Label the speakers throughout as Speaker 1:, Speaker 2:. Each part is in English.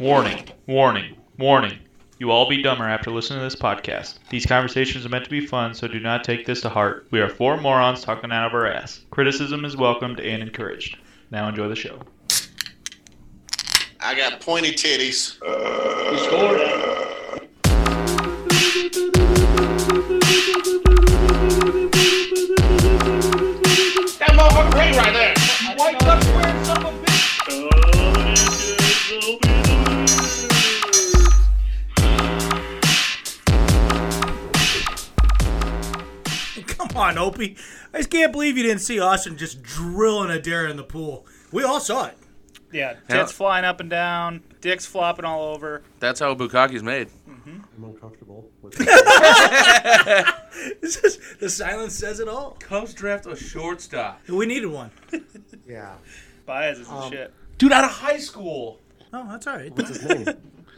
Speaker 1: Warning, warning, warning. You will all be dumber after listening to this podcast. These conversations are meant to be fun, so do not take this to heart. We are four morons talking out of our ass. Criticism is welcomed and encouraged. Now enjoy the show.
Speaker 2: I got pointy titties.
Speaker 3: That motherfucker ring right there. White duck wearing son of a bitch.
Speaker 4: Come on, Opie. I just can't believe you didn't see Austin just drilling a dare in the pool. We all saw it.
Speaker 5: Yeah, tits flying up and down, dicks flopping all over.
Speaker 6: That's how bukaki's made.
Speaker 7: I'm uncomfortable with
Speaker 4: This is, the silence says it all.
Speaker 6: Cubs draft a shortstop.
Speaker 4: We needed one.
Speaker 7: Yeah.
Speaker 5: Biases and shit.
Speaker 6: Dude, out of high school.
Speaker 4: Oh, that's all right.
Speaker 7: What's his name?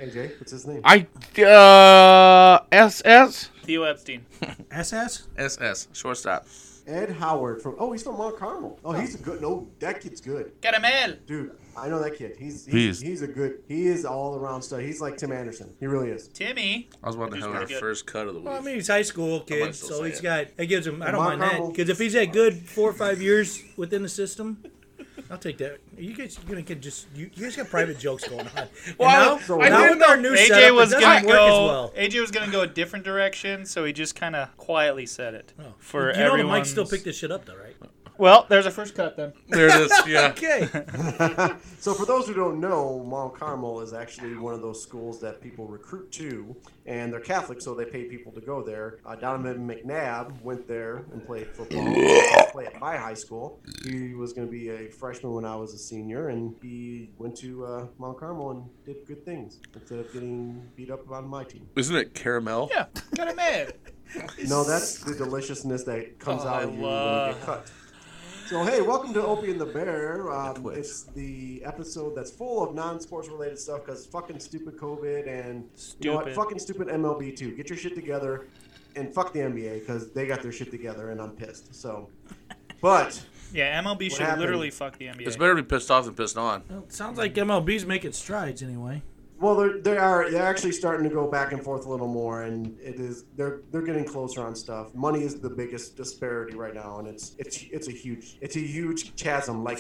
Speaker 7: AJ, what's his name?
Speaker 8: I uh SS.
Speaker 5: Theo Epstein.
Speaker 4: SS?
Speaker 6: SS, shortstop.
Speaker 7: Ed Howard from Oh, he's from Mount Carmel. Oh, he's a good no, that kid's good.
Speaker 5: Caramel.
Speaker 7: Dude, I know that kid. He's
Speaker 6: He
Speaker 7: he's,
Speaker 6: is.
Speaker 7: he's a good he is all around stud. He's like Tim Anderson. He really is.
Speaker 5: Timmy.
Speaker 6: I was about to
Speaker 5: He's
Speaker 6: have
Speaker 5: pretty
Speaker 6: our
Speaker 5: good.
Speaker 6: first cut of the week.
Speaker 4: Well, I mean, he's high school kid,
Speaker 6: might still
Speaker 4: so
Speaker 6: say
Speaker 4: he's
Speaker 6: it.
Speaker 4: got. That gives him. I don't
Speaker 7: Mark
Speaker 4: mind that
Speaker 7: Hamill.
Speaker 4: because if he's that good, four or five years within the system, I'll take that. You guys are gonna get just. You, you guys got private jokes going on.
Speaker 6: Well,
Speaker 4: And now, now
Speaker 7: I- I did
Speaker 4: with our new
Speaker 5: AJ
Speaker 4: setup,
Speaker 5: was
Speaker 4: it
Speaker 5: gonna
Speaker 4: doesn't work as
Speaker 5: go.
Speaker 4: well.
Speaker 5: AJ was gonna go a different direction, so he just kind of quietly said it for
Speaker 4: you know, the mic still
Speaker 5: everyone's-
Speaker 4: picked this shit up though, right?
Speaker 5: Well, there's a first cut then.
Speaker 6: there it is. Yeah.
Speaker 4: Okay.
Speaker 7: So for those who don't know, Mount Carmel is actually one of those schools that people recruit to, and they're Catholic, so they pay people to go there. Uh, Donovan McNabb went there and played football. played at my high school. He was going to be a freshman when I was a senior, and he went to uh, Mount Carmel and did good things instead of getting beat up on my team.
Speaker 6: Isn't it caramel?
Speaker 5: Yeah, caramel.
Speaker 7: No, that's the deliciousness that comes
Speaker 5: Oh,
Speaker 7: out
Speaker 5: I
Speaker 7: of you when you
Speaker 5: love-
Speaker 7: get cut. So hey, welcome to Opie and the Bear. Um,
Speaker 6: Twitch.
Speaker 7: it's the episode that's full of non-sports related stuff because fucking stupid COVID and you know what,
Speaker 5: Stupid.
Speaker 7: fucking stupid MLB too. Get your shit together and fuck the NBA because they got their shit together and I'm pissed. So, but
Speaker 5: Yeah, MLB should
Speaker 7: happened?
Speaker 5: literally fuck the NBA.
Speaker 6: It's better to be pissed off than pissed on.
Speaker 4: Well, it sounds like MLB's making strides anyway.
Speaker 7: well, they're they are they're actually starting to go back and forth a little more, and it is they're they're getting closer on stuff. Money is the biggest disparity right now, and it's it's it's a huge it's a huge chasm like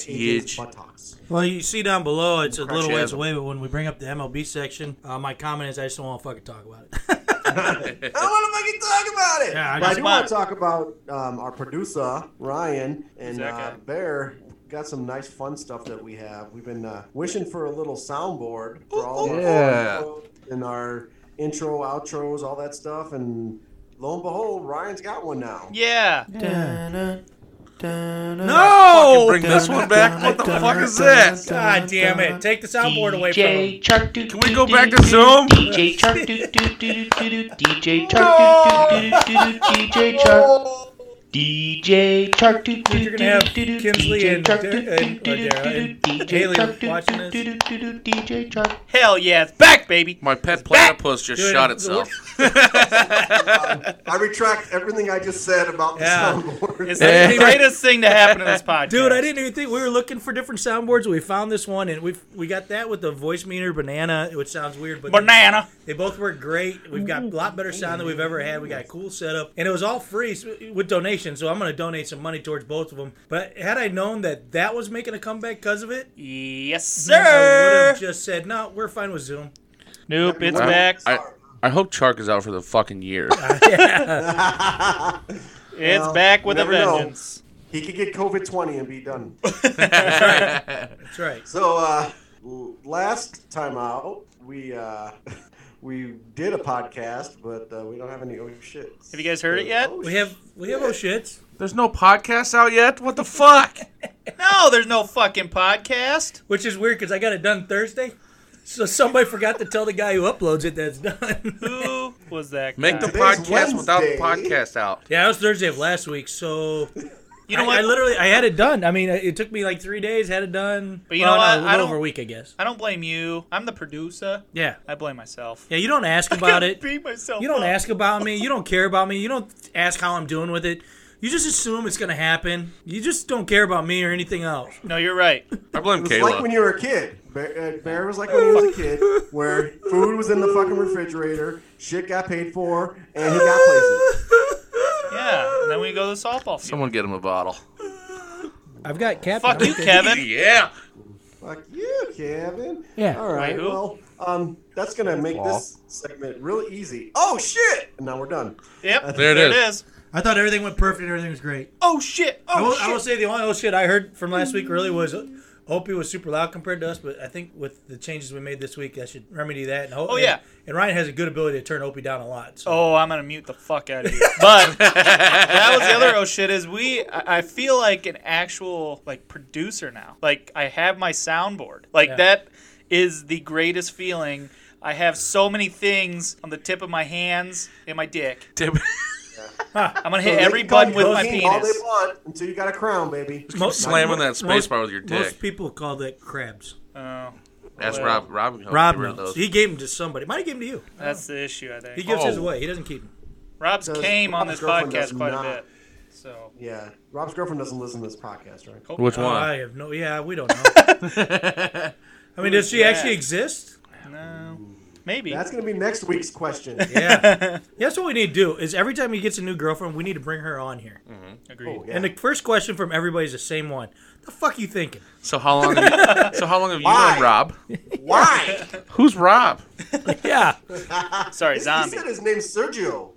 Speaker 7: AJ's
Speaker 6: huge.
Speaker 7: buttocks.
Speaker 4: Well, you see down below, it's a little ways
Speaker 6: Chasm.
Speaker 4: away, but when we bring up the MLB section, uh, my comment is I just don't want to fucking talk about it.
Speaker 7: I don't want to fucking talk about it.
Speaker 4: Yeah, I
Speaker 7: but I
Speaker 4: just
Speaker 7: do
Speaker 4: want-
Speaker 7: want to talk about um, our producer Ryan and
Speaker 5: that
Speaker 7: uh,
Speaker 5: guy?
Speaker 7: Bear. Got some nice fun stuff that we have. We've been uh, wishing for a little soundboard for all of
Speaker 6: Yeah.
Speaker 7: our and our intro, outros, all that stuff. And lo and behold, Ryan's got one now.
Speaker 5: yeah,
Speaker 6: Fucking
Speaker 4: no!
Speaker 6: bring this one back. What the fuck is that?
Speaker 4: God damn it. Take the soundboard away from him.
Speaker 1: Shark Can
Speaker 6: we go back to Zoom?
Speaker 1: DJ Shark DJ Shark DJ Shark DJ Shark
Speaker 4: You're gonna have Kinsley and Dar- and- or Darren, Haley watching this.
Speaker 1: DJ Shark
Speaker 5: hell yeah, it's back, baby.
Speaker 6: My pet platypus just
Speaker 4: Dude,
Speaker 6: shot
Speaker 4: the-
Speaker 6: itself.
Speaker 7: I retract everything I just said about the
Speaker 4: Yeah.
Speaker 7: soundboard.
Speaker 5: It's like the greatest thing to happen in this podcast,
Speaker 4: Dude, I didn't even think we were looking for different soundboards. We found this one, and we we got that with the voice meter banana, which sounds weird, but
Speaker 5: Banana.
Speaker 4: They both work great. We've got a lot better sound than we've ever had. We got a cool setup, and it was all free s- with donations. So I'm going to donate some money towards both of them. But had I known that that was making a comeback because of it,
Speaker 5: Yes,
Speaker 4: I would
Speaker 5: sir.
Speaker 4: have just said, "No, we're fine with Zoom."
Speaker 5: Nope, it's
Speaker 6: I-
Speaker 5: back.
Speaker 6: I, I hope Chark is out for the fucking year.
Speaker 5: It's
Speaker 7: Well,
Speaker 5: back with a
Speaker 7: never know.
Speaker 5: vengeance.
Speaker 7: He could get COVID twenty and be done.
Speaker 4: That's right.
Speaker 7: So uh, l- last time out, we uh, we did a podcast, but uh, we don't have any oh shit.
Speaker 5: Have you guys heard it yet?
Speaker 7: Oh,
Speaker 4: We have we have oh shits.
Speaker 6: There's no podcast out yet? What the fuck?
Speaker 5: No, there's no fucking podcast.
Speaker 4: Which is weird because I got it done Thursday. So somebody forgot to tell the guy who uploads it that's done.
Speaker 5: Who was that?
Speaker 6: Make
Speaker 5: guy?
Speaker 6: the podcast without the
Speaker 7: Wednesday.
Speaker 6: podcast out.
Speaker 4: yeah, it was Thursday of last week. So
Speaker 5: You know
Speaker 4: I,
Speaker 5: what?
Speaker 4: I literally I had it done. I mean, it took me like three days. Had it done.
Speaker 5: But you
Speaker 4: Well, no,
Speaker 5: know what?
Speaker 4: a little
Speaker 5: I don't-
Speaker 4: over a week, I guess.
Speaker 5: I don't blame you. I'm the producer.
Speaker 4: Yeah.
Speaker 5: I blame myself.
Speaker 4: Yeah, you don't ask about it.
Speaker 5: Beat myself.
Speaker 4: You don't
Speaker 5: up.
Speaker 4: ask about me. You don't care about me. You don't ask how I'm doing with it. You just assume it's going to happen. You just don't care about me or anything else.
Speaker 5: No, you're right.
Speaker 6: I blame
Speaker 7: It's like
Speaker 6: Kayla.
Speaker 7: when you were a kid. Bear, uh, Bear was like when he was a kid, where food was in the fucking refrigerator, shit got paid for, and he got places.
Speaker 5: Yeah. And then we go to the softball field.
Speaker 6: Someone get him a bottle.
Speaker 4: I've got Captain.
Speaker 5: Fuck you, Kevin.
Speaker 6: Yeah.
Speaker 7: Fuck you, Kevin.
Speaker 4: Yeah.
Speaker 7: All right.
Speaker 5: Wait, who?
Speaker 7: well, um, that's gonna make this segment really easy. Oh shit! And now we're done.
Speaker 5: Yep.
Speaker 6: There it
Speaker 5: There it
Speaker 6: is.
Speaker 5: is.
Speaker 2: I thought everything went perfect. Everything was great.
Speaker 5: Oh shit.
Speaker 4: I
Speaker 5: Oh
Speaker 4: will,
Speaker 5: shit.
Speaker 4: I will say the only old shit I heard from last week really was uh, Opie was super loud compared to us, but I think with the changes we made this week, I should remedy that. And ho-
Speaker 5: Oh, yeah.
Speaker 4: And, and Ryan has a good ability to turn Opie down a lot. So.
Speaker 5: Oh, I'm gonna mute the fuck out of you. But that was the other oh shit is we. I I feel like an actual like producer now. Like I have my soundboard. Like
Speaker 4: Yeah.
Speaker 5: that is the greatest feeling. I have so many things on the tip of my hands and my dick.
Speaker 6: Tim-
Speaker 5: I'm gonna
Speaker 7: So
Speaker 5: hit
Speaker 7: they
Speaker 5: every
Speaker 7: can call
Speaker 5: button
Speaker 7: you
Speaker 5: with my
Speaker 7: king all they
Speaker 5: penis.
Speaker 7: want until you got a crown, baby.
Speaker 4: Mo-
Speaker 6: slamming that space
Speaker 4: most-
Speaker 6: bar with your dick.
Speaker 4: Most people call that crabs.
Speaker 5: Oh,
Speaker 6: Ask Rob. Rob. can
Speaker 4: Rob
Speaker 6: Oh, get rid of
Speaker 4: knows.
Speaker 6: those.
Speaker 4: He gave them to somebody. Might have given 'em to you.
Speaker 5: that's the issue I
Speaker 4: He
Speaker 5: think.
Speaker 4: gives his
Speaker 6: Oh.
Speaker 4: away. He doesn't keep them.
Speaker 5: Rob's
Speaker 7: Does-
Speaker 5: came on
Speaker 7: Rob's
Speaker 5: this
Speaker 7: girlfriend does
Speaker 5: podcast quite a
Speaker 7: not.
Speaker 5: bit. So
Speaker 7: Yeah. Rob's girlfriend doesn't listen to this podcast, right?
Speaker 6: Which
Speaker 4: Oh,
Speaker 6: one?
Speaker 4: I have no. Yeah, we don't know. I mean, does she
Speaker 5: that?
Speaker 4: actually exist?
Speaker 5: no, maybe.
Speaker 7: That's gonna be next week's question.
Speaker 4: Yeah. That's what we need to do. Is every time he gets a new girlfriend, we need to bring her on here.
Speaker 7: Oh,
Speaker 5: Agreed.
Speaker 4: And the first question from everybody is the same one. The fuck you thinking?
Speaker 6: So how long? Have you, so how long have you known Rob?
Speaker 7: Why?
Speaker 6: Who's Rob?
Speaker 4: Yeah.
Speaker 5: Sorry,
Speaker 7: he
Speaker 5: zombie.
Speaker 7: said his name's Sergio.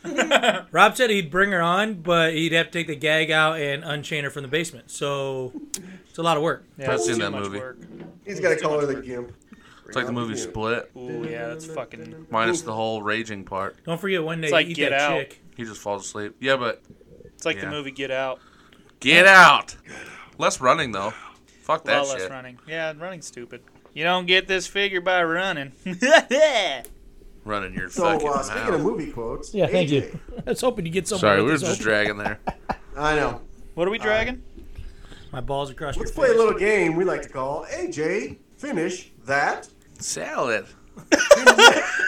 Speaker 4: Rob said he'd bring her on, but he'd have to take the gag out and unchain her from the basement. So it's a lot of work.
Speaker 5: Yeah,
Speaker 6: I've
Speaker 5: it's
Speaker 6: seen
Speaker 5: too
Speaker 6: that
Speaker 5: much
Speaker 6: movie.
Speaker 5: work.
Speaker 7: He's gotta call her the gimp.
Speaker 6: It's like the movie Split,
Speaker 5: Ooh, yeah, that's fucking.
Speaker 6: minus the whole raging part.
Speaker 4: Don't forget one day
Speaker 5: It's like
Speaker 4: you eat
Speaker 5: Get
Speaker 4: that
Speaker 5: Out.
Speaker 4: chick.
Speaker 6: He just falls asleep. Yeah, but
Speaker 5: It's like
Speaker 6: Yeah.
Speaker 5: the movie Get Out.
Speaker 6: get out. Less running though. Fuck
Speaker 5: A
Speaker 6: that
Speaker 5: lot less
Speaker 6: shit.
Speaker 5: running. Yeah, running's stupid. You don't get this figure by running.
Speaker 6: Running your
Speaker 7: So
Speaker 6: fucking
Speaker 7: uh,
Speaker 6: mouth.
Speaker 7: speaking of movie quotes, AJ.
Speaker 4: I was hoping you get something.
Speaker 6: Sorry, we were just dragging there.
Speaker 7: I know.
Speaker 5: what are we dragging?
Speaker 4: My balls across
Speaker 7: Let's
Speaker 4: your
Speaker 7: play
Speaker 4: face.
Speaker 7: a little game we like to call AJ Finish That.
Speaker 6: Salad.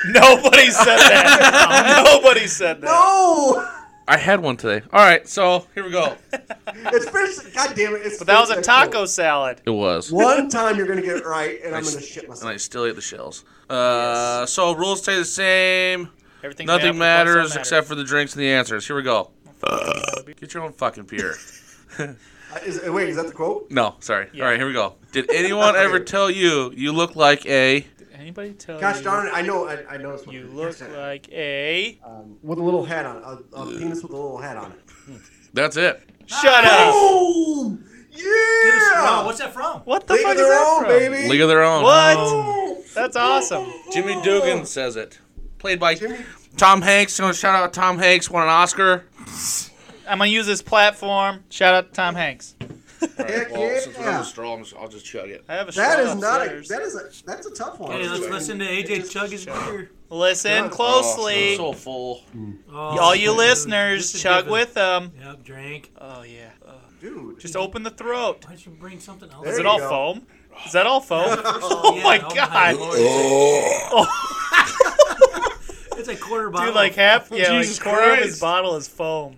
Speaker 5: Nobody said that. Nobody said that.
Speaker 7: No,
Speaker 6: I had one today. All right, so here we go.
Speaker 7: it's finish. God damn it! It's
Speaker 5: But that was a
Speaker 7: finish
Speaker 5: taco salad.
Speaker 6: It was.
Speaker 7: One time you're gonna get it right, and I'm
Speaker 6: Nice.
Speaker 7: gonna shit
Speaker 6: And I
Speaker 7: myself.
Speaker 6: still ate the shells. Uh, So rules stay the same.
Speaker 5: Everything
Speaker 6: Nothing
Speaker 5: made up
Speaker 6: matters
Speaker 5: plus some
Speaker 6: except for the drinks and the answers. Here we go. Get your own fucking beer.
Speaker 7: Uh, Is, wait, is that the quote?
Speaker 6: No, sorry. All right, here we go. Did anyone ever tell you you look like a?
Speaker 5: matter. Anybody tell
Speaker 7: Gosh
Speaker 5: you
Speaker 7: darn it! I know. I, I know this one.
Speaker 5: you look like a?
Speaker 7: um, with a little hat on a, a penis with a little hat on it.
Speaker 6: That's it.
Speaker 5: Shut up.
Speaker 4: Oh,
Speaker 7: Boom! Yeah!
Speaker 4: what's that from?
Speaker 5: What the
Speaker 7: League
Speaker 5: fuck
Speaker 7: of
Speaker 5: is
Speaker 7: their
Speaker 5: that
Speaker 7: own,
Speaker 5: from?
Speaker 7: baby.
Speaker 6: League of Their Own.
Speaker 5: What? That's awesome.
Speaker 6: Jimmy Dugan says it. Played by
Speaker 7: Jimmy-
Speaker 6: Tom Hanks. You want to shout out Tom Hanks? Won an Oscar.
Speaker 5: I'm gonna use this platform. Shout out to Tom Hanks.
Speaker 7: Heck yeah!
Speaker 6: straw, I'm just, I'll just chug it.
Speaker 5: I have a
Speaker 7: That
Speaker 5: straw
Speaker 7: is not a.
Speaker 5: upstairs.
Speaker 7: That is a. That's a tough one.
Speaker 4: Hey, let's listen to AJ chug his beer.
Speaker 5: Listen closely.
Speaker 6: Oh, so full.
Speaker 4: Oh,
Speaker 5: All you
Speaker 4: dude,
Speaker 5: listeners,
Speaker 4: just a
Speaker 5: chug
Speaker 4: given.
Speaker 5: with them.
Speaker 4: Yep, drink.
Speaker 5: Oh yeah. Oh.
Speaker 7: Dude,
Speaker 5: Just open the throat.
Speaker 4: Why don't you bring something else?
Speaker 7: There
Speaker 5: Is it
Speaker 7: you
Speaker 5: all
Speaker 7: go.
Speaker 5: foam? Is that all foam? oh
Speaker 4: Yeah,
Speaker 5: my
Speaker 4: oh my
Speaker 5: god.
Speaker 4: It's a quarter bottle.
Speaker 5: Dude, like half, yeah,
Speaker 6: Jesus
Speaker 5: like quarter of his
Speaker 6: Christ.
Speaker 5: bottle is foam.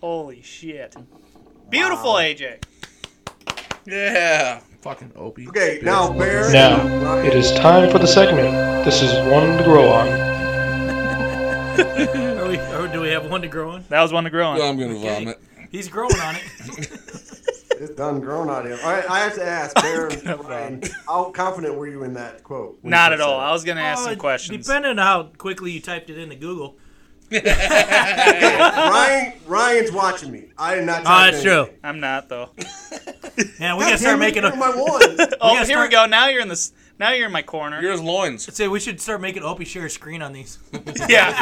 Speaker 5: Holy shit. Beautiful, AJ.
Speaker 6: Yeah. Fucking Opie.
Speaker 7: Okay, now Bear.
Speaker 9: Now, it is time for the segment. This is one to grow on.
Speaker 4: Are we, or Oh, do we have one to grow on?
Speaker 5: That was one to grow on.
Speaker 6: I'm gonna vomit.
Speaker 4: He's growing on it.
Speaker 7: It's done grown out here. All right, I have to ask, Bear, and Ryan, how confident were you in that quote? when
Speaker 5: Not
Speaker 7: you
Speaker 5: at
Speaker 7: said
Speaker 5: all.
Speaker 7: it?
Speaker 5: I was gonna ask
Speaker 4: Oh,
Speaker 5: some
Speaker 4: it-
Speaker 5: questions.
Speaker 4: Depending on how quickly you typed it into Google.
Speaker 7: Ryan, Ryan's watching me. I did not.
Speaker 4: Oh,
Speaker 7: type
Speaker 4: that's
Speaker 7: in
Speaker 4: true.
Speaker 5: I'm not though.
Speaker 4: Yeah, we
Speaker 7: anything.
Speaker 4: gotta start
Speaker 7: Damn it,
Speaker 4: making
Speaker 7: you're
Speaker 4: a.
Speaker 7: my one.
Speaker 5: Oh,
Speaker 4: gotta
Speaker 5: here we
Speaker 4: start-
Speaker 5: go. Now you're in this. Now you're in my corner.
Speaker 6: Here's loins.
Speaker 4: Say we should start making Opie share a screen on these.
Speaker 5: yeah.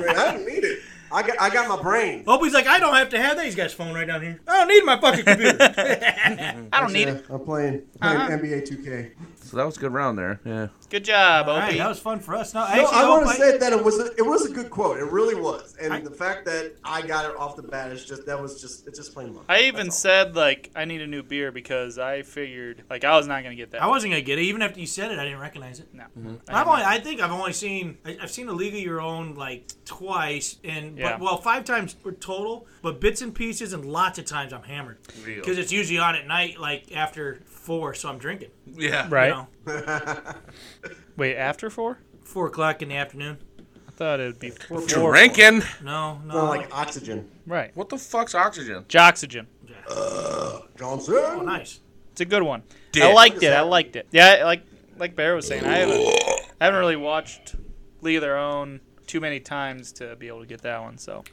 Speaker 7: I don't need it. I got, I got my brain.
Speaker 4: Opie's like, I don't have to have that. He's got his phone right down here. I don't need my fucking computer.
Speaker 5: I don't need it.
Speaker 7: I'm playing, playing NBA 2K.
Speaker 6: So that was a good round there. Yeah.
Speaker 5: Good job,
Speaker 2: All right,
Speaker 5: Opie.
Speaker 2: that was fun for us. No,
Speaker 7: No,
Speaker 2: actually,
Speaker 7: I
Speaker 2: no,
Speaker 7: want to
Speaker 2: I-
Speaker 7: say that it was a, it was a good quote. It really was, and the fact that I got it off the bat is just that was just it's just plain luck.
Speaker 5: I even
Speaker 7: That's all.
Speaker 5: said like I need a new beer because I figured like I was not gonna get that.
Speaker 4: I wasn't gonna get it. Even after you said it, I didn't recognize it.
Speaker 5: no.
Speaker 4: I've only, I think I've only seen I, I've seen a league of your own like twice and
Speaker 5: Yeah.
Speaker 4: but, well five times total, but bits and pieces and lots of times I'm hammered because it's usually on at night like after four, so I'm drinking.
Speaker 6: Yeah.
Speaker 4: You
Speaker 5: right.
Speaker 4: know,
Speaker 5: Wait, after four?
Speaker 4: four o'clock in the afternoon.
Speaker 5: I thought it'd be four.
Speaker 6: Drinking.
Speaker 4: No, no,
Speaker 7: Not like oxygen.
Speaker 5: Right.
Speaker 6: What the fuck's oxygen?
Speaker 5: Joxygen.
Speaker 7: Johnson.
Speaker 4: oh, nice.
Speaker 5: It's a good one. I
Speaker 6: Dick.
Speaker 5: liked it. I liked it. Yeah, like like Bear was saying, I haven't I haven't really watched League of Their Own too many times to be able to get that one. So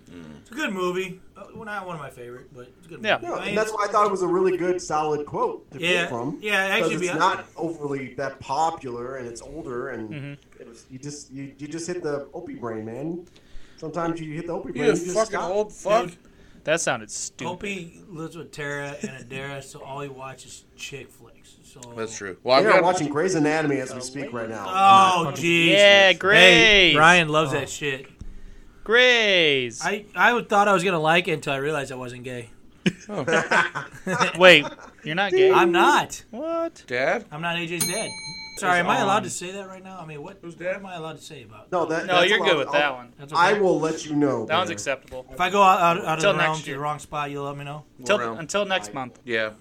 Speaker 4: It's a good movie. Uh, well, not one of my favorite, but it's a good
Speaker 5: Yeah.
Speaker 4: movie.
Speaker 7: No,
Speaker 4: I
Speaker 7: and
Speaker 4: mean,
Speaker 7: that's why I thought it was a really good, solid quote to
Speaker 4: Yeah,
Speaker 7: pick from.
Speaker 4: yeah, it
Speaker 7: 'cause
Speaker 4: actually be-
Speaker 7: it's not overly that popular, and it's older, and
Speaker 4: Mm-hmm.
Speaker 7: it was, you just you, you just hit the opie brain, man. Sometimes you hit the opie brain.
Speaker 6: You
Speaker 7: just
Speaker 6: fucking
Speaker 7: stop.
Speaker 6: old fuck.
Speaker 5: that sounded stupid.
Speaker 4: Opie lives with Tara and Adara, so all he watches chick flicks. So
Speaker 6: That's true. Well, I've
Speaker 7: They are
Speaker 6: got
Speaker 7: watching Grey's Anatomy as we speak right now.
Speaker 4: Oh, jeez.
Speaker 5: Yeah, Grays.
Speaker 4: Hey, Ryan loves that shit.
Speaker 5: Grays.
Speaker 4: I, I would- thought I was gonna like it until I realized I wasn't gay.
Speaker 6: Oh.
Speaker 4: Oh.
Speaker 5: Wait, you're not gay?
Speaker 4: I'm not.
Speaker 5: what?
Speaker 6: dad.
Speaker 4: I'm not AJ's dad. Sorry, am I allowed to say that right now? I mean, what,
Speaker 6: Who's
Speaker 4: what
Speaker 6: dad?
Speaker 4: am I allowed to say about?
Speaker 7: No, that,
Speaker 5: No,
Speaker 7: that's
Speaker 5: you're
Speaker 7: allowed.
Speaker 5: good with that
Speaker 7: I'll-
Speaker 5: one.
Speaker 4: That's
Speaker 7: I
Speaker 4: okay.
Speaker 7: will let you know.
Speaker 5: That one's
Speaker 7: Bear.
Speaker 5: acceptable.
Speaker 4: if I go out out, out of
Speaker 5: Till
Speaker 4: the
Speaker 5: next
Speaker 4: realm to
Speaker 5: year.
Speaker 4: the wrong spot, you let me know.
Speaker 5: Till,
Speaker 6: round.
Speaker 5: until next month.
Speaker 6: Yeah.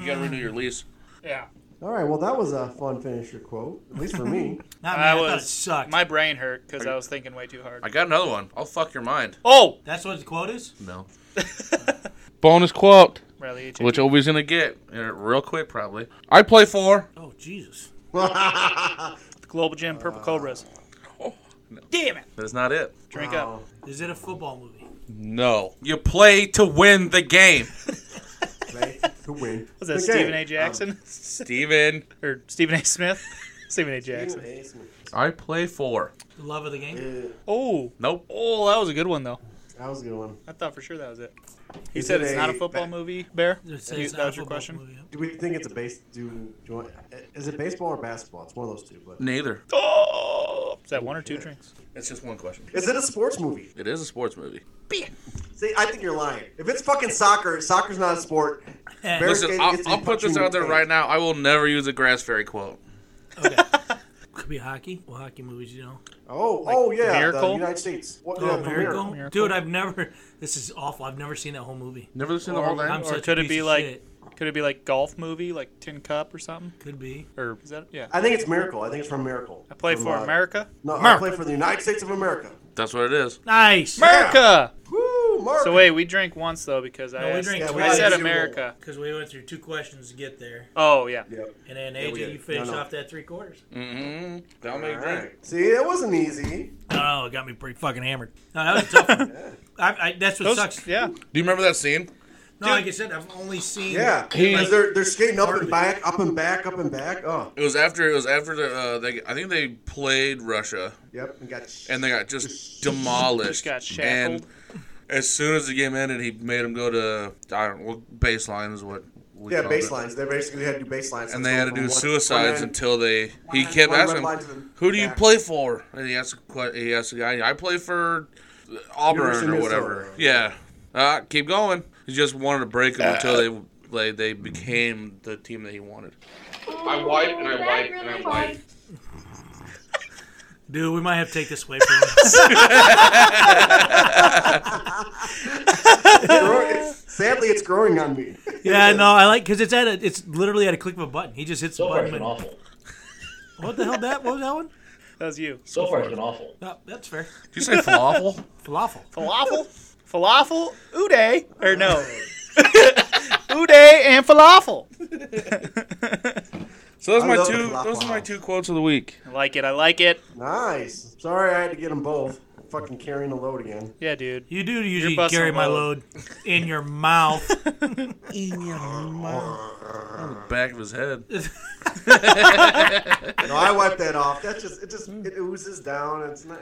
Speaker 6: You gotta renew your lease.
Speaker 5: Yeah.
Speaker 7: All right, well, that was a fun finisher quote, at least for me.
Speaker 4: Not me.
Speaker 5: I
Speaker 4: I, thought it
Speaker 5: was
Speaker 4: sucked.
Speaker 5: my brain hurt because I was thinking way too hard.
Speaker 6: I got another one. I'll fuck your mind.
Speaker 5: Oh,
Speaker 4: That's what the quote is.
Speaker 6: No. Bonus quote,
Speaker 5: Riley H.
Speaker 6: which Obi's gonna get uh, real quick probably. I play for.
Speaker 4: Oh Jesus!
Speaker 5: Global Gym
Speaker 4: Uh,
Speaker 5: Purple Cobras.
Speaker 4: oh,
Speaker 5: Damn it!
Speaker 6: That's not it.
Speaker 5: Drink up.
Speaker 7: Oh,
Speaker 4: Is it a football movie?
Speaker 6: No. You play to win the game.
Speaker 7: Play to win.
Speaker 5: Was that Stephen
Speaker 4: Um,
Speaker 5: A. Jackson
Speaker 6: Steven.
Speaker 5: or Stephen A. Smith? Stephen A. Jackson.
Speaker 6: I play for.
Speaker 4: The love of the game.
Speaker 5: Oh,
Speaker 6: Nope.
Speaker 5: oh, that was a good one though.
Speaker 7: That was a good one.
Speaker 5: I thought for sure that was it. He
Speaker 7: Is
Speaker 5: said
Speaker 7: it
Speaker 5: it's
Speaker 7: a-
Speaker 5: not a football movie, Bear.
Speaker 4: It says
Speaker 5: You-
Speaker 4: it's
Speaker 5: that
Speaker 4: not a
Speaker 5: was your
Speaker 4: football
Speaker 5: question?
Speaker 4: movie.
Speaker 7: Do we think it's a base? Do, do you want, is it baseball or basketball? It's one of those two. But
Speaker 6: Neither.
Speaker 5: Oh, is that one or two drinks?
Speaker 6: It's just one question.
Speaker 7: is it a sports movie?
Speaker 6: It is a sports movie.
Speaker 7: See, I think you're lying. If it's fucking soccer, soccer's not a sport.
Speaker 5: Eh,
Speaker 7: Bears
Speaker 6: Listen,
Speaker 7: get-
Speaker 6: I'll,
Speaker 7: gets to
Speaker 6: I'll put
Speaker 7: punch you
Speaker 6: this
Speaker 7: in
Speaker 6: out
Speaker 7: the
Speaker 6: there
Speaker 7: face.
Speaker 6: right now. I will never use a grass fairy quote.
Speaker 4: Could be hockey. Well, hockey movies, you know.
Speaker 7: Oh, oh yeah,
Speaker 5: Miracle?
Speaker 7: the United States. What,
Speaker 4: Oh,
Speaker 7: yeah,
Speaker 4: Miracle?
Speaker 7: Miracle.
Speaker 4: Dude, I've never. This is awful. I've never seen that whole movie.
Speaker 6: Never seen the whole
Speaker 4: I'm
Speaker 6: thing.
Speaker 4: such a
Speaker 5: could it
Speaker 4: piece
Speaker 5: be
Speaker 4: of
Speaker 5: like-
Speaker 4: shit.
Speaker 5: Could it be like golf movie, like Tin Cup or something?
Speaker 4: Could be.
Speaker 5: Or is that yeah?
Speaker 7: I think it's Miracle. I think it's from Miracle.
Speaker 5: I play for America.
Speaker 7: No,
Speaker 5: America.
Speaker 7: I play for the United States of America.
Speaker 6: That's what it is.
Speaker 4: Nice.
Speaker 5: America.
Speaker 7: Woo, Mark.
Speaker 5: So wait, we drank once though because I
Speaker 4: No, we
Speaker 5: asked-
Speaker 4: drank
Speaker 7: Yeah, we
Speaker 5: I said
Speaker 7: drank two.
Speaker 5: America.
Speaker 4: Because we went through two questions to get there,
Speaker 5: Oh yeah.
Speaker 7: Yep.
Speaker 4: and then
Speaker 7: we
Speaker 4: AJ,
Speaker 7: did.
Speaker 4: you finished
Speaker 7: No, no.
Speaker 4: off that three quarters.
Speaker 6: Mm-hmm. That'll
Speaker 7: All
Speaker 6: make drink.
Speaker 7: right. See, that wasn't easy.
Speaker 4: I don't know. It got me pretty fucking hammered. No, that was a tough. one. I, I, that's what
Speaker 5: Those-
Speaker 4: sucks.
Speaker 5: yeah.
Speaker 6: Do you remember that scene?
Speaker 4: No, like I said, I've only seen.
Speaker 7: Yeah, because they're they're skating up and back, up and back, up and back. Oh,
Speaker 6: It was after. It was after the. Uh, they, I think they played Russia,
Speaker 7: yep, and got
Speaker 6: and they got just demolished.
Speaker 5: Just got
Speaker 6: And
Speaker 5: shackled.
Speaker 6: as soon as the game ended, he made them go to. I don't. Well, baseline is what. We
Speaker 7: yeah
Speaker 6: called it.
Speaker 7: baselines. They basically had to do baselines,
Speaker 6: And they had to do suicides
Speaker 7: and
Speaker 6: until they. He kept
Speaker 7: one red
Speaker 6: asking,
Speaker 7: line to the
Speaker 6: him, "Who do you
Speaker 7: back."
Speaker 6: play for?" And he asked. a que- He asked the guy, "I play for
Speaker 7: University
Speaker 6: Auburn
Speaker 7: of
Speaker 6: or whatever."
Speaker 7: Minnesota.
Speaker 6: Yeah. Uh, keep going. He just wanted to break them until they, they they became the team that he wanted.
Speaker 9: I wipe and I wipe and I wipe.
Speaker 4: Dude, we might have to take this away from us.
Speaker 7: sadly, it's growing on me.
Speaker 4: yeah, no, I like because it's at a, it's literally at a click of a button. He just hits the
Speaker 9: So far, it's
Speaker 4: button.
Speaker 9: been
Speaker 4: and-
Speaker 9: awful.
Speaker 4: what the hell? That what was that one?
Speaker 5: That was you.
Speaker 9: So far, it's been awful.
Speaker 4: No, that's fair.
Speaker 6: Did you say falafel?
Speaker 4: Falafel.
Speaker 5: Falafel. falafel. Uday. Or no. Uday and falafel.
Speaker 6: So those are
Speaker 7: I
Speaker 6: my
Speaker 7: love
Speaker 6: two.
Speaker 7: the falafel
Speaker 6: Those are my
Speaker 7: house.
Speaker 6: two quotes of the week.
Speaker 5: I like it. I like it.
Speaker 7: Nice. Sorry, I had to get them both. Fucking carrying the load again.
Speaker 5: Yeah, dude.
Speaker 4: You do usually
Speaker 5: busting
Speaker 4: carry my
Speaker 5: load.
Speaker 4: load in your mouth.
Speaker 6: Back of his head.
Speaker 7: No, I wiped that off. That's just it. Just it oozes down. It's not.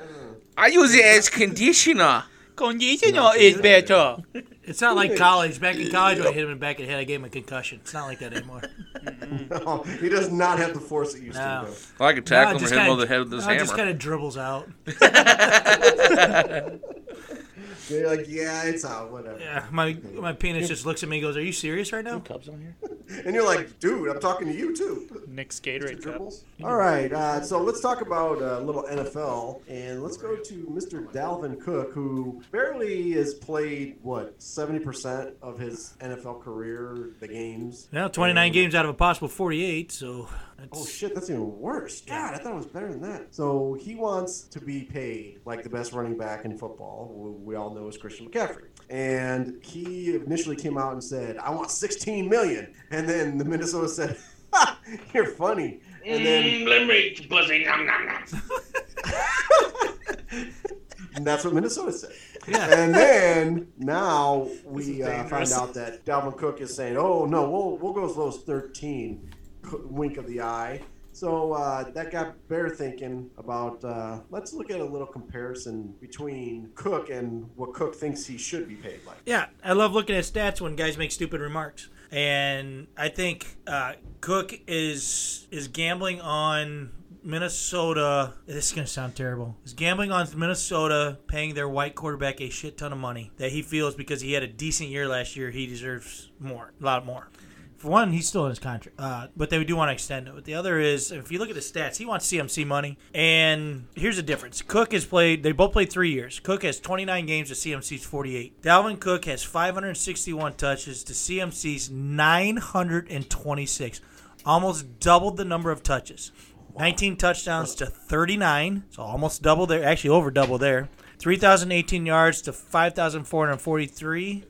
Speaker 6: I use it as conditioner.
Speaker 5: Conditional is better.
Speaker 4: It's not like college. Back in college, when I hit him in the back of the head. I gave him a concussion. It's not like that anymore.
Speaker 7: No, he does not have the force that used
Speaker 4: No.
Speaker 7: to. Though.
Speaker 6: I could
Speaker 4: No,
Speaker 6: tackle
Speaker 4: it
Speaker 6: him or
Speaker 4: just
Speaker 6: hit him
Speaker 4: kinda-
Speaker 6: over the head with this
Speaker 4: no, it
Speaker 6: hammer.
Speaker 4: just kind of dribbles out.
Speaker 7: They're like, yeah, it's out, whatever.
Speaker 4: Yeah, my my penis just looks at me and goes, Are you serious right now?
Speaker 8: Cubs on here.
Speaker 7: And you're like, dude, I'm talking to you too.
Speaker 5: Nick's Gatorade cup.
Speaker 7: Dribbles. All right, uh, so let's talk about uh, a little NFL, and let's go to Mr. Dalvin Cook, who barely has played what 70% of his NFL career, the games.
Speaker 4: Well, 29 games out of a possible 48, so
Speaker 7: Oh
Speaker 4: that's
Speaker 7: shit, that's even worse. God, I thought it was better than that. So he wants to be paid like the best running back in football. who We all know is Christian McCaffrey. And he initially came out and said, "I want 16 million." And then the Minnesota said, ha, "You're funny." And then
Speaker 3: Mm, limerick, pussy, nom nom nom.
Speaker 7: and that's what Minnesota said. And then now we uh, find out that Dalvin Cook is saying, "Oh no, we'll we'll go as low as 13." C- Wink of the eye. So uh, that got Bear thinking about. Uh, let's look at a little comparison between Cook and what Cook thinks he should be paid like.
Speaker 4: Yeah, I love looking at stats when guys make stupid remarks, and I think uh, Cook is is gambling on Minnesota. This is gonna sound terrible. Is gambling on Minnesota paying their white quarterback a shit ton of money that he feels because he had a decent year last year, he deserves more, a lot more. For one, he's still in his contract, uh, but they do want to extend it. But the other is, if you look at the stats, he wants CMC money. And here's the difference: Cook has played; they both played three years. Cook has 29 games to CMC's 48. Dalvin Cook has 561 touches to CMC's 926, almost doubled the number of touches. 19 touchdowns to 39, so almost double there. Actually, over double there. 3,018 yards to 5,443.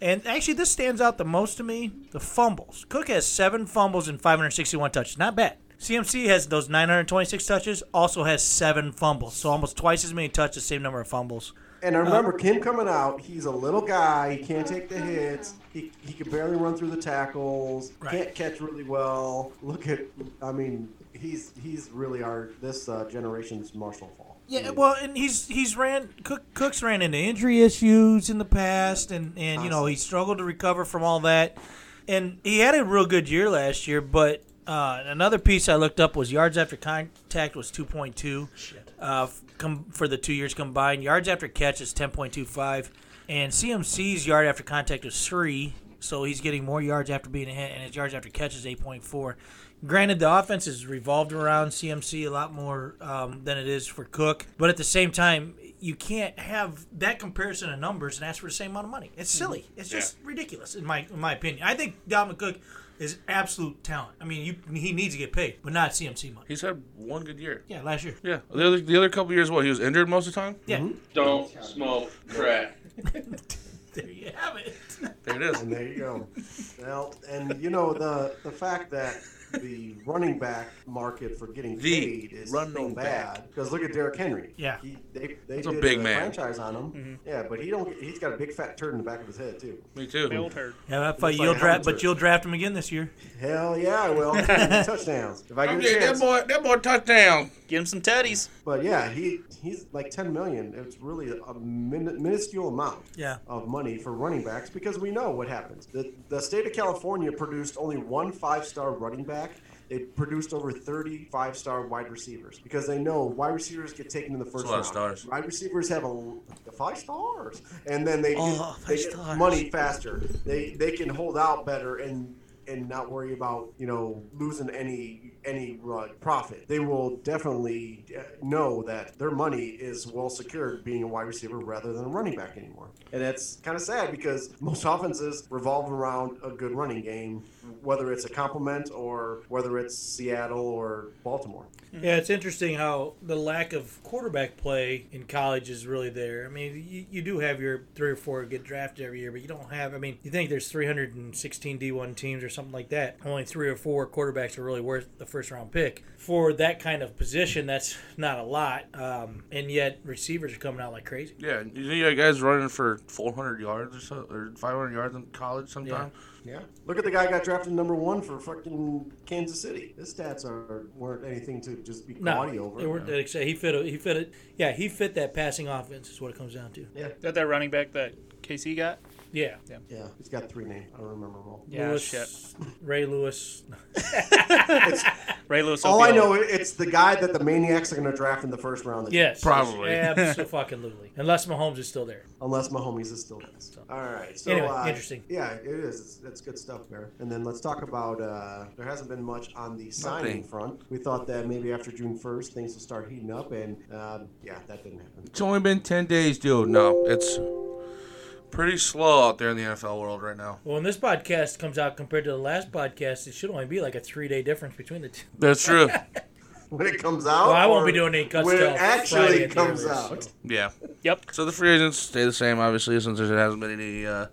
Speaker 4: And actually, this stands out the most to me the fumbles. Cook has seven fumbles and 561 touches. Not bad. CMC has those 926 touches, also has seven fumbles. So almost twice as many touches, same number of fumbles.
Speaker 7: And I
Speaker 4: uh,
Speaker 7: remember him coming out. He's a little guy. He can't take the hits. He, he can barely run through the tackles.
Speaker 4: Right.
Speaker 7: Can't catch really well. Look at, I mean, he's he's really our this uh, generation's Marshall Fall.
Speaker 4: Yeah, well, and he's he's ran Cook, Cooks ran into injury issues in the past, and and you know he struggled to recover from all that, and he had a real good year last year. But uh, another piece I looked up was yards after contact was two point two, uh, f- com- for the two years combined. Yards after catch is ten point two five, and CMC's yard after contact is three, so he's getting more yards after being hit, and his yards after catch is eight point four. Granted, the offense has revolved around CMC a lot more um, than it is for Cook, but at the same time, you can't have that comparison of numbers and ask for the same amount of money. It's silly. It's just ridiculous, in my in my opinion. I think Dalvin Cook is absolute talent. I mean, you, he needs to get paid, but not CMC money.
Speaker 6: He's had one good year.
Speaker 4: Yeah, last year.
Speaker 6: Yeah. The other the other couple years, what he was injured most of the time.
Speaker 4: Yeah,
Speaker 9: Don't smoke crack.
Speaker 4: there you have it.
Speaker 6: There it is.
Speaker 7: And there you go. well, and you know the the fact that the running back market for getting
Speaker 6: The
Speaker 7: paid is so
Speaker 6: running
Speaker 7: bad because look at Derrick Henry.
Speaker 4: Yeah. Mm-hmm.
Speaker 7: he, they they
Speaker 6: a
Speaker 7: did
Speaker 6: big
Speaker 7: a
Speaker 6: man.
Speaker 7: franchise on him. Yeah, but he don't. He's got a big fat turd in the back of his head too.
Speaker 6: Me too.
Speaker 5: Build her.
Speaker 4: Yeah, that's why
Speaker 7: Looks like
Speaker 4: you'll
Speaker 7: a
Speaker 4: draft, but
Speaker 7: Hamilton.
Speaker 4: you'll draft him again this year.
Speaker 7: Hell yeah, I will. touchdowns if I
Speaker 6: I'm
Speaker 7: get a
Speaker 6: getting that
Speaker 7: chance.
Speaker 6: boy. That boy touchdown.
Speaker 5: Get him some teddies.
Speaker 7: But yeah, he he's like ten million. It's really a min, minuscule amount.
Speaker 4: Yeah.
Speaker 7: Of money for running backs because we know what happens. The the state of California produced only one five star running back. They produced over 30 five star wide receivers because they know wide receivers get taken in the first
Speaker 6: a lot
Speaker 7: round.
Speaker 6: of stars.
Speaker 7: Wide receivers have a l- five stars, and then they get,
Speaker 4: Oh,
Speaker 7: they
Speaker 4: five
Speaker 7: get
Speaker 4: stars.
Speaker 7: money faster. They they can hold out better and and not worry about you know losing any any uh, profit. They will definitely uh, know that their money is well secured being a wide receiver rather than a running back anymore. And that's kind of sad because most offenses revolve around a good running game, whether it's a compliment or whether it's Seattle or Baltimore.
Speaker 4: Yeah, it's interesting how the lack of quarterback play in college is really there. I mean, you, you do have your three or four get drafted every year, but you don't have. I mean, you think there's 316 D1 teams or something like that. Only three or four quarterbacks are really worth the first round pick for that kind of position. That's not a lot, um, and yet receivers are coming out like crazy.
Speaker 6: Yeah, you know, you got guys running for 400 yards or so, or 500 yards in college sometime.
Speaker 7: Yeah. Look at the guy who got drafted number one for fucking Kansas City. His stats are weren't anything to just be gaudy over.
Speaker 4: they weren't- like I said, he fit. A, he fit it. Yeah, he fit that passing offense. Is what it comes down to.
Speaker 7: yeah.
Speaker 5: Is that that running back that KC got?
Speaker 4: Yeah,
Speaker 7: Yeah. He's got three names. I don't remember them all.
Speaker 5: Yeah,
Speaker 4: Lewis,
Speaker 5: shit.
Speaker 4: Ray Lewis.
Speaker 5: Ray Lewis.
Speaker 7: All I
Speaker 5: Opiel.
Speaker 7: know is it's the guy that the maniacs are going to draft in the first round.
Speaker 4: Yes,
Speaker 6: Probably.
Speaker 4: absolutely. Unless Mahomes is still there.
Speaker 7: Unless Mahomes is still next. All right. So,
Speaker 4: Anyway,
Speaker 7: uh,
Speaker 4: interesting.
Speaker 7: Yeah, it is. It's, it's good stuff there. And then let's talk about. Uh, there hasn't been much on the signing
Speaker 6: Nothing.
Speaker 7: front. We thought that maybe after June first things will start heating up, and um, yeah, that didn't happen.
Speaker 6: It's only been 10 days, dude. No, it's pretty slow out there in the NFL world right now.
Speaker 4: Well, when this podcast comes out compared to the last podcast, it should only be like a three day difference between the two.
Speaker 6: That's true.
Speaker 7: When it comes out,
Speaker 4: Well, I won't
Speaker 7: or
Speaker 4: be doing any cuts
Speaker 7: When
Speaker 4: till
Speaker 7: it
Speaker 4: Friday
Speaker 7: actually
Speaker 4: at the
Speaker 7: comes
Speaker 4: earliest,
Speaker 7: out.
Speaker 4: so.
Speaker 6: yeah.
Speaker 5: Yep.
Speaker 6: So the free agents stay the same, obviously, since there hasn't been any uh,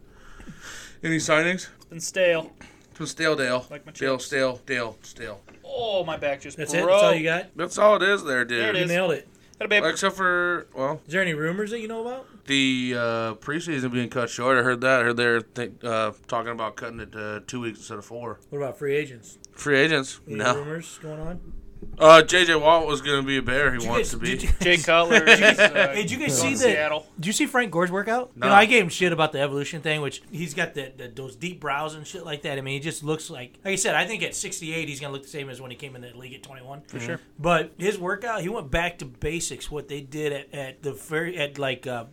Speaker 6: any signings.
Speaker 5: It's been stale.
Speaker 6: To stale Dale.
Speaker 5: Like my
Speaker 6: Dale,
Speaker 5: chips.
Speaker 6: stale, Dale, stale.
Speaker 5: Oh, my back just
Speaker 4: That's
Speaker 5: broke.
Speaker 4: it. That's all you got.
Speaker 6: That's all it is there, dude.
Speaker 5: There it
Speaker 4: You
Speaker 5: is.
Speaker 4: nailed it.
Speaker 5: Had a baby.
Speaker 6: Except for, well,
Speaker 4: Is there any rumors that you know about?
Speaker 6: the uh, preseason being cut short. I heard that. I heard they're think uh, talking about cutting it to two weeks instead of four.
Speaker 4: What about free agents?
Speaker 6: Free agents?
Speaker 4: Any
Speaker 6: No.
Speaker 4: rumors going on?
Speaker 6: Uh, JJ Watt was going to be a bear. He wants to be.
Speaker 4: Did you,
Speaker 5: Jay Cutler. is, uh,
Speaker 4: hey, did you guys
Speaker 5: going
Speaker 4: see
Speaker 5: to
Speaker 4: that?
Speaker 5: Seattle.
Speaker 4: Did you see Frank Gore's workout?
Speaker 6: No.
Speaker 4: You know, I gave him shit about the evolution thing, which he's got the, the those deep brows and shit like that. I mean, he just looks like, like I said, I think at 68 he's gonna look the same as when he came in the league at 21 for sure. But his workout, he went back to basics, what they did at, at the very at like, uh,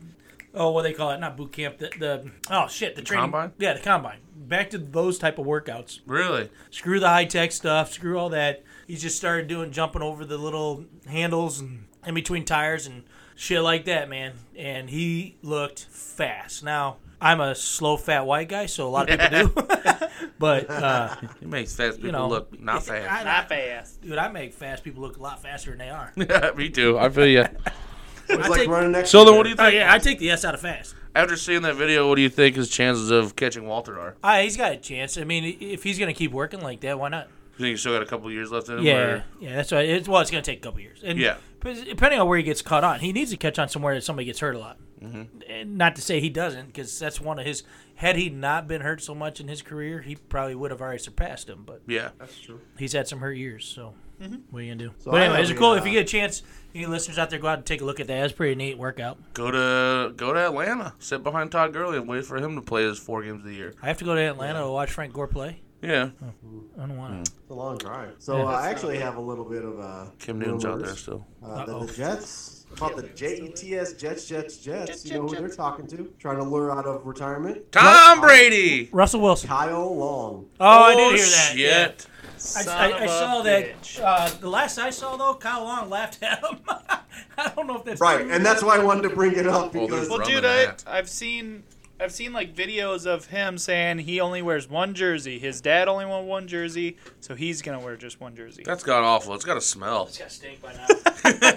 Speaker 4: oh, what they call it, not boot camp, the, the oh shit, the, training,
Speaker 6: combine?
Speaker 4: yeah, the combine. Back to those type of workouts
Speaker 6: Really?
Speaker 4: screw the high tech stuff, screw all that. He just started doing jumping over the little handles and in between tires and shit like that, man. And he looked fast. Now I'm a slow fat white guy, so a lot of people do. but uh,
Speaker 6: He makes fast people
Speaker 4: know,
Speaker 6: look not fast.
Speaker 4: I,
Speaker 5: Not fast.
Speaker 4: dude, I make fast people look a lot faster than they are.
Speaker 6: Me too. I feel you.
Speaker 7: It's like
Speaker 4: take-
Speaker 7: running next.
Speaker 6: So
Speaker 7: to
Speaker 6: then,
Speaker 7: the-
Speaker 6: what do you
Speaker 4: Oh
Speaker 6: think?
Speaker 4: yeah, I take the S out of fast.
Speaker 6: After seeing that video, what do you think his chances of catching Walter are?
Speaker 4: Uh, he's got a chance. I mean, if he's gonna keep working like that, why not?
Speaker 6: You think he's still got a couple years left in him?
Speaker 4: Yeah,
Speaker 6: or-
Speaker 4: yeah, that's right. It's, well, it's going to take a couple years, and
Speaker 6: Yeah.
Speaker 4: p- depending on where he gets caught on, he needs to catch on somewhere that somebody gets hurt a lot.
Speaker 6: Mm-hmm.
Speaker 4: And not to say he doesn't, because that's one of his. Had he not been hurt so much in his career, he probably would have already surpassed him. But
Speaker 6: Yeah.
Speaker 7: That's true.
Speaker 4: he's had some hurt years, so what are you gonna do?
Speaker 7: Mm-hmm. So
Speaker 4: but
Speaker 7: I
Speaker 4: anyway, it's
Speaker 7: have a,
Speaker 4: cool.
Speaker 7: uh,
Speaker 4: if you get a chance, any listeners out there, go out and take a look at that. That's a pretty neat workout.
Speaker 6: Go to go to Atlanta. Sit behind Todd Gurley and wait for him to play his four games of the year.
Speaker 4: I have to go to Atlanta to watch Frank Gore play.
Speaker 6: Yeah.
Speaker 4: I don't
Speaker 6: Hmm.
Speaker 4: want to.
Speaker 7: It's a long drive. So uh, I actually have a little bit of uh,
Speaker 6: Kim Newton's out
Speaker 7: rumors.
Speaker 6: there still.
Speaker 7: Uh, the,
Speaker 4: Uh-oh.
Speaker 7: the Jets about the Jets, Jets, Jets, Jets. You know who they're talking to? Trying to lure out of retirement.
Speaker 6: Tom Brady.
Speaker 4: Russell Wilson.
Speaker 7: Kyle Long.
Speaker 4: Oh, I did hear that.
Speaker 6: Shit.
Speaker 4: Yeah. I,
Speaker 5: Son
Speaker 4: I-
Speaker 5: of
Speaker 4: I
Speaker 5: a
Speaker 4: saw
Speaker 5: bitch.
Speaker 4: that. Uh, the last I saw, though, Kyle Long laughed at him. I don't know if that's
Speaker 7: Right,
Speaker 4: true.
Speaker 7: and that's why I wanted to bring it up
Speaker 6: Well,
Speaker 7: because
Speaker 6: there's-
Speaker 5: Well,
Speaker 6: Rum in
Speaker 5: dude, I,
Speaker 6: that.
Speaker 5: I've seen I've seen like videos of him saying he only wears one jersey. His dad only wore one jersey, so he's gonna wear just one jersey.
Speaker 6: That's god awful. It's got to smell.
Speaker 4: It's got stink by now.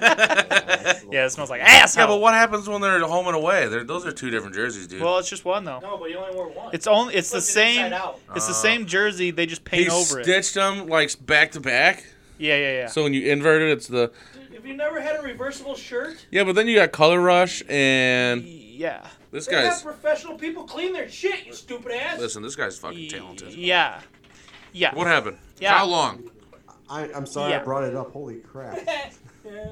Speaker 5: Yeah, it smells like ass.
Speaker 6: Yeah, but what happens when they're home and away? They're, those are two different jerseys, dude.
Speaker 5: Well, it's just one though.
Speaker 4: no, but you only wore one.
Speaker 5: It's only it's the
Speaker 4: Flipped it inside
Speaker 5: same.
Speaker 4: out.
Speaker 5: It's the
Speaker 6: Uh,
Speaker 5: same jersey. They just paint
Speaker 6: he
Speaker 5: over it.
Speaker 6: stitched them like back to back.
Speaker 5: Yeah, yeah, yeah.
Speaker 6: So when you invert it, it's the
Speaker 4: Have you never had a reversible shirt?
Speaker 6: yeah. But then you got color rush and
Speaker 5: yeah.
Speaker 6: this
Speaker 4: They
Speaker 6: guy's
Speaker 4: have professional people clean their shit, you stupid ass.
Speaker 6: listen. This guy's fucking talented.
Speaker 5: Yeah. Yeah.
Speaker 6: What happened?
Speaker 5: Yeah.
Speaker 6: How long?
Speaker 7: I, I'm sorry I
Speaker 5: Yeah.
Speaker 7: brought it up. Holy crap!
Speaker 4: yeah,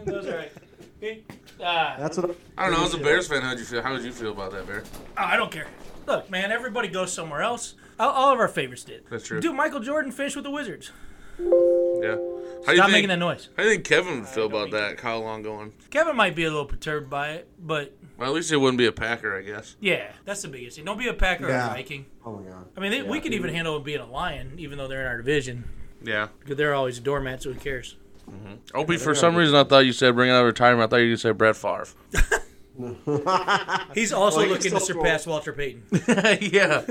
Speaker 4: that's right. Hey, uh,
Speaker 7: That's what.
Speaker 6: I don't know. As a Bears fan, how'd you feel? How did you feel about that, Bear?
Speaker 4: I don't care. Look, man, everybody goes somewhere else. All, all of our favorites did.
Speaker 6: That's true.
Speaker 4: Dude, Michael Jordan finished with the Wizards.
Speaker 6: Yeah. How do you
Speaker 4: Stop
Speaker 6: think?
Speaker 4: making that noise.
Speaker 6: How do you think Kevin would feel about that? How long going?
Speaker 4: Kevin might be a little perturbed by it, but
Speaker 6: Well, at least he wouldn't be a Packer, I guess.
Speaker 4: yeah, that's the biggest thing. Don't be a Packer or
Speaker 7: Yeah.
Speaker 4: a Viking.
Speaker 7: Oh my god.
Speaker 4: I mean, they, we could even handle being a Lion, even though they're in our division.
Speaker 6: Yeah.
Speaker 4: Because they're always a doormat, so who cares?
Speaker 6: Opie, for some reason, I thought you said bringing out retirement. I thought you said Brett Favre.
Speaker 4: He's also
Speaker 7: Well, he
Speaker 4: looking
Speaker 7: can
Speaker 4: to
Speaker 7: still
Speaker 4: surpass Walter Payton.
Speaker 6: yeah.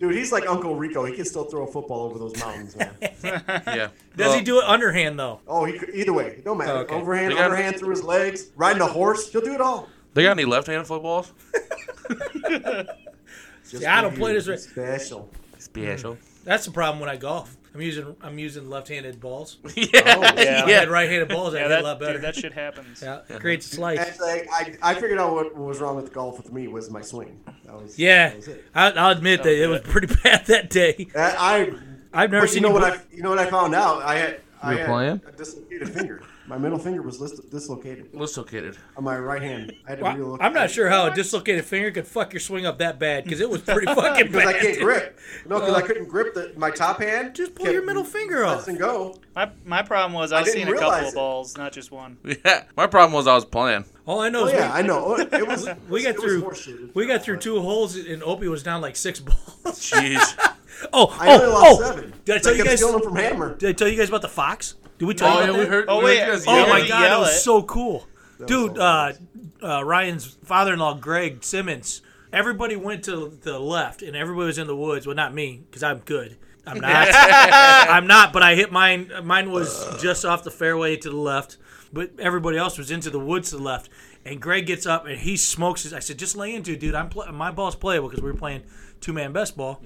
Speaker 7: Dude, he's like Uncle Rico. He can still throw a football over those mountains, man.
Speaker 6: Yeah.
Speaker 4: Does
Speaker 6: Well,
Speaker 4: he do it underhand though?
Speaker 7: Oh, he could, either way, it don't matter.
Speaker 4: Okay.
Speaker 7: Overhand,
Speaker 6: They got-
Speaker 7: underhand through his legs, riding a horse, he'll do it all.
Speaker 6: They got any left-handed footballs?
Speaker 7: Just
Speaker 4: Yeah, I
Speaker 7: for
Speaker 4: don't play
Speaker 7: you.
Speaker 4: this right-
Speaker 7: Special.
Speaker 6: Special.
Speaker 4: That's the problem when I golf. I'm using I'm using left-handed balls.
Speaker 7: Oh,
Speaker 6: yeah,
Speaker 5: yeah.
Speaker 6: yeah.
Speaker 4: If I had right-handed balls, I
Speaker 5: Yeah,
Speaker 4: hit
Speaker 5: that,
Speaker 4: a lot better.
Speaker 5: dude, that shit happens.
Speaker 4: yeah, it creates a slice.
Speaker 7: Actually, I, I figured out what was wrong with golf with me was my swing. That was
Speaker 4: Yeah,
Speaker 7: That was it.
Speaker 4: I, I'll admit that it was pretty bad that day.
Speaker 7: Uh, I
Speaker 4: I've never
Speaker 7: but you
Speaker 4: seen
Speaker 7: know
Speaker 4: you
Speaker 7: what
Speaker 4: bl-
Speaker 7: I you know what I found out. I had I
Speaker 10: were
Speaker 7: had
Speaker 10: playing?
Speaker 7: a dislocated finger. My middle finger was lis- dislocated
Speaker 6: Dislocated.
Speaker 7: on my right hand. I had to
Speaker 4: Well,
Speaker 7: relook.
Speaker 4: I'm not sure how a dislocated finger could fuck your swing up that bad because it was pretty fucking bad.
Speaker 7: because I can't grip. No, because I couldn't grip the, my top hand.
Speaker 4: Uh, Just pull
Speaker 7: kept
Speaker 4: your middle finger off.
Speaker 7: pressing go.
Speaker 5: My, my problem was I've
Speaker 7: didn't
Speaker 5: seen a couple
Speaker 7: realize
Speaker 5: of
Speaker 7: it.
Speaker 5: balls, not just one.
Speaker 6: Yeah. My problem was I was playing.
Speaker 4: All I know
Speaker 7: Oh
Speaker 4: is
Speaker 7: yeah,
Speaker 4: we,
Speaker 7: I know. It it was.
Speaker 4: we
Speaker 7: it
Speaker 4: got
Speaker 7: was
Speaker 4: through
Speaker 7: horseshit.
Speaker 4: we got through two holes and Opie was down like six balls.
Speaker 6: Jeez.
Speaker 4: oh,
Speaker 7: I only
Speaker 4: oh,
Speaker 7: lost
Speaker 4: oh!
Speaker 7: seven.
Speaker 4: Did I tell you
Speaker 7: kept
Speaker 4: guys-
Speaker 7: Stealing from Hammer.
Speaker 4: Did I tell you guys about the fox? Did we tell you
Speaker 6: oh yeah,
Speaker 4: about
Speaker 6: we
Speaker 4: that?
Speaker 6: heard.
Speaker 5: Oh,
Speaker 6: we heard
Speaker 5: wait,
Speaker 6: you guys
Speaker 5: oh
Speaker 4: Oh
Speaker 6: yelling.
Speaker 4: my
Speaker 5: Yeah.
Speaker 4: god, that
Speaker 5: Yell
Speaker 4: was
Speaker 5: it.
Speaker 4: so cool,
Speaker 7: was
Speaker 4: dude.
Speaker 7: so
Speaker 4: Uh, uh, Ryan's father-in-law, Greg Simmons. Everybody went to the left, and everybody was in the woods. Well, not me, because I'm good. I'm not. I'm not. But I hit mine. Mine was just off the fairway to the left, but everybody else was into the woods to the left. And Greg gets up and he smokes his. I said, "Just lay into, it, dude. I'm pl- my ball's playable because we were playing two-man best ball."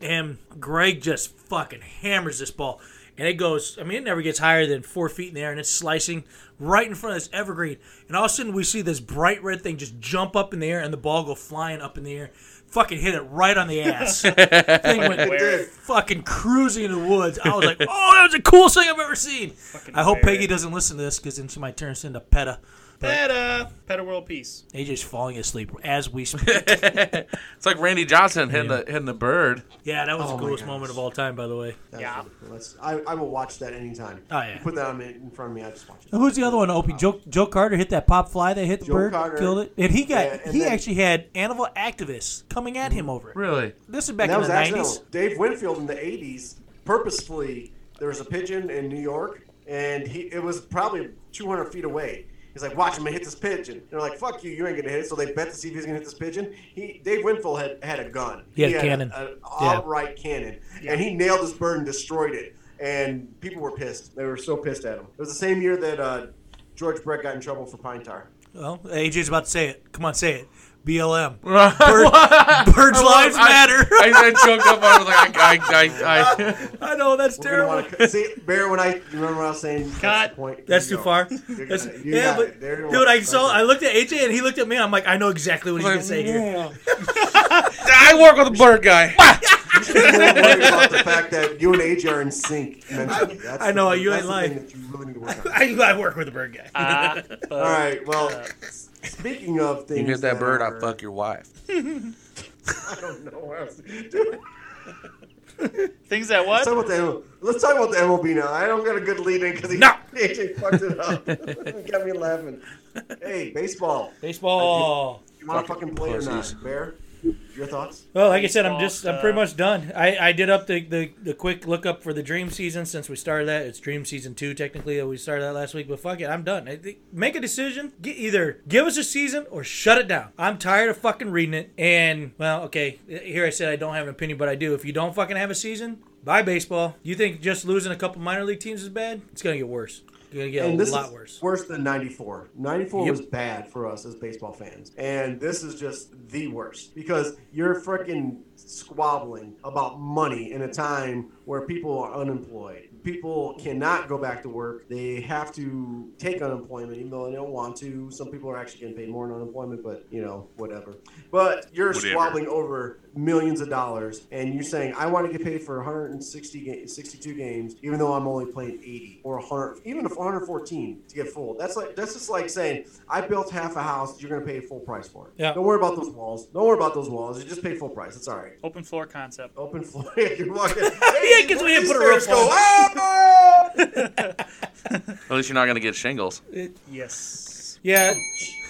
Speaker 4: And Greg just fucking hammers this ball. And it goes, I mean, it never gets higher than four feet in the air, and it's slicing right in front of this evergreen. And all of a sudden, we see this bright red thing just jump up in the air, and the ball go flying up in the air. Fucking hit it right on the ass. thing went fucking cruising in the woods. I was like, oh, that was the coolest thing I've ever seen. I hope Peggy doesn't listen to this because then she might turn us into PETA.
Speaker 5: Peta, Peta World Peace.
Speaker 4: AJ's falling asleep as we speak.
Speaker 6: It's like Randy Johnson hitting the hitting the bird.
Speaker 4: yeah, that was
Speaker 7: Oh
Speaker 4: the
Speaker 7: my
Speaker 4: coolest
Speaker 7: gosh.
Speaker 4: moment of all time, by the way.
Speaker 7: That was
Speaker 5: Yeah.
Speaker 7: really cool. That's- I, I will watch that anytime.
Speaker 4: Oh, yeah.
Speaker 7: You put that on in front of me. I just watch it.
Speaker 4: Who's the other one? Opie Joe, Joe Carter hit that pop fly that hit the
Speaker 7: Joe
Speaker 4: bird,
Speaker 7: Carter.
Speaker 4: killed it, and he got
Speaker 7: Yeah, and
Speaker 4: he
Speaker 7: then-
Speaker 4: actually had animal activists coming at him over it.
Speaker 6: Really?
Speaker 4: This is back
Speaker 7: And that
Speaker 4: in
Speaker 7: was
Speaker 4: the
Speaker 7: accidental.
Speaker 4: nineties.
Speaker 7: Dave Winfield in the '80s purposefully. There was a pigeon in New York, and he it was probably 200 feet away. He's like, "Watch him hit this pigeon." And they're like, "Fuck you, you ain't gonna hit it." So they bet to see if he's gonna hit this pigeon. He Dave Winfield had had a gun.
Speaker 4: He had a cannon.
Speaker 7: an
Speaker 4: Yeah.
Speaker 7: outright cannon, and he nailed this bird and destroyed it. And people were pissed. They were so pissed at him. It was the same year that uh, George Brett got in trouble for pine tar.
Speaker 4: Well, AJ's about to say it. Come on, say it. BLM. Bird, birds' lives matter.
Speaker 6: I, I choked up. I was like, I, I, I, I.
Speaker 4: I know that's
Speaker 7: We're gonna
Speaker 4: terrible.
Speaker 7: want to see Bear when I remember when I was saying that's
Speaker 5: Cut.
Speaker 7: the point.
Speaker 4: That's too
Speaker 7: You go.
Speaker 4: far.
Speaker 7: You're
Speaker 4: That's-
Speaker 7: gonna- you
Speaker 4: yeah,
Speaker 7: got
Speaker 4: but
Speaker 7: it. There you
Speaker 4: dude,
Speaker 7: are.
Speaker 4: I saw.
Speaker 7: Right
Speaker 4: I looked at AJ and he looked at me. I'm like, I know exactly what he's gonna say here.
Speaker 8: I work with a bird guy.
Speaker 7: there. Don't worry about the fact that you and AJ are in sync. mentally. That's
Speaker 4: I know,
Speaker 7: the,
Speaker 4: you
Speaker 7: that's
Speaker 4: ain't
Speaker 7: the
Speaker 4: lying.
Speaker 7: thing that you really need to work on.
Speaker 4: I, Uh, I work with a bird guy.
Speaker 5: Uh,
Speaker 7: All right. Well, speaking of things,
Speaker 6: You hit that bird,
Speaker 7: are,
Speaker 6: I fuck your wife.
Speaker 7: I don't know. What else. Dude,
Speaker 5: Things that
Speaker 7: let's
Speaker 5: what?
Speaker 7: talk about the MLB. Let's talk about the MLB now. I don't got a good lead in because he
Speaker 4: No.
Speaker 7: AJ fucked it up. It got me laughing. Hey, baseball.
Speaker 4: Baseball.
Speaker 7: You want to fucking play or not, Bear? Your thoughts?
Speaker 4: Well, like I said, I'm
Speaker 5: Baseball
Speaker 4: just I'm pretty
Speaker 5: stuff.
Speaker 4: much done. I, I did up the, the, the quick look up for the Dream season since we started that. It's Dream season two technically that we started that last week, but fuck it, I'm done. I think, make a decision. Get, either give us a season or shut it down. I'm tired of fucking reading it. And well, okay, here I said I don't have an opinion, but I do. If you don't fucking have a season, bye baseball. You think just losing a couple minor league teams is bad? It's gonna get worse. It's gonna get
Speaker 7: and
Speaker 4: a
Speaker 7: this
Speaker 4: lot
Speaker 7: is
Speaker 4: worse.
Speaker 7: worse than 94 94
Speaker 4: Yep.
Speaker 7: was bad for us as baseball fans and this is just the worst because you're freaking squabbling about money in a time where people are unemployed people cannot go back to work they have to take unemployment even though they don't want to some people are actually getting paid more in unemployment but you know whatever but you're
Speaker 6: Whatever.
Speaker 7: squabbling over millions of dollars and you're saying i want to get paid for 160 ga- 62 games even though i'm only playing 80 or 100 even if 114 to get full that's like that's just like saying i built half a house you're going to pay full price for it
Speaker 4: Yeah.
Speaker 7: don't worry about those walls don't worry about those walls you just pay full price it's all right
Speaker 5: Open floor concept.
Speaker 7: open floor you're walking
Speaker 4: Yeah, 'cause we didn't put a roof on it.
Speaker 6: At least you're not gonna get shingles.
Speaker 5: Yes.
Speaker 4: Yeah.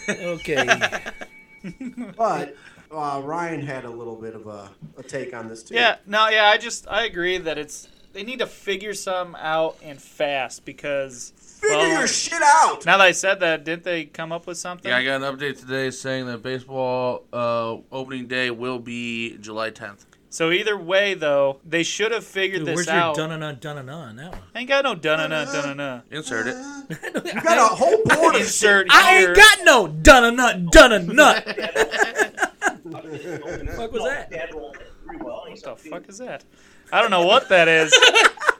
Speaker 4: Okay.
Speaker 7: but uh, ryan had a little bit of a, a take on this too
Speaker 5: Yeah, no, yeah, I just I agree that it's they need to figure some out and fast because
Speaker 7: figure
Speaker 5: well,
Speaker 7: your shit out
Speaker 5: now that I said that, didn't they come up with something?
Speaker 6: Yeah, I got an update today saying that baseball uh, opening day will be July 10th.
Speaker 5: so either way though, they should have figured
Speaker 4: Dude,
Speaker 5: this
Speaker 4: where's your
Speaker 5: out.
Speaker 4: dun dun dun dun that one?
Speaker 5: I ain't got no dun dun dun dun.
Speaker 6: Insert it.
Speaker 7: you got a whole board of shit
Speaker 5: Insert
Speaker 4: I
Speaker 5: here.
Speaker 4: ain't got no done a nut, done a nut. fuck was that?
Speaker 5: What the fuck is that? I don't know what that is.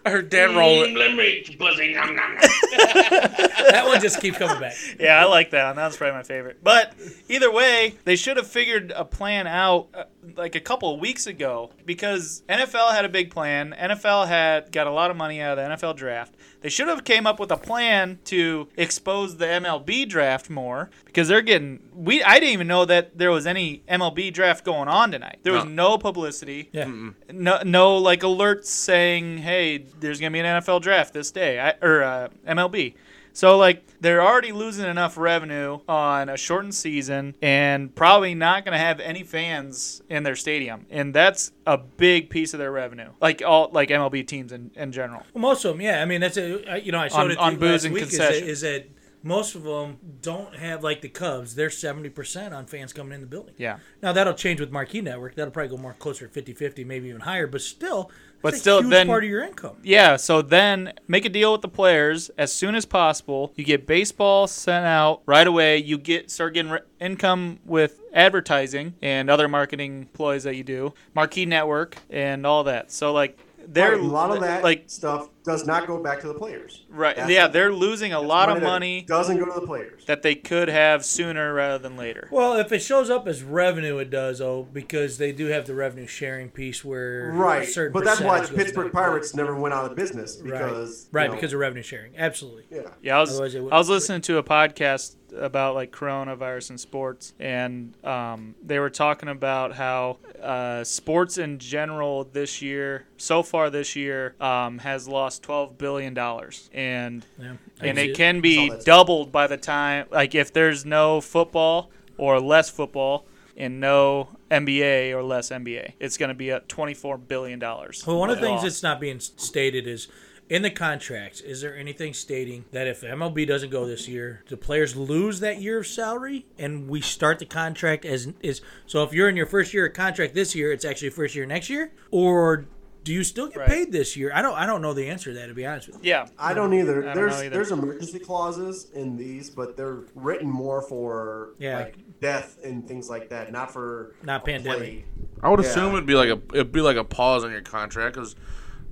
Speaker 6: I heard Dan roll it.
Speaker 8: Limerick, pussy, nom, nom, nom.
Speaker 4: That one just keeps coming back.
Speaker 5: Yeah, I like that one. That was probably my favorite. But either way, they should have figured a plan out uh, like a couple of weeks ago because NFL had a big plan. NFL had got a lot of money out of the NFL draft. They should have came up with a plan to expose the MLB draft more because they're getting we I didn't even know that there was any MLB draft going on tonight. There was no publicity.
Speaker 4: Yeah.
Speaker 5: No, no, like alerts saying, "Hey, there's gonna be an NFL draft this day," I, or uh, MLB. So like they're already losing enough revenue on a shortened season, and probably not gonna have any fans in their stadium, and that's a big piece of their revenue. Like all like MLB teams in, in general.
Speaker 4: Well, most of them, yeah. I mean, that's a I- you know I showed
Speaker 5: On-
Speaker 4: it to
Speaker 5: on
Speaker 4: you
Speaker 5: booze
Speaker 4: last
Speaker 5: and
Speaker 4: week is that,
Speaker 5: concession.
Speaker 4: is that most of them don't have like the Cubs. They're seventy percent on fans coming in the building.
Speaker 5: Yeah.
Speaker 4: Now that'll change with Marquee Network. That'll probably go more closer to 50-50, maybe even higher. But still,
Speaker 5: But
Speaker 4: that's a
Speaker 5: still,
Speaker 4: huge
Speaker 5: then-
Speaker 4: part of your income.
Speaker 5: Yeah, so then make a deal with the players as soon as possible. You get baseball sent out right away. You get start getting re- income with advertising and other marketing ploys that you do, marquee network and all that. So like they're
Speaker 7: Right, a lot of that
Speaker 5: like
Speaker 7: stuff does not go back to the players.
Speaker 5: right
Speaker 7: That's
Speaker 5: yeah they're losing a lot of
Speaker 7: that
Speaker 5: money
Speaker 7: doesn't go to the players.
Speaker 5: that they could have sooner rather than later.
Speaker 4: Well, if it shows up as revenue, it does, though, because they do have the revenue sharing piece where a
Speaker 7: Right,
Speaker 4: certain
Speaker 7: but that's why the
Speaker 4: percentage goes
Speaker 7: Pittsburgh
Speaker 4: back.
Speaker 7: Pirates never went out of business because
Speaker 4: right, right
Speaker 7: you know,
Speaker 4: because of revenue sharing, absolutely.
Speaker 7: yeah.
Speaker 5: Yeah, I was,
Speaker 4: Otherwise it
Speaker 5: I
Speaker 4: would-
Speaker 5: was listening to a podcast about like coronavirus and sports, and um, they were talking about how uh, sports in general this year, so far this year, um, has lost twelve billion dollars, and
Speaker 4: Yeah.
Speaker 5: and
Speaker 4: I
Speaker 5: it
Speaker 4: see
Speaker 5: can be doubled by the time like if there's no football or less football and no NBA or less NBA, it's going to be at twenty four billion dollars.
Speaker 4: Well, one of the things that's not being s- stated is in the contracts, is there anything stating that if MLB doesn't go this year, the players lose that year of salary and we start the contract as is so if you're in your first year of contract this year, it's actually first year next year? Or do you still get
Speaker 5: Right.
Speaker 4: paid this year? I don't I don't know the answer to that to be honest with you.
Speaker 5: yeah,
Speaker 7: I don't either.
Speaker 5: don't
Speaker 7: there's
Speaker 5: know either.
Speaker 7: there's emergency clauses in these, but they're written more for
Speaker 4: Yeah.
Speaker 7: like death and things like that, not for
Speaker 4: Not
Speaker 7: a play.
Speaker 4: pandemic.
Speaker 6: I would
Speaker 7: Yeah.
Speaker 6: assume it'd be like a it'd be like a pause on your contract because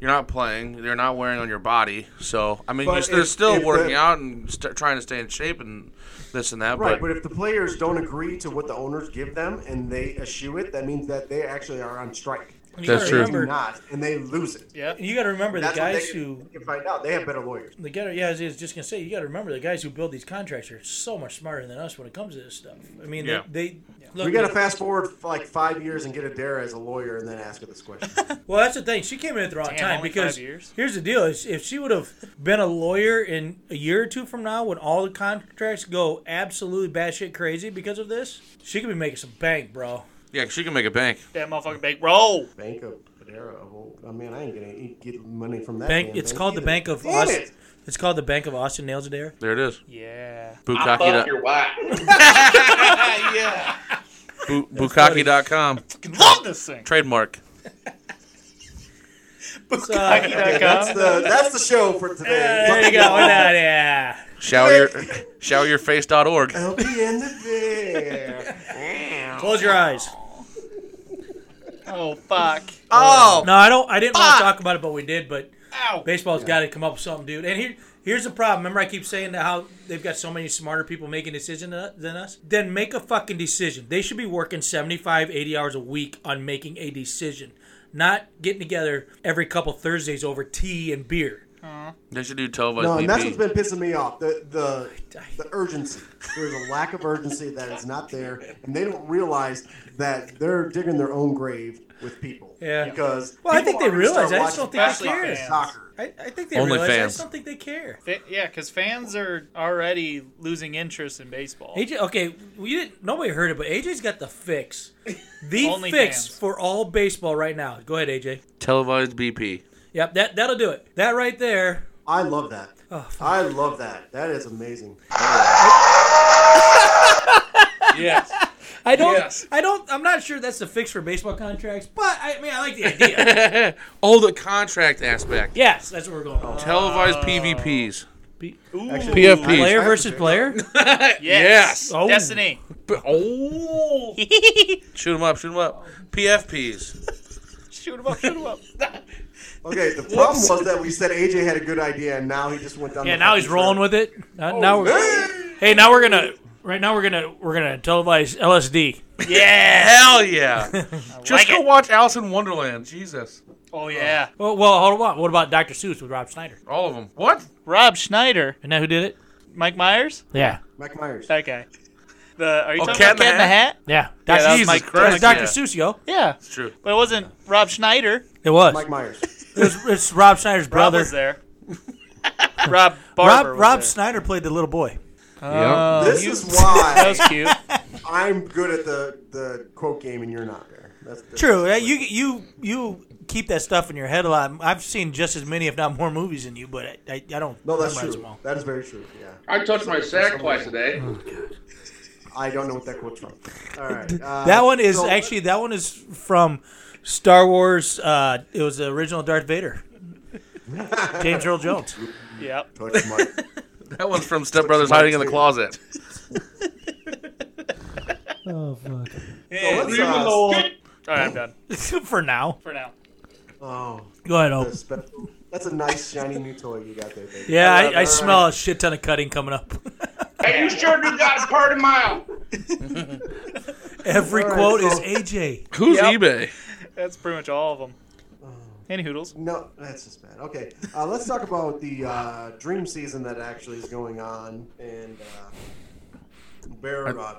Speaker 6: you're not playing, you're not wearing on your body. So I mean,
Speaker 7: But
Speaker 6: you're, they're
Speaker 7: if-
Speaker 6: still
Speaker 7: if
Speaker 6: working
Speaker 7: the-
Speaker 6: out and st- trying to stay in shape and this and that.
Speaker 7: Right,
Speaker 6: but
Speaker 7: but if the players don't agree to what the owners give them and they eschew it, that means that they actually are on strike.
Speaker 4: And
Speaker 6: That's
Speaker 4: gotta
Speaker 6: true.
Speaker 7: They're
Speaker 4: Remember,
Speaker 7: not, and they lose it.
Speaker 5: yeah.
Speaker 4: you got to remember the
Speaker 7: That's what
Speaker 4: guys
Speaker 7: they,
Speaker 4: who
Speaker 7: they can find out. They have better lawyers.
Speaker 4: The guy, yeah, I was I was just gonna say, you got to remember the guys who build these contracts are so much smarter than us when it comes to this stuff. I mean,
Speaker 6: Yeah.
Speaker 4: they, they look.
Speaker 7: we got to fast forward for like five years and get Adair as a lawyer, and then ask her this question.
Speaker 4: well, that's the thing. She came in at the wrong
Speaker 5: Damn,
Speaker 4: time
Speaker 5: only
Speaker 4: because
Speaker 5: five years?
Speaker 4: here's the deal: is if she would have been a lawyer in a year or two from now, when all the contracts go absolutely batshit crazy because of this, she could be making some bank, bro.
Speaker 6: yeah, 'cause you can make a bank.
Speaker 5: That motherfucking big roll.
Speaker 7: bank of Adair. Well, I mean, I ain't gonna eat- get money from that.
Speaker 4: Bank.
Speaker 7: damn
Speaker 4: It's
Speaker 7: thing
Speaker 4: called the
Speaker 7: either.
Speaker 4: Bank of
Speaker 7: Damn
Speaker 4: Austin.
Speaker 7: it!
Speaker 4: It's called the Bank of Austin Nails and Air.
Speaker 6: There it is.
Speaker 5: Yeah.
Speaker 8: I fuck
Speaker 6: Bukaki.
Speaker 8: your wife.
Speaker 5: yeah.
Speaker 6: Bu- Bukaki.com.
Speaker 5: Love this thing.
Speaker 6: Trademark.
Speaker 7: Okay, that's the that's the show for today.
Speaker 4: there you go. yeah.
Speaker 6: Shower your showeryourface.org.
Speaker 7: I'll be in the beer.
Speaker 4: Close your eyes.
Speaker 5: Oh fuck.
Speaker 6: Oh,
Speaker 4: No, I don't. I didn't
Speaker 7: Ah.
Speaker 4: want to talk about it, but we did. But
Speaker 5: Ow.
Speaker 4: baseball's got to come up with something, dude. And here, here's the problem. Remember, I keep saying that how they've got so many smarter people making decisions than- than us. Then make a fucking decision. They should be working 75, 80 hours a week on making a decision, not getting together every couple Thursdays over tea and beer.
Speaker 6: they should do
Speaker 7: No,
Speaker 6: Tova. No,
Speaker 7: and that's what's been pissing me off. The the the urgency. There's a lack of urgency that is not there, and they don't realize that they're digging their own grave with people.
Speaker 4: Yeah.
Speaker 7: Because
Speaker 4: Well, I
Speaker 7: people
Speaker 4: think they
Speaker 7: are gonna start
Speaker 4: realize. I just don't
Speaker 7: watching
Speaker 4: think they
Speaker 7: fucking
Speaker 4: care.
Speaker 7: Soccer.
Speaker 4: I, I think they
Speaker 6: Only
Speaker 4: realize. I
Speaker 6: fans.
Speaker 4: just don't think they care.
Speaker 5: Fa- Yeah, because fans are already losing interest in baseball.
Speaker 4: AJ, okay, we didn't. Nobody heard it, but AJ's got the fix, the
Speaker 5: Only
Speaker 4: fix
Speaker 5: fans.
Speaker 4: for all baseball right now. Go ahead, AJ.
Speaker 6: televised BP.
Speaker 4: Yep, that that'll do it. That right there.
Speaker 7: I love that.
Speaker 4: Oh,
Speaker 7: I love that. That is amazing.
Speaker 6: Yes.
Speaker 4: I don't.
Speaker 6: Yes.
Speaker 4: I don't. I'm not sure that's the fix for baseball contracts, but I mean, I like the idea.
Speaker 6: oh, the contract aspect.
Speaker 4: yes, that's what we're going. with.
Speaker 6: Televised
Speaker 7: Uh.
Speaker 6: PVPs.
Speaker 7: Actually,
Speaker 6: PFPs.
Speaker 4: Player versus player.
Speaker 6: Yes.
Speaker 4: Oh.
Speaker 5: Destiny.
Speaker 6: Oh. shoot 'em up. Shoot 'em up. PFPs.
Speaker 5: Shoot him up. Shoot him up.
Speaker 7: Okay, the problem was that we said AJ had a good idea, and now he just went down.
Speaker 4: Yeah,
Speaker 7: the
Speaker 4: now he's
Speaker 7: fucking
Speaker 4: rolling
Speaker 7: trail.
Speaker 4: with it. Uh, now we're hey, now we're gonna right now we're gonna we're gonna televise LSD.
Speaker 5: Yeah.
Speaker 6: Hell yeah! Just
Speaker 5: like
Speaker 6: go
Speaker 5: it.
Speaker 6: watch Alice in Wonderland. Jesus,
Speaker 5: Oh yeah.
Speaker 4: Well, well, hold on. What about Dr. Seuss with Rob Schneider?
Speaker 6: all of them. What?
Speaker 5: Rob Schneider,
Speaker 4: Isn't that who did it?
Speaker 5: Mike Myers,
Speaker 4: Yeah,
Speaker 7: Mike Myers.
Speaker 5: that guy. The are you
Speaker 6: Oh,
Speaker 5: talking
Speaker 6: Cat
Speaker 5: about Cat in the Hat?
Speaker 4: yeah.
Speaker 5: Yeah,
Speaker 4: Dr.
Speaker 5: that was
Speaker 6: Jesus
Speaker 5: Mike-
Speaker 4: That was
Speaker 6: Christ,
Speaker 4: Dr.
Speaker 6: yeah.
Speaker 4: Seuss, yo.
Speaker 5: Yeah,
Speaker 6: It's true.
Speaker 5: but it wasn't Rob Schneider.
Speaker 4: It was.
Speaker 7: Mike Myers.
Speaker 4: It's, it's Rob Schneider's
Speaker 5: Rob
Speaker 4: brother.
Speaker 5: was there. Rob
Speaker 4: Rob
Speaker 5: Barber. was
Speaker 4: Rob
Speaker 5: there.
Speaker 4: Schneider played the little boy.
Speaker 6: Uh,
Speaker 4: Uh,
Speaker 5: Oh,
Speaker 7: this
Speaker 5: you-
Speaker 7: is
Speaker 5: that
Speaker 7: why
Speaker 5: was cute.
Speaker 7: I'm good at the, the quote game, and you're not. There. That's the,
Speaker 4: True. yeah, You you you keep that stuff in your head a lot. I've seen just as many, if not more, movies than you, but I, I, I don't.
Speaker 7: No, that's
Speaker 4: memorize
Speaker 7: true.
Speaker 4: them all.
Speaker 7: That is very true. Yeah,
Speaker 8: I touched my sack twice a day.
Speaker 7: I don't know what that quote's from. All right, uh,
Speaker 4: That one is
Speaker 7: so-
Speaker 4: actually that one is from Star Wars. Uh, it was the original Darth Vader, James Earl Jones.
Speaker 5: Yep.
Speaker 7: Touch my-
Speaker 6: That one's from Step Brothers Hiding in the Closet.
Speaker 4: Oh fuck!
Speaker 7: so let's, uh,
Speaker 5: All right, I'm done
Speaker 4: For now,
Speaker 5: for now.
Speaker 7: oh,
Speaker 4: go ahead. Ope.
Speaker 7: that's special. That's a nice shiny new toy you got there, baby.
Speaker 4: Yeah,
Speaker 7: love it.
Speaker 4: I, I
Speaker 7: All
Speaker 4: smell a shit ton of cutting coming up.
Speaker 8: Hey, you sure do got a part of mile.
Speaker 4: Every
Speaker 7: All right,
Speaker 4: quote is
Speaker 7: so-
Speaker 4: AJ.
Speaker 6: Who's
Speaker 5: Yep.
Speaker 6: eBay?
Speaker 5: That's pretty much all of them.
Speaker 4: Oh.
Speaker 5: Any hoodles?
Speaker 7: No, that's just bad. Okay, uh, let's talk about the uh, dream season that actually is going on, and uh, Bear uh,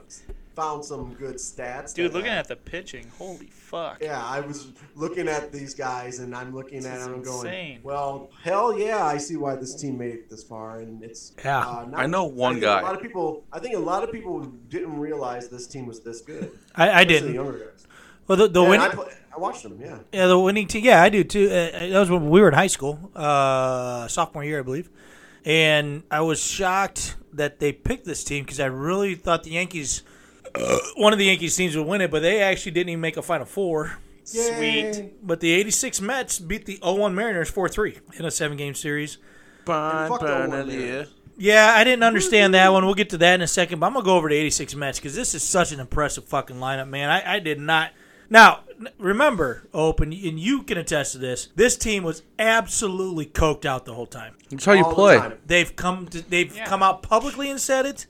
Speaker 7: found some good stats.
Speaker 5: Dude,
Speaker 7: that,
Speaker 5: looking
Speaker 7: uh,
Speaker 5: at the pitching, holy fuck.
Speaker 7: Yeah, I was looking at these guys, and I'm looking at
Speaker 5: is
Speaker 7: them
Speaker 5: insane.
Speaker 7: going, "Well, hell yeah, I see why this team made it this far." And it's
Speaker 4: Yeah.
Speaker 7: uh, not-
Speaker 6: I know one
Speaker 7: think
Speaker 6: guy.
Speaker 7: A lot of people, I think a lot of people didn't realize this team was this good.
Speaker 4: I, I
Speaker 7: especially The
Speaker 4: didn't.
Speaker 7: younger guys.
Speaker 4: Well, the, the
Speaker 7: And
Speaker 4: winning,
Speaker 7: I, pla- I watched them. Yeah.
Speaker 4: yeah, the winning team. Yeah, I do too. Uh, that was when we were in high school, uh, sophomore year, I believe. And I was shocked that they picked this team because I really thought the Yankees, one of the Yankees teams would win it, but they actually didn't even make a Final Four.
Speaker 5: Sweet.
Speaker 7: Yay.
Speaker 4: But the 86 Mets beat the 01 Mariners 4 3 in a seven game series.
Speaker 7: fuck that one there.
Speaker 6: Bernalier.
Speaker 4: Yeah, I didn't understand that one. We'll get to that in a second, but I'm going to go over to 86 Mets because this is such an impressive fucking lineup, man. I, I did not. Now, n- remember, Open, and you can attest to this, this team was absolutely coked out the whole time.
Speaker 6: That's how you
Speaker 7: All the
Speaker 6: play.
Speaker 7: time.
Speaker 4: They've come to, they've come out publicly and said it.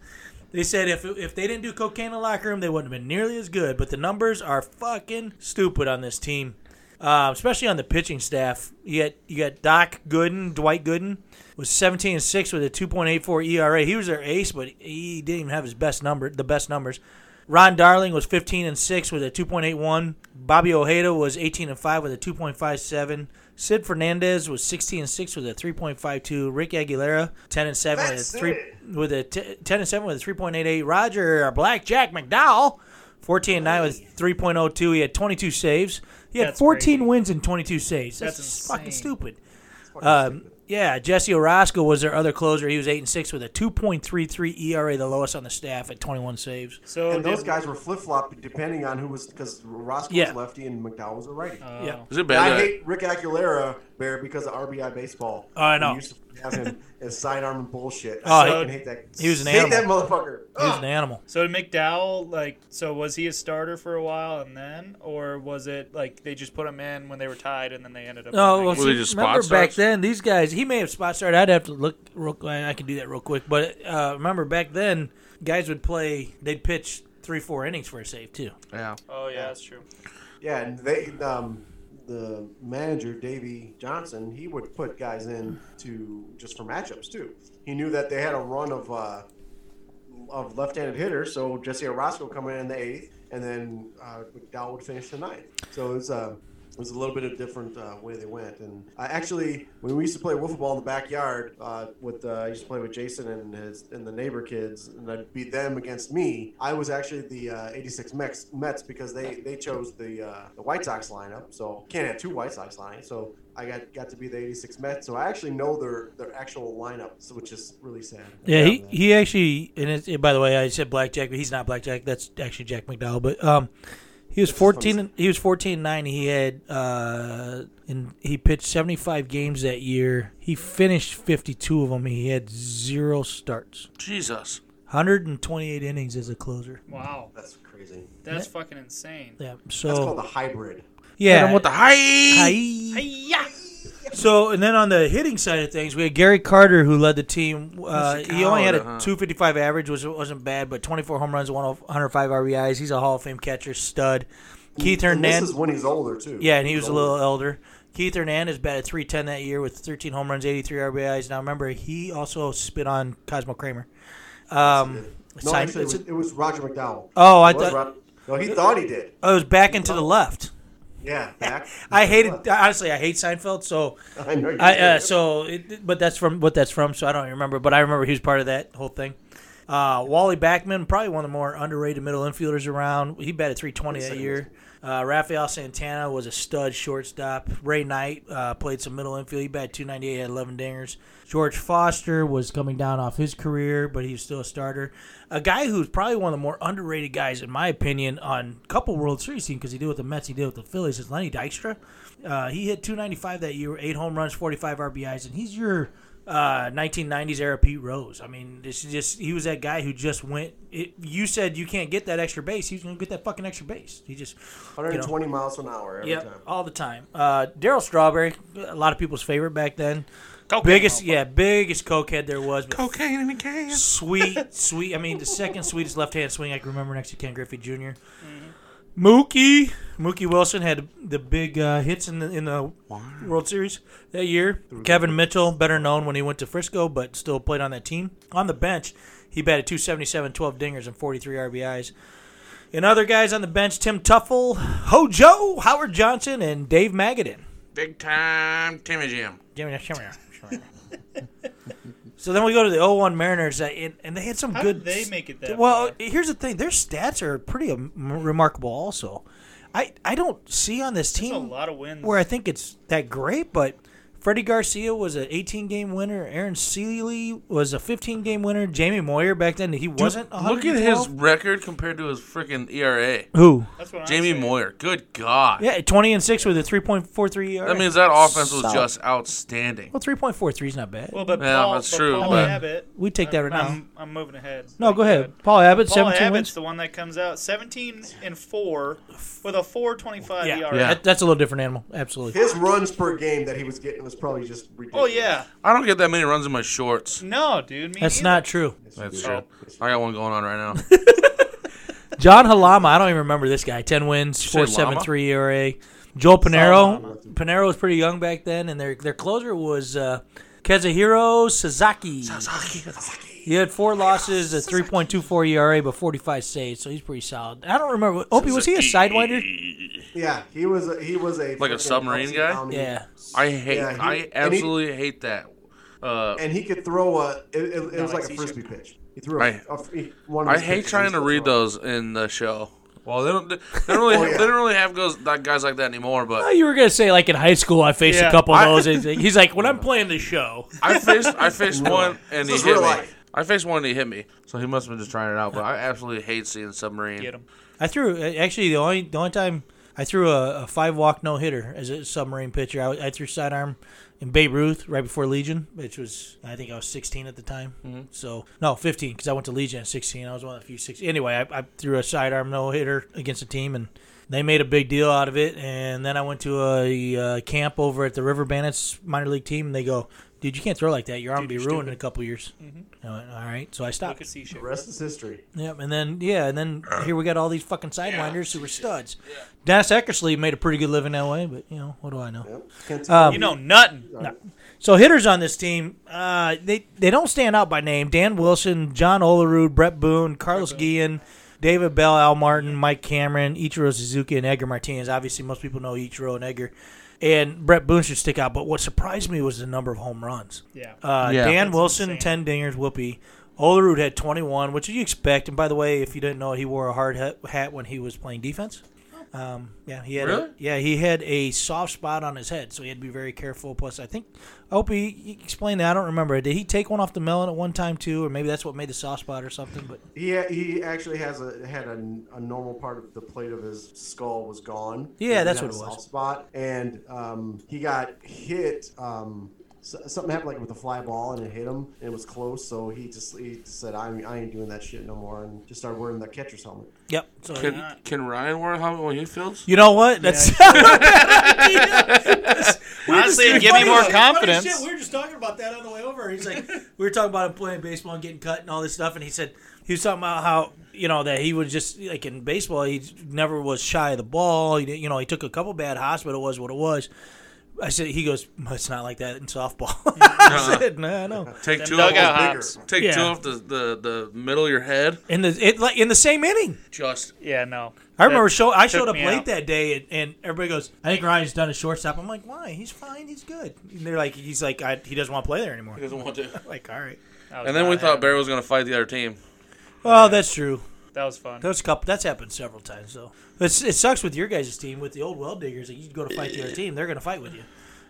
Speaker 4: They said if if they didn't do cocaine in the locker room, they wouldn't have been nearly as good. But the numbers are fucking stupid on this team, uh, especially on the pitching staff. You got you got Doc Gooden, Dwight Gooden was seventeen and six with a two point eight four ERA. He was their ace, but he didn't even have his best number, the best numbers. Ron Darling was 15 and 6 with a 2.81. Bobby Ojeda was 18 and 5 with a 2.57. Sid Fernandez was 16 and 6 with a 3.52. Rick Aguilera 10 and 7
Speaker 7: That's
Speaker 4: with a 3
Speaker 7: it.
Speaker 4: with a t- 10 and 7 with a 3.88. Roger Blackjack McDowell 14 and 9 with 3.02. He had 22 saves. He had
Speaker 5: That's
Speaker 4: 14
Speaker 5: crazy.
Speaker 4: wins and 22 saves. That's,
Speaker 5: That's
Speaker 4: fucking
Speaker 5: insane.
Speaker 4: stupid. Um, yeah, Jesse Orozco was their other closer. He was eight and six with a two point three three ERA, the lowest on the staff at twenty one saves.
Speaker 5: So
Speaker 7: And those
Speaker 5: did-
Speaker 7: guys were flip flop depending on who was because Roscoe
Speaker 4: Yeah.
Speaker 7: was lefty and McDowell was a righty.
Speaker 5: Oh.
Speaker 4: Yeah.
Speaker 6: Is it
Speaker 7: And I
Speaker 6: bad? that-
Speaker 7: hate Rick Aguilera Bear because of RBI baseball.
Speaker 4: Oh, I know.
Speaker 7: We used to have him as sidearm and bullshit.
Speaker 4: Oh,
Speaker 7: I
Speaker 4: he-
Speaker 7: fucking hate that.
Speaker 4: he was an
Speaker 7: hate
Speaker 4: animal.
Speaker 7: that motherfucker. Oh,
Speaker 4: He was an animal.
Speaker 5: So did McDowell like so was he a starter for a while and then or was it like they just put him in when they were tied and then they ended up
Speaker 4: Oh
Speaker 5: winning?
Speaker 4: well,
Speaker 6: they
Speaker 4: see,
Speaker 6: just spot
Speaker 4: remember back
Speaker 6: starts?
Speaker 4: then, these guys. He may have spot started. I'd have to look. Real, I can do that real quick. But uh, remember back then, guys would play. They'd pitch three, four innings for a save too.
Speaker 6: Yeah.
Speaker 5: Oh yeah, that's true.
Speaker 7: Yeah, and they um, the manager Davey Johnson, he would put guys in to just for matchups too. He knew that they had a run of uh, of left-handed hitters, so Jesse Orozco coming in the eighth, and then uh, McDowell would finish the ninth. So it was uh, it was a little bit of different uh, way they went. And I actually, when we used to play wiffle ball in the backyard, uh, with uh, I used to play with Jason and his and the neighbor kids, and I'd beat them against me. I was actually the uh, '86 Mets, Mets because they they chose the uh, the White Sox lineup, so can't have two White Sox lines. So I got got to be the '86 Mets, so I actually know their their actual lineup, so- which is really sad.
Speaker 4: Yeah, he, he actually and it's by the way, I said Blackjack, but he's not Blackjack. That's actually Jack McDowell. But um, he was fourteen. and- He was fourteen nine. He had uh, and he pitched seventy five games that year. He finished fifty two of them. He had zero starts.
Speaker 6: Jesus.
Speaker 4: Hundred and twenty eight innings as a closer.
Speaker 5: Wow.
Speaker 7: That's crazy.
Speaker 5: That's fucking insane.
Speaker 4: Yeah.
Speaker 7: That's called
Speaker 4: So
Speaker 7: a hybrid.
Speaker 6: Hit 'em
Speaker 4: yeah.
Speaker 6: with the high.
Speaker 4: Hi.
Speaker 5: Yeah.
Speaker 4: So and then on the hitting side of things, we had Gary Carter who led the team. Uh, he only had a
Speaker 6: Carter, huh?
Speaker 4: 255 average, which wasn't bad, but 24 home runs, oh, 105 RBIs. He's a Hall of Fame catcher stud. Keith
Speaker 7: And
Speaker 4: Hernandez.
Speaker 7: this is when he's older too.
Speaker 4: Yeah, and he was a
Speaker 7: Older.
Speaker 4: little elder. Keith Hernandez batted 310 that year with 13 home runs, 83 RBIs. Now remember, he also spit on Cosmo Kramer. Um,
Speaker 7: No,
Speaker 4: side-
Speaker 7: actually, it was, it was Roger McDowell.
Speaker 4: Oh, I
Speaker 7: It was
Speaker 4: thought-
Speaker 7: Rod- no, he thought he did.
Speaker 4: oh, it was back into the left.
Speaker 7: Yeah, back.
Speaker 4: I hated honestly. I hate Seinfeld. So
Speaker 7: I know. You
Speaker 4: I uh,
Speaker 7: did.
Speaker 4: so it, but that's from what that's from. So I don't remember, but I remember he was part of that whole thing. Uh, Wally Backman, probably one of the more underrated middle infielders around. He batted 320 that year. Uh, Rafael Santana was a stud shortstop. Ray Knight uh, played some middle infield. He batted 298, had 11 dingers. George Foster was coming down off his career, but he was still a starter. A guy who's probably one of the more underrated guys, in my opinion, on couple World Series team because he did with the Mets, he did with the Phillies, is Lenny Dykstra. Uh, he hit 295 that year, eight home runs, 45 RBIs, and he's your uh, 1990s era Pete Rose. I mean, this is just he was that guy who just went. It, you said you can't get that extra base. He was going to get that fucking extra base. He just
Speaker 7: 120 miles an hour every
Speaker 4: yeah,
Speaker 7: time.
Speaker 4: all the time. Uh, Daryl Strawberry, a lot of people's favorite back then.
Speaker 5: Cocaine
Speaker 4: biggest,
Speaker 5: motherfucker.
Speaker 4: yeah, biggest cokehead there was. But
Speaker 6: Cocaine in a can.
Speaker 4: sweet, sweet. I mean, the second sweetest left-hand swing I can remember next to Ken Griffey junior Mookie, Mookie Wilson had the big uh, hits in the in the World Series that year. Kevin Mitchell, better known when he went to Frisco, but still played on that team. On the bench, he batted 277, 12 dingers, and 43 RBIs. And other guys on the bench: Tim Tuffle, Hojo, Howard Johnson, and Dave Magadan.
Speaker 6: Big time Timmy Jim.
Speaker 4: Jimmy, come here. Come here. so then we go to the 01 Mariners, that, and, and they had some
Speaker 5: How
Speaker 4: good.
Speaker 5: did they make it that
Speaker 4: well,
Speaker 5: far?
Speaker 4: here's the thing: their stats are pretty um, remarkable. Also, I I don't see on this
Speaker 5: That's a
Speaker 4: team
Speaker 5: lot of wins.
Speaker 4: where I think it's that great, but. Freddie Garcia was an 18 game winner. Aaron Seeley was a 15 game winner. Jamie Moyer back then he wasn't.
Speaker 6: Look at
Speaker 4: 112?
Speaker 6: his record compared to his freaking ERA.
Speaker 4: who?
Speaker 5: That's what I'm
Speaker 6: Jamie
Speaker 5: saying.
Speaker 6: Moyer. Good God.
Speaker 4: Yeah, 20 and six with E a 3.43. ERA.
Speaker 6: That means that offense was
Speaker 4: Solid.
Speaker 6: just outstanding.
Speaker 4: well 3.43 is not bad.
Speaker 5: Well, but
Speaker 6: Yeah,
Speaker 5: Paul,
Speaker 6: that's
Speaker 5: but
Speaker 6: true,
Speaker 5: Paul
Speaker 6: but-
Speaker 5: Abbott.
Speaker 4: we take that right now.
Speaker 5: I'm, I'm moving ahead.
Speaker 4: No, go ahead. Paul Abbott,
Speaker 5: Paul
Speaker 4: 17
Speaker 5: Abbott's
Speaker 4: wins.
Speaker 5: the one that comes out 17 and four with a 4.25
Speaker 4: Yeah,
Speaker 5: ERA.
Speaker 6: Yeah.
Speaker 4: That, that's E a little different animal. Absolutely.
Speaker 7: His runs per game that he was getting was probably just
Speaker 5: Oh
Speaker 7: ridiculous.
Speaker 5: yeah.
Speaker 6: I don't get that many runs in my shorts.
Speaker 5: No, dude. Me
Speaker 4: That's
Speaker 5: neither.
Speaker 4: not true.
Speaker 6: That's
Speaker 5: Oh.
Speaker 6: true. I got one going on right now.
Speaker 4: John Halama, I don't even remember this guy. 10 wins,
Speaker 6: say Llama?
Speaker 4: 473 ERA. E Joel Pinero. Pinero was pretty young back then, and their their closer was uh, Kazuhiro Sasaki. He had four losses, a 3.24 ERA, E but 45 saves, so he's pretty solid. I don't remember. Opie, was he a sidewinder?
Speaker 7: Yeah, he was a, he was a
Speaker 6: Like a
Speaker 7: freaking
Speaker 6: submarine
Speaker 7: Kelsey
Speaker 6: guy?
Speaker 7: Downey.
Speaker 4: Yeah.
Speaker 6: I hate.
Speaker 7: Yeah, he-
Speaker 6: I
Speaker 7: and he-
Speaker 6: absolutely hate that. Uh,
Speaker 7: and he could throw a. It, it, it was
Speaker 5: like
Speaker 7: like a
Speaker 5: he
Speaker 7: frisbee pitch. He threw a,
Speaker 6: I-
Speaker 7: a free- one. Of
Speaker 6: I
Speaker 7: his
Speaker 6: hate
Speaker 7: pitches
Speaker 6: trying
Speaker 7: he
Speaker 6: to
Speaker 7: was
Speaker 6: read
Speaker 7: throwing.
Speaker 6: those in the show. Well, they don't. They don't really.
Speaker 7: Oh, yeah.
Speaker 6: They don't really have goes like guys like that anymore.
Speaker 4: Oh,
Speaker 6: But
Speaker 4: you were going to say, like, in high school, I faced a
Speaker 5: Yeah.
Speaker 4: couple of those. He's like, when I'm playing the show.
Speaker 6: I faced. I faced one and he
Speaker 7: This is
Speaker 6: hit
Speaker 7: real
Speaker 6: me.
Speaker 7: life.
Speaker 6: I faced one and he hit me. So he must have been just trying it out. But I absolutely hate seeing submarine.
Speaker 5: Get him.
Speaker 4: I threw uh, actually the only the only time I threw a, a five walk no hitter as a submarine pitcher. I, I threw sidearm in Babe Ruth right before Legion, which was I think I was 16 at the time. So no, 15 because I went to Legion at 16. I was one of the few six. Anyway, I, I threw a sidearm no hitter against a team and. They made a big deal out of it, and then I went to a, uh camp over at the River Bandits minor league team, and they go, "Dude, you can't throw like that. Your arm will be
Speaker 5: you're
Speaker 4: ruined in a couple years." I went, "All right," so I stopped.
Speaker 5: Look at C
Speaker 7: The rest is history.
Speaker 4: Yep, and then yeah, and then here we got all these fucking sidewinders who were studs. Dennis Eckersley made a pretty good living that way, but you know what do I know?
Speaker 7: Yep. Can't
Speaker 4: Um,
Speaker 5: You know nothing.
Speaker 4: So hitters on this team, uh, they they don't stand out by name. Dan Wilson, John Olerud, Brett Boone, Carlos Guillen, David Bell, Al Martin, Mike Cameron, Ichiro Suzuki, and Edgar Martinez. Obviously, most people know Ichiro and Edgar, and Brett Boone should stick out. But what surprised me was the number of home runs.
Speaker 5: Yeah.
Speaker 4: Uh,
Speaker 6: Yeah.
Speaker 4: Dan
Speaker 5: That's
Speaker 4: Wilson,
Speaker 5: insane.
Speaker 4: 10 dingers, whoopee. Olerud had 21, which you expect. And by the way, if you didn't know, he wore a hard hat- hat when he was playing defense. Um, yeah, he had
Speaker 6: Really?
Speaker 4: a, yeah he had a soft spot on his head, so he had to be very careful. Plus, I think Opie you explained that I don't remember. Did he take one off the melon at one time too, or maybe that's what made the soft spot or something? But
Speaker 7: He ha- he actually has a had a, a normal part of the plate of his skull was gone.
Speaker 4: Yeah,
Speaker 7: He
Speaker 4: that's
Speaker 7: had
Speaker 4: what
Speaker 7: a
Speaker 4: it was.
Speaker 7: soft Spot and um, he got hit. Um, so- something happened like with a fly ball and it hit him and it was close. So he just he just said I'm, I ain't doing that shit no more and just started wearing that catcher's helmet.
Speaker 4: yep. So
Speaker 6: Can Can Ryan wear a helmet when he fields?
Speaker 4: you know what? That's
Speaker 5: Honestly,
Speaker 4: just-
Speaker 5: it'd give me
Speaker 4: funny
Speaker 5: more
Speaker 4: shit-
Speaker 5: confidence.
Speaker 4: funny shit, we were just talking about that on the way over. He's like, we were talking about him playing baseball and getting cut and all this stuff, and he said he was talking about how you know that he was just like in baseball, he never was shy of the ball. He didn't, you know, he took a couple bad hops, but it was what it was. I said, he goes, it's not like that in softball.
Speaker 5: Uh-huh.
Speaker 4: I said, nah, I know.
Speaker 6: Take two off,
Speaker 5: dugout
Speaker 6: those
Speaker 5: hops.
Speaker 6: bigger- take
Speaker 4: Yeah.
Speaker 6: two off the, the, the middle of your head.
Speaker 4: In the it, like in the same inning.
Speaker 6: Just
Speaker 5: Yeah, no.
Speaker 4: I remember
Speaker 5: That-
Speaker 4: show I
Speaker 5: took
Speaker 4: showed up
Speaker 5: me
Speaker 4: late
Speaker 5: out.
Speaker 4: that day and, and everybody goes, I think Ryan's done a shortstop. I'm like, why? He's fine. He's good. And they're like, he's like, I, he doesn't want to play there anymore.
Speaker 6: he doesn't want to.
Speaker 4: Like, all right.
Speaker 5: That was
Speaker 6: And then we
Speaker 5: not
Speaker 6: thought
Speaker 5: happening.
Speaker 6: Barry was gonna fight the other team.
Speaker 4: Well, that's true.
Speaker 5: that was fun.
Speaker 4: That's a couple. That's happened several times though. It's, it sucks with your guys' team with the old well diggers. That you go to fight the other team, they're gonna fight with you.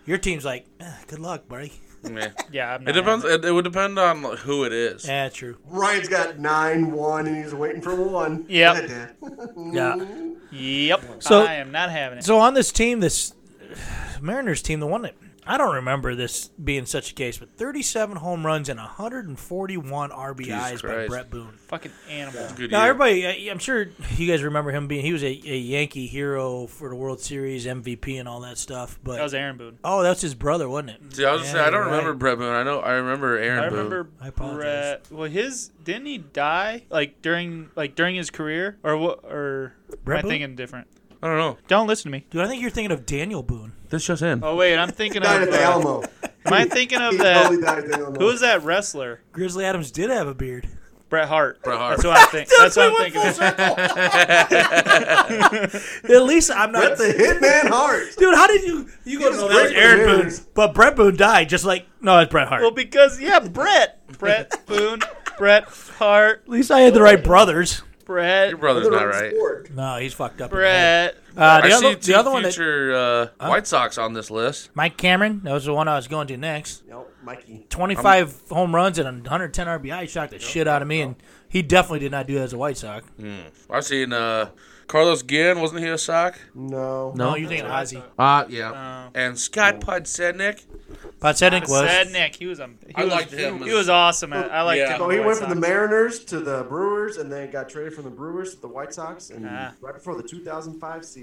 Speaker 4: Your team's like, eh, good luck, buddy.
Speaker 6: Yeah.
Speaker 5: Yeah, I'm not
Speaker 6: It depends. It, it would depend on like, who it is.
Speaker 4: Yeah, true.
Speaker 7: Ryan's got nine one, and he's waiting for one.
Speaker 5: Yep.
Speaker 7: God damn.
Speaker 4: Yeah.
Speaker 5: Yep.
Speaker 4: So-
Speaker 5: I am not having it.
Speaker 4: So on this team, this Mariners team, the one that I don't remember this being such a case, but 37 home runs and 141 RBIs by
Speaker 6: Christ.
Speaker 4: Brett Boone.
Speaker 5: Fucking animal.
Speaker 6: Good
Speaker 4: Now
Speaker 6: year.
Speaker 4: everybody, I- I'm sure you guys remember him being. He was a, a Yankee hero for the World Series MVP and all that stuff. But
Speaker 5: That was Aaron Boone.
Speaker 4: oh, that's his brother, wasn't it?
Speaker 6: See, I was gonna
Speaker 4: Yeah,
Speaker 6: say I
Speaker 4: you're
Speaker 6: don't remember
Speaker 4: right.
Speaker 6: Brett Boone. I know I remember Aaron
Speaker 5: I
Speaker 6: Boone.
Speaker 5: remember
Speaker 4: I apologize.
Speaker 5: Brett. Well, his didn't he die like during like during his career or what? Or am I
Speaker 4: Brett Boone?
Speaker 5: thinking different?
Speaker 6: I don't know.
Speaker 5: Don't listen to me.
Speaker 4: Dude, I think you're thinking of Daniel Boone.
Speaker 6: This just in.
Speaker 5: Oh wait, I'm thinking of.
Speaker 7: Died at the
Speaker 5: Uh,
Speaker 7: Alamo.
Speaker 5: am I thinking of
Speaker 7: He
Speaker 5: that?
Speaker 7: totally died at the Alamo.
Speaker 5: Who was that wrestler?
Speaker 4: Grizzly Adams did have a beard.
Speaker 5: Bret Hart.
Speaker 6: Bret Hart.
Speaker 5: That's what I think. That's what I'm thinking. of.
Speaker 4: At least I'm not.
Speaker 7: That's the Hitman Heart.
Speaker 4: Dude, how did you? You go
Speaker 7: was
Speaker 4: no, that was
Speaker 7: great for
Speaker 4: Aaron Boone,
Speaker 7: Mariners.
Speaker 4: but Brett Boone died just like no, it's Bret Hart.
Speaker 5: Well, because yeah, Brett, Brett Boone, Brett Hart,
Speaker 4: At least I had the right brothers.
Speaker 5: Brett,
Speaker 6: Your brother's not right.
Speaker 7: Sport.
Speaker 4: No, he's fucked up. in the head.
Speaker 5: Brett.
Speaker 4: Uh, the
Speaker 6: I
Speaker 4: other,
Speaker 6: see two
Speaker 4: the other one that
Speaker 6: future uh, White Sox on this list.
Speaker 4: Mike Cameron, that was the one I was going to next.
Speaker 7: Nope, Mikey.
Speaker 4: 25 home runs and 110 RBI shocked the shit out of me, and he definitely did not do that as a White Sox.
Speaker 6: I've seen uh, Carlos Guillen. Wasn't he a sock?
Speaker 7: No.
Speaker 4: No, Oh. you're thinking Ozzy.
Speaker 6: Uh,
Speaker 5: Um,
Speaker 6: yeah. and Scott Podsednik.
Speaker 4: Podsednik was.
Speaker 5: Sad Nick. He was a. He
Speaker 6: I
Speaker 5: was,
Speaker 6: liked him.
Speaker 5: He was awesome. at- I liked
Speaker 6: Yeah.
Speaker 5: him.
Speaker 7: So
Speaker 5: on
Speaker 7: Oh, he
Speaker 5: the
Speaker 7: went from
Speaker 5: White
Speaker 7: the
Speaker 5: Sox.
Speaker 7: Mariners to the Brewers, and then got traded from the Brewers to the White Sox, and
Speaker 5: Ah.
Speaker 7: right before the 2005 season.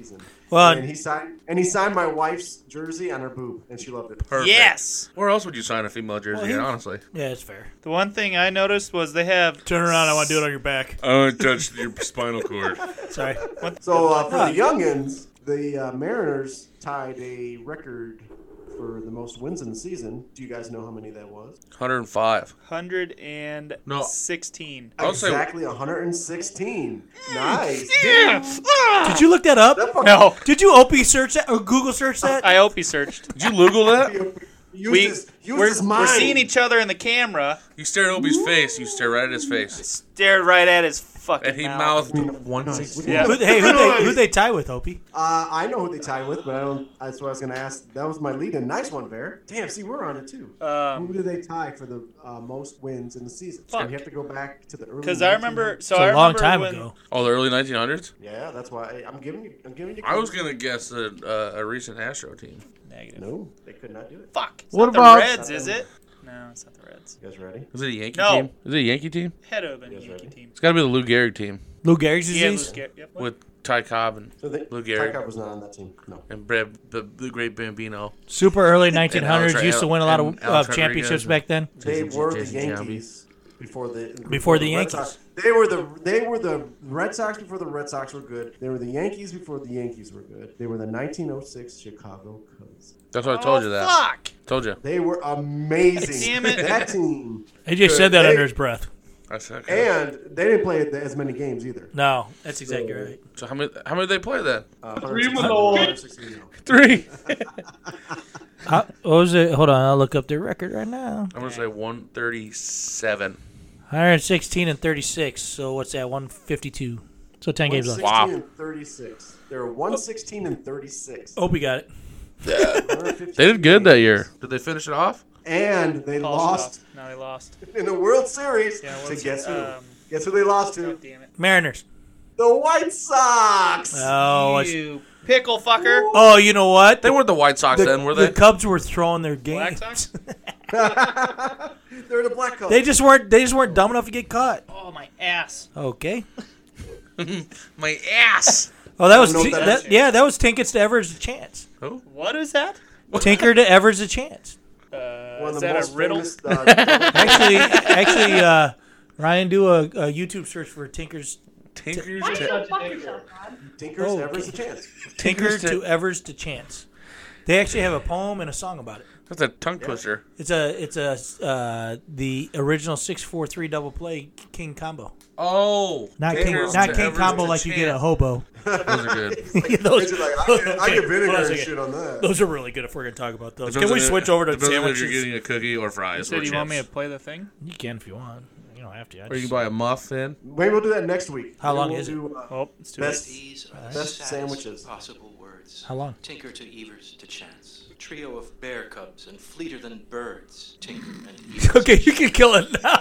Speaker 4: Well,
Speaker 7: and he signed and he signed my wife's jersey on her boob, and she loved it.
Speaker 6: Perfect.
Speaker 5: Yes.
Speaker 6: Where else would you sign a female jersey?
Speaker 4: he-
Speaker 6: at, honestly,
Speaker 4: yeah, it's fair.
Speaker 5: The one thing I noticed was they have
Speaker 4: Turn around, I want to do it on your back.
Speaker 6: I don't touch your spinal cord.
Speaker 4: Sorry.
Speaker 7: So uh, for the youngins, the uh, Mariners tied a record for the most wins in the season. Do you guys know how many that was?
Speaker 6: 105.
Speaker 5: 116.
Speaker 6: I'll say-
Speaker 7: exactly 116. Nice.
Speaker 4: Did you look that up?
Speaker 7: That fucking-
Speaker 5: Hmm, No.
Speaker 4: Did you OP search that or Google search that?
Speaker 5: I hope he searched.
Speaker 6: Did you Google that?
Speaker 7: Use
Speaker 5: We,
Speaker 7: his, use
Speaker 5: we're,
Speaker 7: his
Speaker 5: we're
Speaker 7: mind.
Speaker 5: seeing each other in the camera.
Speaker 6: You stare at Obi's face. You stare right at his face,
Speaker 5: Stared right at his fucking
Speaker 6: and he
Speaker 5: mouth.
Speaker 6: mouthed 116.
Speaker 5: Yeah.
Speaker 4: Who- hey, who they, who they tie with, Opie?
Speaker 7: Uh, I know who they tied with, but I don't. That's what I was gonna ask. That was my lead in. Nice one, Bear. Damn, see, we're on it too.
Speaker 5: Um,
Speaker 7: who do they tie for the uh, most wins in the season? So
Speaker 5: Fuck.
Speaker 7: you have to go back to the early.
Speaker 5: because I remember.
Speaker 7: 1900s.
Speaker 5: So
Speaker 4: It's
Speaker 5: I
Speaker 4: a
Speaker 5: remember
Speaker 4: long time
Speaker 5: when,
Speaker 4: ago.
Speaker 6: Oh, the early 1900s.
Speaker 7: Yeah, that's why I, am giving you. I'm giving you.
Speaker 6: I was gonna guess a, uh, a recent Astro team.
Speaker 5: Negative.
Speaker 7: No, they could not do it.
Speaker 5: Fuck. It's
Speaker 6: What
Speaker 5: not
Speaker 6: about-
Speaker 5: the Reds? Is it? No, it's not the Reds.
Speaker 7: You guys ready?
Speaker 6: Is it a Yankee
Speaker 5: No.
Speaker 6: team? Is it a Yankee team?
Speaker 5: Head over the
Speaker 7: Yes,
Speaker 5: Yankee
Speaker 7: right.
Speaker 5: team.
Speaker 6: It's got to be the Lou Gehrig team
Speaker 4: Lou Gehrig's
Speaker 5: Yeah,
Speaker 4: disease?
Speaker 5: let's get. Yep.
Speaker 6: with Ty Cobb and,
Speaker 7: So they,
Speaker 6: Lou
Speaker 7: Ty
Speaker 6: Gehrig.
Speaker 7: Cobb was not on that team. No.
Speaker 6: and Brad, the, the great Bambino.
Speaker 4: Super early
Speaker 6: And
Speaker 5: uh,
Speaker 6: Alex
Speaker 4: 1900s.
Speaker 6: Ra-
Speaker 4: Used to win a lot of
Speaker 6: and Alex
Speaker 4: uh, championships
Speaker 6: Rodriguez.
Speaker 4: back then.
Speaker 7: They
Speaker 6: Jason-
Speaker 7: were the
Speaker 6: Jason
Speaker 7: Yankees before the
Speaker 4: Before the
Speaker 7: Red
Speaker 4: Yankees.
Speaker 7: Sox. They were the they were the Red Sox before the Red Sox were good. They were the Yankees before the Yankees were good. They were the 1906 Chicago Cubs.
Speaker 6: That's why I told you that.
Speaker 5: Oh, Fuck.
Speaker 6: Told you.
Speaker 7: They were amazing.
Speaker 5: Damn it.
Speaker 7: That team.
Speaker 4: AJ said that
Speaker 7: Hey.
Speaker 4: under his breath.
Speaker 6: I said.
Speaker 7: And they didn't play as many games either.
Speaker 4: No, that's exactly right.
Speaker 6: So how many? How many did they play then?
Speaker 7: Uh,
Speaker 11: Three with
Speaker 7: 116.
Speaker 11: all.
Speaker 7: 116.
Speaker 6: Three.
Speaker 4: How, what was it? Hold on, I'll look up their record right now.
Speaker 6: I'm gonna say 137.
Speaker 4: 116 and 36. So what's that? 152. So 10 games left.
Speaker 7: 116
Speaker 6: Wow.
Speaker 7: and 36. They were 116 and 36.
Speaker 4: Opie got it.
Speaker 6: They did good that year. Did they finish it off?
Speaker 7: And they
Speaker 5: Paul's
Speaker 7: lost
Speaker 5: off. Oh, No, they lost.
Speaker 7: in the World Series
Speaker 5: Yeah,
Speaker 7: to
Speaker 5: World
Speaker 7: guess who?
Speaker 5: Um,
Speaker 7: guess who they lost to?
Speaker 5: God damn it.
Speaker 4: Mariners.
Speaker 7: The White Sox.
Speaker 4: Oh, it's-
Speaker 5: you pickle fucker.
Speaker 4: oh, you know what?
Speaker 6: They weren't the White Sox then, were
Speaker 4: the
Speaker 6: they?
Speaker 4: Cubs were throwing their
Speaker 5: Black
Speaker 4: games.
Speaker 5: Sox.
Speaker 7: They're the Black Cubs.
Speaker 4: They just weren't. They just weren't dumb enough to get caught.
Speaker 5: Oh my ass.
Speaker 4: Okay.
Speaker 6: My ass.
Speaker 4: Oh, that was
Speaker 7: know
Speaker 4: T-
Speaker 7: what that
Speaker 4: that-
Speaker 5: is.
Speaker 6: Oh,
Speaker 4: yeah. That was Tinkett's to Everett's chance.
Speaker 5: What is that?
Speaker 4: Tinker to Evers a chance.
Speaker 5: Uh,
Speaker 7: One of
Speaker 5: is
Speaker 7: the
Speaker 5: that a
Speaker 7: most
Speaker 5: riddle?
Speaker 7: famous, uh,
Speaker 4: Actually, actually, uh, Ryan, do a, a YouTube search for Tinker's
Speaker 6: Tinker's
Speaker 12: Why do
Speaker 6: Te-
Speaker 12: you fuck yourself, Rod?
Speaker 7: Tinkers
Speaker 4: Oh,
Speaker 7: Ever's
Speaker 4: okay.
Speaker 7: a chance.
Speaker 4: Tinker
Speaker 6: Tinker's
Speaker 4: to
Speaker 6: to-
Speaker 4: Evers to Chance. They actually have a poem and a song about it.
Speaker 6: That's a tongue twister.
Speaker 4: It's a it's a uh, the original six four three double play King combo.
Speaker 6: Oh,
Speaker 4: Not King,
Speaker 6: Tinker's
Speaker 4: not
Speaker 6: to
Speaker 4: King
Speaker 6: Ever's
Speaker 4: combo
Speaker 6: to
Speaker 4: like you get a
Speaker 6: Chance.
Speaker 4: hobo.
Speaker 6: Those are good.
Speaker 4: those,
Speaker 7: It's just like, I, get- I get vinegar
Speaker 4: Hold on a
Speaker 7: and
Speaker 4: second.
Speaker 7: shit on that.
Speaker 4: those are really good if we're gonna talk about those.
Speaker 6: Depends
Speaker 4: Can we
Speaker 6: on-
Speaker 4: switch over to
Speaker 6: depends on If
Speaker 4: sandwiches?
Speaker 6: you're getting a cookie or
Speaker 5: You
Speaker 6: fries, or
Speaker 5: said you want me to
Speaker 6: chips.
Speaker 5: play the thing?
Speaker 4: You can if you want. You don't have to. I
Speaker 6: or you can
Speaker 4: just-
Speaker 6: buy a muffin.
Speaker 7: Maybe we'll do that next week.
Speaker 4: How
Speaker 7: Maybe
Speaker 4: long
Speaker 7: we'll
Speaker 4: is it?
Speaker 7: do, uh,
Speaker 5: Oh, it's too
Speaker 7: best
Speaker 13: These are the
Speaker 7: Best
Speaker 13: saddest
Speaker 7: sandwiches.
Speaker 13: possible words.
Speaker 4: How long?
Speaker 13: Tinker to Evers to Chance. Trio of bear cubs and fleeter than birds. Tinker and Evers.
Speaker 4: Okay, you can kill it now.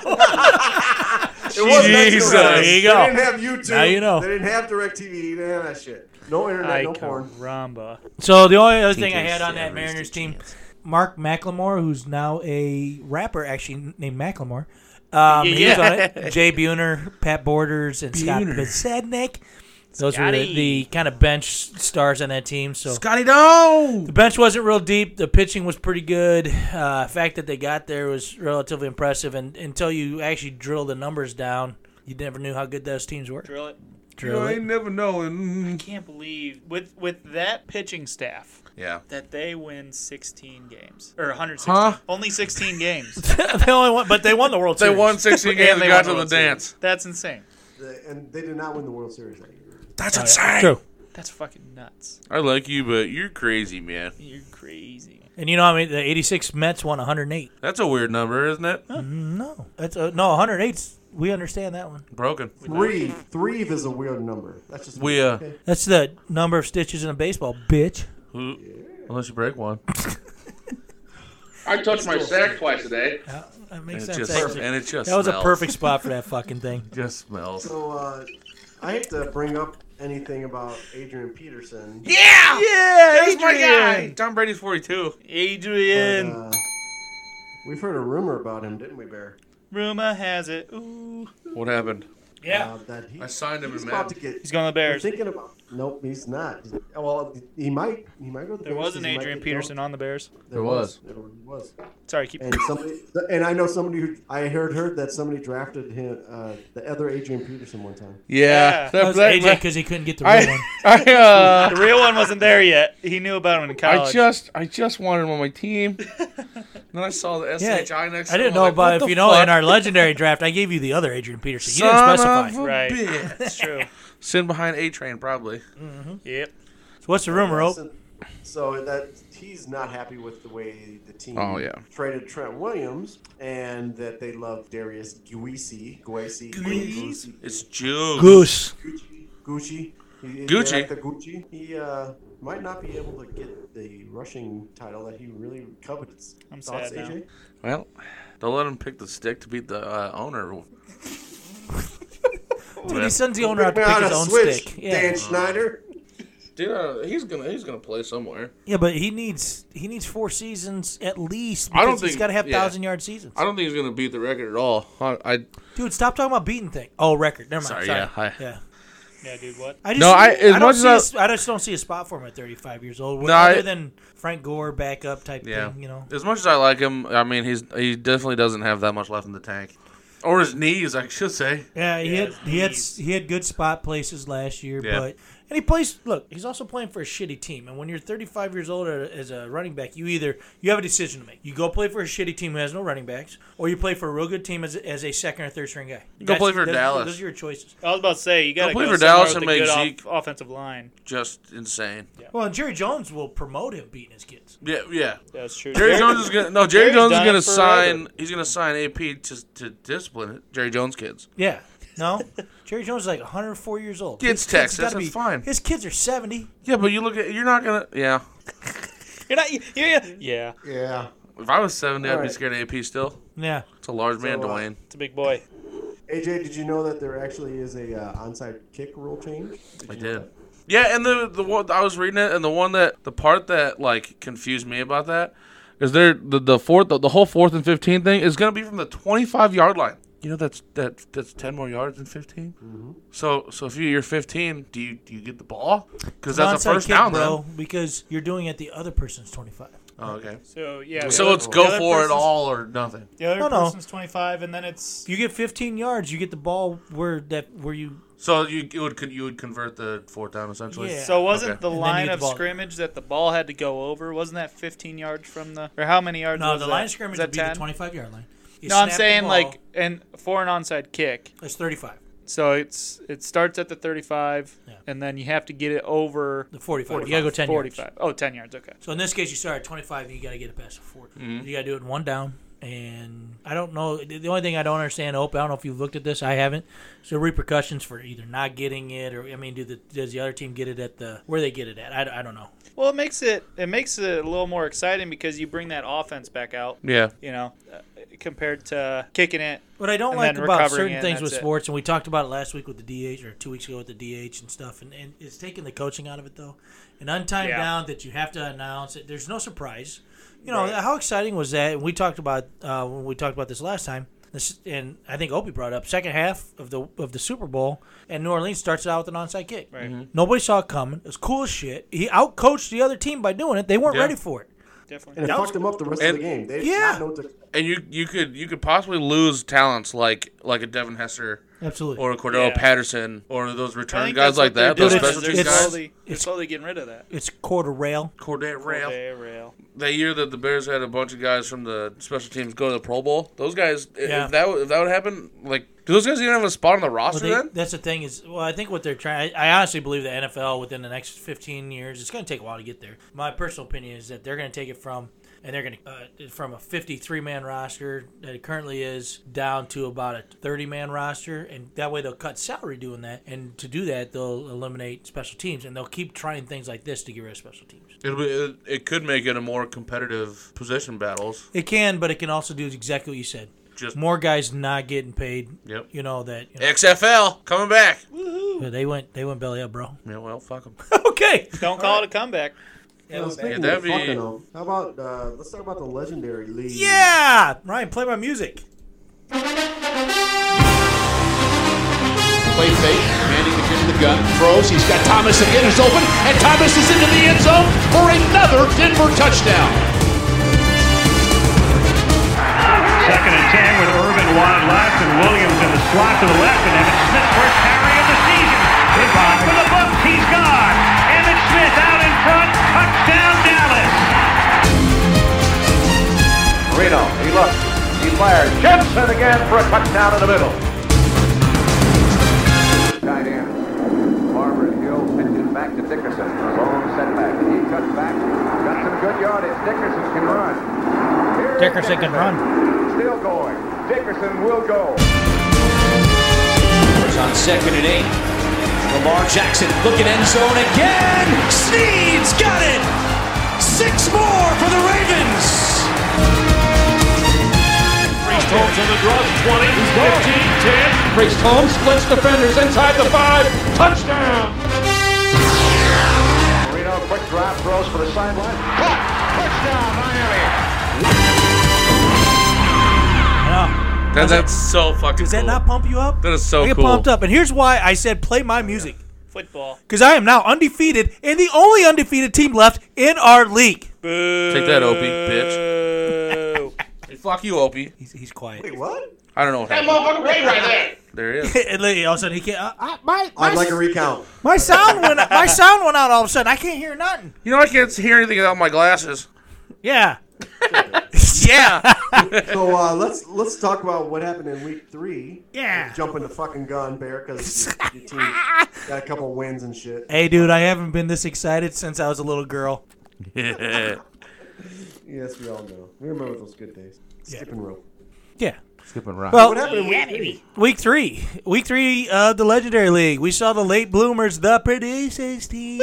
Speaker 7: It was
Speaker 4: Jesus.
Speaker 7: Jesus.
Speaker 4: There you go.
Speaker 7: They didn't have YouTube.
Speaker 4: Now you know.
Speaker 7: They didn't have DirecTV. They didn't have that shit. No internet,
Speaker 5: late.
Speaker 7: no porn.
Speaker 5: Caramba.
Speaker 4: so the only other thing I
Speaker 13: Tinker's
Speaker 4: had on that
Speaker 13: Ever's to
Speaker 4: Mariners team,
Speaker 13: Chance.
Speaker 4: Mark McLemore, who's now a rapper, actually named McLemore. Um, He was on it. Jay Buhner, Pat Borders, and
Speaker 6: Buhner.
Speaker 4: Scott Besednik. Those were the,
Speaker 5: Scotty.
Speaker 4: the kind of bench stars on that team. So
Speaker 6: Oh. Scotty Doe.
Speaker 4: The bench wasn't real deep. The pitching was pretty good. Uh, fact that they got there was relatively impressive. And until you actually drill the numbers down, you never knew how good those teams were.
Speaker 5: Drill it.
Speaker 6: You
Speaker 4: Drill
Speaker 6: ain't
Speaker 4: it.
Speaker 6: never knowing.
Speaker 5: Can't believe with with that pitching staff
Speaker 6: Yeah.
Speaker 5: that they win 16 games or 116.
Speaker 6: Huh?
Speaker 5: Only 16 games.
Speaker 4: they only won, but they won the World
Speaker 6: They
Speaker 4: Series.
Speaker 6: won 16
Speaker 5: And
Speaker 6: games and
Speaker 5: they
Speaker 6: got
Speaker 5: won
Speaker 6: to the
Speaker 5: World Series.
Speaker 6: dance.
Speaker 5: That's insane.
Speaker 7: The- and they did not win the World Series that year.
Speaker 6: That's insane.
Speaker 4: Oh, True.
Speaker 5: That's fucking nuts.
Speaker 6: I like you, but you're crazy, man.
Speaker 5: You're crazy.
Speaker 4: And you know, I mean, the '86 Mets won 108.
Speaker 6: That's a weird number, isn't it?
Speaker 4: No, that's a, no 108. We understand that one.
Speaker 6: Broken.
Speaker 7: Three. Three is a weird number. That's just
Speaker 6: We uh,
Speaker 4: That's the number of stitches in a baseball, bitch.
Speaker 6: who- unless you break one,
Speaker 8: I touched my sack twice a day.
Speaker 4: That
Speaker 6: and
Speaker 4: makes
Speaker 6: it
Speaker 4: sense.
Speaker 6: just
Speaker 4: actually.
Speaker 6: and it just
Speaker 4: That was a
Speaker 6: smells.
Speaker 4: perfect spot for that fucking thing.
Speaker 6: Just smells.
Speaker 7: So uh, I hate to bring up anything about Adrian Peterson.
Speaker 6: Yeah.
Speaker 5: Yeah,
Speaker 6: That's my guy. Tom Brady's 42.
Speaker 7: but,
Speaker 5: Adrian.
Speaker 7: uh, we've heard a rumor about him, didn't we, Bear?
Speaker 5: Rumor has it. Ooh.
Speaker 6: What happened?
Speaker 5: Yeah.
Speaker 7: Uh, that he,
Speaker 6: I signed him
Speaker 7: he's
Speaker 6: in
Speaker 7: about
Speaker 6: Madden.
Speaker 7: to get.
Speaker 5: He's going to the
Speaker 7: they're
Speaker 5: Bears.
Speaker 7: thinking about. Nope, he's not. Well, he might. He might go. To the
Speaker 5: There
Speaker 7: Bears
Speaker 5: was an
Speaker 7: 'cause he might
Speaker 5: Adrian
Speaker 7: get
Speaker 5: Peterson
Speaker 7: dumped.
Speaker 5: on the Bears.
Speaker 7: There was. There was.
Speaker 5: Sorry, keep.
Speaker 7: And somebody, and I know somebody who I heard heard that somebody drafted him, uh, the other Adrian Peterson one time.
Speaker 5: Yeah.
Speaker 4: That was AJ because he couldn't get the real one.
Speaker 6: I uh,
Speaker 5: The real one wasn't there yet. He knew about him in college.
Speaker 6: I just I just wanted him on my team. then I saw the
Speaker 4: Yeah,
Speaker 6: SHI next.
Speaker 4: I
Speaker 6: to
Speaker 4: didn't
Speaker 6: him. I'm
Speaker 4: know
Speaker 6: like,
Speaker 4: about
Speaker 6: what
Speaker 4: if
Speaker 6: the
Speaker 4: you know
Speaker 6: fuck?
Speaker 4: in our legendary draft I gave you the other Adrian Peterson. You
Speaker 6: Son
Speaker 4: didn't
Speaker 6: of
Speaker 4: specify.
Speaker 6: a
Speaker 5: Right.
Speaker 6: bitch.
Speaker 5: It's true.
Speaker 6: Sitting behind A Train probably.
Speaker 5: Yep.
Speaker 4: So what's the rumor, Ope?
Speaker 7: So, so that he's not happy with the way the team
Speaker 6: Oh, yeah.
Speaker 7: traded Trent Williams, and that they love Darius Guisi, Guisi,
Speaker 6: Guise? It's
Speaker 7: Gucci,
Speaker 6: June.
Speaker 4: Goose.
Speaker 7: Gucci. He- they
Speaker 6: Gucci.
Speaker 7: like the Gucci. He uh, might not be able to get the rushing title that he really covets.
Speaker 5: I'm
Speaker 7: Thoughts,
Speaker 5: sad now.
Speaker 7: AJ?
Speaker 6: Well, don't let him pick the stick to beat the uh, owner.
Speaker 4: Dude, he sends the owner out to
Speaker 7: Bring
Speaker 4: pick
Speaker 7: out
Speaker 4: his
Speaker 7: a
Speaker 4: own
Speaker 7: switch,
Speaker 4: stick. Yeah.
Speaker 7: Dan Schneider.
Speaker 6: Dude, uh, he's gonna he's gonna play somewhere.
Speaker 4: yeah, but he needs he needs four seasons at least.
Speaker 6: I don't
Speaker 4: because he's
Speaker 6: think-
Speaker 4: got to have
Speaker 6: yeah.
Speaker 4: thousand yard seasons.
Speaker 6: I don't think he's gonna beat the record at all. I, I
Speaker 4: Dude, stop talking about beating thing. Oh, record. Never mind.
Speaker 6: Sorry,
Speaker 4: Sorry.
Speaker 6: yeah, hi.
Speaker 4: yeah.
Speaker 5: Yeah, dude. What?
Speaker 4: I just,
Speaker 6: No, I- as
Speaker 4: don't
Speaker 6: much as
Speaker 4: see
Speaker 6: I-
Speaker 4: a s- I just don't see a spot for him at 35 years old.
Speaker 6: No,
Speaker 4: other
Speaker 6: I-
Speaker 4: than Frank Gore backup type
Speaker 6: yeah.
Speaker 4: thing, you know.
Speaker 6: As much as I like him, I mean he's he definitely doesn't have that much left in the tank, or his knees, I should say.
Speaker 4: Yeah, he
Speaker 5: Yeah,
Speaker 4: had he had
Speaker 5: he's-
Speaker 4: he had good spot places last year,
Speaker 6: Yeah.
Speaker 4: but and he plays. Look, he's also playing for a shitty team. And when you're 35 years old or- as a running back, you either you have a decision to make. You go play for a shitty team who has no running backs, or you play for a real good team as, as a second or third string guy.
Speaker 6: Go play for
Speaker 4: those-
Speaker 6: Dallas.
Speaker 4: Those are your choices.
Speaker 5: I was about to say you got
Speaker 6: Don't
Speaker 5: to
Speaker 6: play
Speaker 5: go
Speaker 6: for
Speaker 5: somewhere
Speaker 6: Dallas
Speaker 5: with
Speaker 6: and
Speaker 5: a
Speaker 6: make
Speaker 5: good off-
Speaker 6: Zeke.
Speaker 5: offensive line.
Speaker 6: Just insane.
Speaker 4: Well, and Jerry Jones will promote him beating his kids.
Speaker 6: Yeah, yeah.
Speaker 5: That's true.
Speaker 6: Jerry Jones is gonna no. Jerry
Speaker 5: Jerry's
Speaker 6: Jones is
Speaker 5: done
Speaker 6: gonna
Speaker 5: it forever.
Speaker 6: sign. He's gonna sign AP to to discipline it. Jerry Jones kids.
Speaker 4: Yeah. No, Jerry Jones is like 104 years old. His
Speaker 6: It's
Speaker 4: kids
Speaker 6: Texas,
Speaker 4: gotta
Speaker 6: that's fine.
Speaker 4: His kids are 70.
Speaker 6: Yeah, but you look at you're not gonna. Yeah,
Speaker 5: You're not. you yeah. Yeah.
Speaker 7: Yeah.
Speaker 6: if I was seventy, I'd be
Speaker 7: Alright.
Speaker 6: scared of AP still.
Speaker 4: Yeah.
Speaker 6: It's a large man,
Speaker 7: So, uh,
Speaker 6: Dwayne.
Speaker 5: It's a big boy.
Speaker 7: AJ, did you know that there actually is a uh, onside kick rule change?
Speaker 6: I did. Yeah, and the the one I was reading it, and the one that the part that like confused me about that is there the the fourth the, the whole fourth and fifteen thing is gonna be from the twenty five yard line. You know that's that that's ten more yards than 15
Speaker 5: Mm-hmm.
Speaker 6: So so if you, you're fifteen, do you do you get the ball? Because that's a
Speaker 4: Onside
Speaker 6: first
Speaker 4: kick,
Speaker 6: down,
Speaker 4: bro,
Speaker 6: though.
Speaker 4: because you're doing it the other person's 25.
Speaker 6: Oh, okay.
Speaker 5: So yeah.
Speaker 6: So
Speaker 5: the-
Speaker 6: it's
Speaker 5: the
Speaker 6: go
Speaker 5: other
Speaker 6: for it
Speaker 5: person's-
Speaker 6: all or nothing.
Speaker 5: The other
Speaker 4: No, no.
Speaker 5: person's twenty five, and then it's
Speaker 4: You get 15 yards. You get the ball where that where you.
Speaker 6: So you it would you would convert the fourth down essentially.
Speaker 4: Yeah.
Speaker 5: So wasn't
Speaker 6: Okay.
Speaker 5: the
Speaker 4: And then you get
Speaker 5: line
Speaker 4: the
Speaker 5: of
Speaker 4: ball.
Speaker 5: scrimmage that the ball had to go over? Wasn't that 15 yards from the or how many yards?
Speaker 4: No,
Speaker 5: was
Speaker 4: the
Speaker 5: that?
Speaker 4: line of
Speaker 5: Was
Speaker 4: scrimmage
Speaker 5: that
Speaker 4: would be
Speaker 5: 10?
Speaker 4: the 25 yard line. You
Speaker 5: No, I'm
Speaker 4: snap the
Speaker 5: saying
Speaker 4: ball,
Speaker 5: like and for an onside kick.
Speaker 4: it's 35.
Speaker 5: So it's it starts at the 35,
Speaker 4: Yeah.
Speaker 5: and then you have to get it over
Speaker 4: The 45. You gotta go 10 yards.
Speaker 5: 45. Oh, 10 yards. Okay.
Speaker 4: So in this case, you start at 25 and you got to get it past the 40.
Speaker 6: Mhm.
Speaker 4: You got to do it in one down. And I don't know. The the only thing I don't understand, Ope, I don't know if you've looked at this. I haven't. So repercussions for either not getting it or, I mean, do the, does the other team get it at the, where they get it at? I, I don't know.
Speaker 5: Well, it makes it it makes it a little more exciting because you bring that offense back out.
Speaker 6: Yeah.
Speaker 5: You know, uh, compared to kicking it.
Speaker 4: What I don't
Speaker 5: and
Speaker 4: like
Speaker 5: then
Speaker 4: about
Speaker 5: recovering
Speaker 4: certain
Speaker 5: it,
Speaker 4: things
Speaker 5: that's
Speaker 4: with
Speaker 5: it.
Speaker 4: sports, and we talked about it last week with the DH or two weeks ago with the DH and stuff, and, and it's taking the coaching out of it though. An untimed
Speaker 5: Yeah.
Speaker 4: down that you have to announce it. There's no surprise. You know how exciting was that? And we talked about uh, when we talked about this last time. This, and I think Opie brought up second half of the of the Super Bowl, and New Orleans starts out with an onside kick.
Speaker 5: Right.
Speaker 4: Nobody saw it coming. It was cool as shit. He outcoached the other team by doing it. They weren't
Speaker 6: Yeah.
Speaker 4: ready for it.
Speaker 5: Definitely.
Speaker 7: And it
Speaker 4: That was-
Speaker 7: fucked them up the rest of
Speaker 6: And-
Speaker 7: the game. They did
Speaker 4: Yeah.
Speaker 7: not know what to
Speaker 6: And you you could you could possibly lose talents like like a Devin Hester
Speaker 4: Absolutely.
Speaker 6: or a Cordell
Speaker 5: Yeah.
Speaker 6: Patterson or those
Speaker 5: I
Speaker 6: return
Speaker 5: think
Speaker 6: guys
Speaker 5: that's what
Speaker 6: like that.
Speaker 5: they're
Speaker 6: Those
Speaker 5: doing
Speaker 6: special
Speaker 5: is
Speaker 4: It's-
Speaker 6: teams
Speaker 5: They're
Speaker 6: guys.
Speaker 5: slowly, they're slowly getting rid of that.
Speaker 4: it's quarter rail.
Speaker 6: Cordette Rail.
Speaker 5: Day rail.
Speaker 6: that year that the Bears had a bunch of guys from the special teams go to the Pro Bowl. Those guys, i-
Speaker 4: Yeah.
Speaker 6: if that w- if that would happen, like do those guys even have a spot on the roster
Speaker 4: Well, they-
Speaker 6: then?
Speaker 4: that's the thing is, well, I think what they're trying. I, I honestly believe the NFL within the next 15 years, it's going to take a while to get there. My personal opinion is that they're going to take it from, and they're going to uh, from a 53 man roster that it currently is down to about a 30 man roster, and that way they'll cut salary doing that, and to do that they'll eliminate special teams, and they'll keep trying things like this to get rid of special teams.
Speaker 6: It'll be, it, it could make it a more competitive position battles.
Speaker 4: It can, but it can also do exactly what you said.
Speaker 6: Just
Speaker 4: More guys not getting paid.
Speaker 6: Yep.
Speaker 4: You know that you
Speaker 6: XFL coming back.
Speaker 4: know, they went they went belly up, bro.
Speaker 6: Yeah, well, fuck them.
Speaker 4: okay.
Speaker 5: Don't call it a comeback.
Speaker 7: Well, speaking of
Speaker 6: that'd be-
Speaker 7: fucking up, How about uh, let's talk about the legendary league?
Speaker 4: Yeah, Ryan, play my music.
Speaker 3: Play fake. Manning against the gun. Throws. He's got Thomas again. It's open. And Thomas is into the end zone for another Denver touchdown.
Speaker 12: Second and 10 with Urban wide left and Williams in the slot to the left, and Emmett Smith first carry of the season. It's on for the Bucks. He's gone. Emmett Smith out in front. Touchdown Dallas.
Speaker 3: Marino, he looks, he fires. Jensen again for a touchdown in the middle. Tight end. Barber and Hill pitches back to Dickerson. Long setback. He cuts back. Got some good yardage. Dickerson can run. Here's
Speaker 4: Dickerson can run.
Speaker 3: Still going. Dickerson will go.
Speaker 14: on second and eight. Lamar Jackson looking end zone again. Sneed's got it. Six more for the Ravens.
Speaker 12: Priest Holmes on the draw. 20, 15, 10.
Speaker 9: Priest Holmes splits defenders inside the five. Touchdown!
Speaker 3: Marino, quick drop, throws for the sideline. Caught. Touchdown, Miami.
Speaker 6: That, that's so fucking.
Speaker 4: Does that
Speaker 6: cool.
Speaker 4: not pump you up?
Speaker 6: That is so
Speaker 4: I get
Speaker 6: cool.
Speaker 4: pumped up. And here's why I said play my music.
Speaker 5: Football.
Speaker 4: Because I am now undefeated and the only undefeated team left in our league.
Speaker 5: Boo.
Speaker 6: Take that, Opie, bitch.
Speaker 5: Boo.
Speaker 6: Fuck you, Opie.
Speaker 4: He's, he's quiet.
Speaker 7: Wait, what?
Speaker 6: I don't know what
Speaker 8: That
Speaker 6: happened.
Speaker 8: motherfucker Ray right there.
Speaker 6: There he is.
Speaker 4: and then all of a sudden he can't. Uh, uh, my, my,
Speaker 7: I'd like a recount.
Speaker 4: my sound went. My sound went out all of a sudden. I can't hear nothing.
Speaker 6: You know I can't hear anything without my glasses.
Speaker 4: Yeah. yeah.
Speaker 7: So uh, let's let's talk about what happened in week three.
Speaker 4: Yeah.
Speaker 7: Jumping the fucking gun, Bear, because your team got a couple wins and shit.
Speaker 4: Hey, dude, I haven't been this excited since I was a little girl.
Speaker 6: Skipping
Speaker 7: Yes, we all know. We remember those good days. Skipping rope.
Speaker 4: Yeah.
Speaker 6: rock.
Speaker 4: Well,
Speaker 7: What happened in week three?
Speaker 4: Week three, week three of the Legendary League. We saw the late bloomers, the Producers team.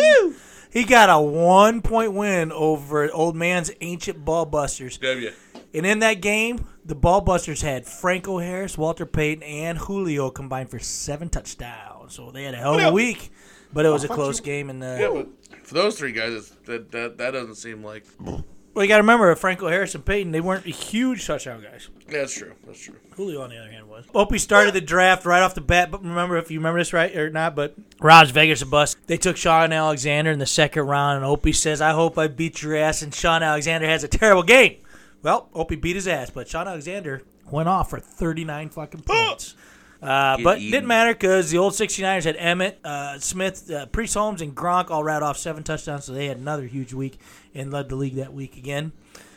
Speaker 4: He got a one point win over Old Man's Ancient Ballbusters,
Speaker 6: W.
Speaker 4: and in that game, the Ballbusters had Franco Harris, Walter Payton, and Julio combined for seven touchdowns. So they had a hell of a week, but it was a close game. And uh,
Speaker 6: For those three guys, it's, that, that that doesn't seem like
Speaker 4: Well, you got to remember, Franco Harris and Peyton, they weren't huge touchdown guys.
Speaker 6: Yeah, that's true. That's true.
Speaker 4: Julio, on the other hand, was. Opie started the draft right off the bat, but remember if you remember this right or not, but Raj Vegas a bust. They took Sean Alexander in the second round, and Opie says, I hope I beat your ass, and Sean Alexander has a terrible game. Well, Opie beat his ass, but Sean Alexander went off for 39 fucking points. Uh,
Speaker 10: Get
Speaker 4: but
Speaker 10: eaten.
Speaker 4: didn't matter because the old 69ers had Emmett, uh, Smith, uh, Priest Holmes, and Gronk all rat off seven touchdowns, so they had another huge week and led the league that week again.